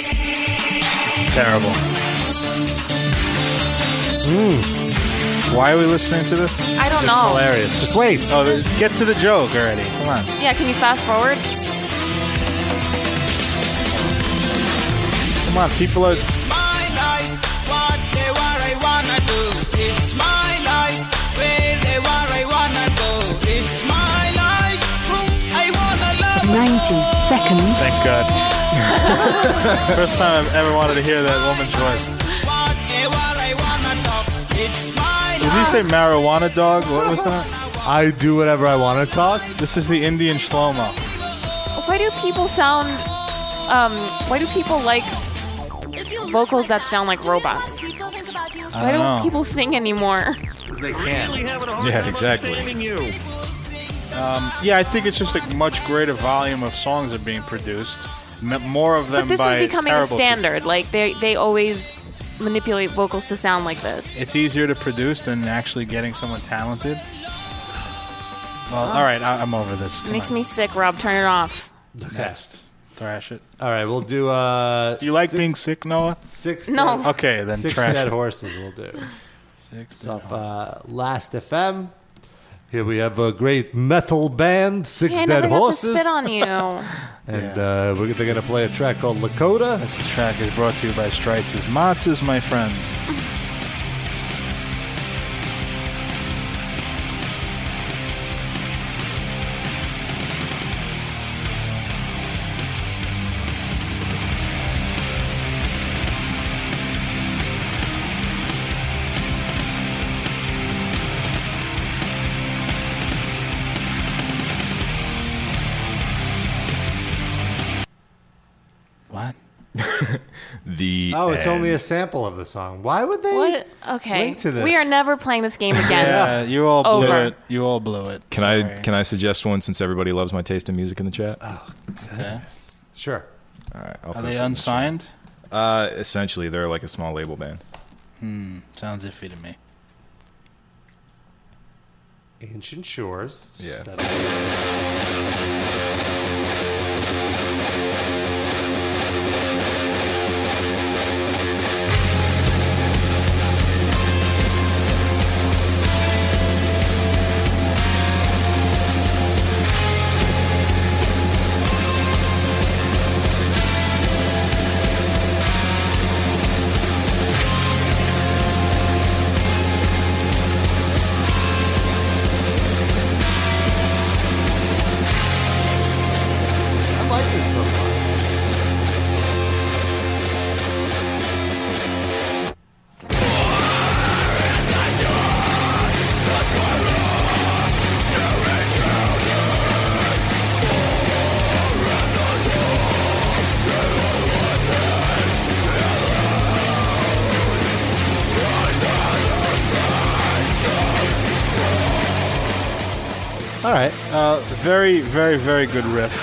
S3: It's terrible. Hmm. Why are we listening to this?
S4: I don't It's know. hilarious.
S2: Just wait.
S3: Oh, th- get to the joke already. Come on.
S4: Yeah, can you fast forward?
S3: Come on. People are.
S9: my life, whatever I wanna do. It's my life, wherever I wanna go. It's my life, whom I wanna love.
S14: 90 seconds.
S3: Thank God. First time I've ever wanted to hear that woman's voice.
S9: Whatever I wanna talk. It's my
S3: Did you say marijuana dog? What was that?
S2: I do whatever I want to talk.
S3: This is the Indian shlomo.
S4: Why do people sound? Um, why do people like vocals that sound like robots? Why
S5: don't
S4: don't
S5: know.
S4: people sing anymore?
S3: They can.
S5: Yeah, exactly.
S3: Um, yeah, I think it's just a much greater volume of songs are being produced. M- More of them
S4: But this
S3: by
S4: is becoming a
S3: terrible
S4: standard. Like they they always manipulate vocals to sound like this.
S3: people. It's easier to produce than actually getting someone talented. Well,
S2: Ah.
S3: all right, I- I'm over this.
S4: It makes me sick, Rob. Turn it off.
S3: Next. Thrash it.
S2: All right, we'll do. uh Do
S3: you like being sick, Noah?
S2: Six.
S4: No.
S2: dead-
S3: Okay, then
S2: six
S3: trash
S2: dead
S3: it.
S2: horses. We'll do. Six. Off uh, Last FM. Here we have a great metal band, Six
S4: Yeah, I
S2: Dead
S4: never got to
S2: Horses,
S4: spit on you.
S2: and uh, we're, they're gonna play a track called Lakota.
S3: This track is brought to you by Strites' Matz's My Friend. What?
S5: the
S2: Oh, it's only a
S5: end.
S2: sample of the song. Why would they?
S4: What? Okay.
S2: Link to this.
S4: We are never playing this game again.
S3: Yeah, you all blew
S4: Over.
S3: it. You all blew it.
S5: Can I can I suggest one since everybody loves my taste in music in the chat?
S2: Ah.
S5: Oh,
S3: Yes.
S2: Sure.
S5: All right,
S3: Are they unsigned?
S5: Uh, essentially, they're like a small label band.
S3: Hmm. Sounds iffy to me.
S2: Ancient Shores.
S5: Yeah.
S2: I'm liking it so far. All right.
S3: Uh, very, very, very good riff.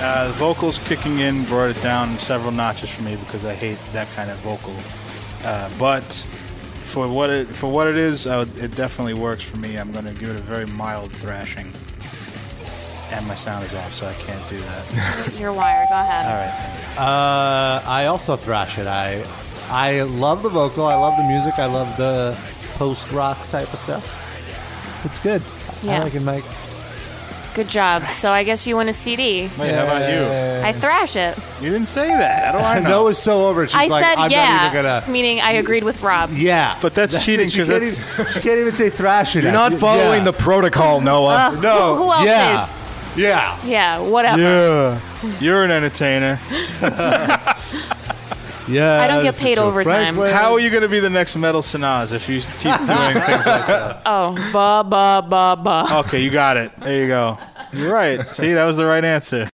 S3: Uh, the vocals kicking in brought it down several notches for me because I hate that kind of vocal. Uh, but for what it for what it is, uh, it definitely works for me. I'm going to give it a very mild thrashing, and my sound is off, so I can't do that.
S4: Your wire. Go ahead.
S2: right. Uh, I also thrash it. I I love the vocal. I love the music. I love the post rock type of stuff. It's good.
S4: Yeah.
S2: I like it, Mike.
S4: Good job. So I guess you win a CD.
S3: Wait, how about you?
S4: I thrash it.
S3: You didn't say that. How do I know?
S2: Noah's so over. it, She's
S4: I
S2: like,
S4: said
S2: I'm
S4: yeah,
S2: not even gonna.
S4: meaning I agreed with Rob.
S2: Yeah,
S3: but that's, cheating
S2: it. She
S3: 'cause
S2: can't
S3: that's-
S2: even- she can't even say thrashing.
S5: You're not following the protocol, Noah.
S4: Uh, No. who- who else Yeah. is?
S3: Yeah.
S4: Yeah, whatever.
S3: Yeah. You're an entertainer. yeah.
S4: I don't get paid overtime.
S3: How are you going to be the next Metal Sanaz if you keep doing things like that?
S4: Oh, ba ba ba ba.
S3: Okay, you got it. There you go. You're right. See, that was the right answer.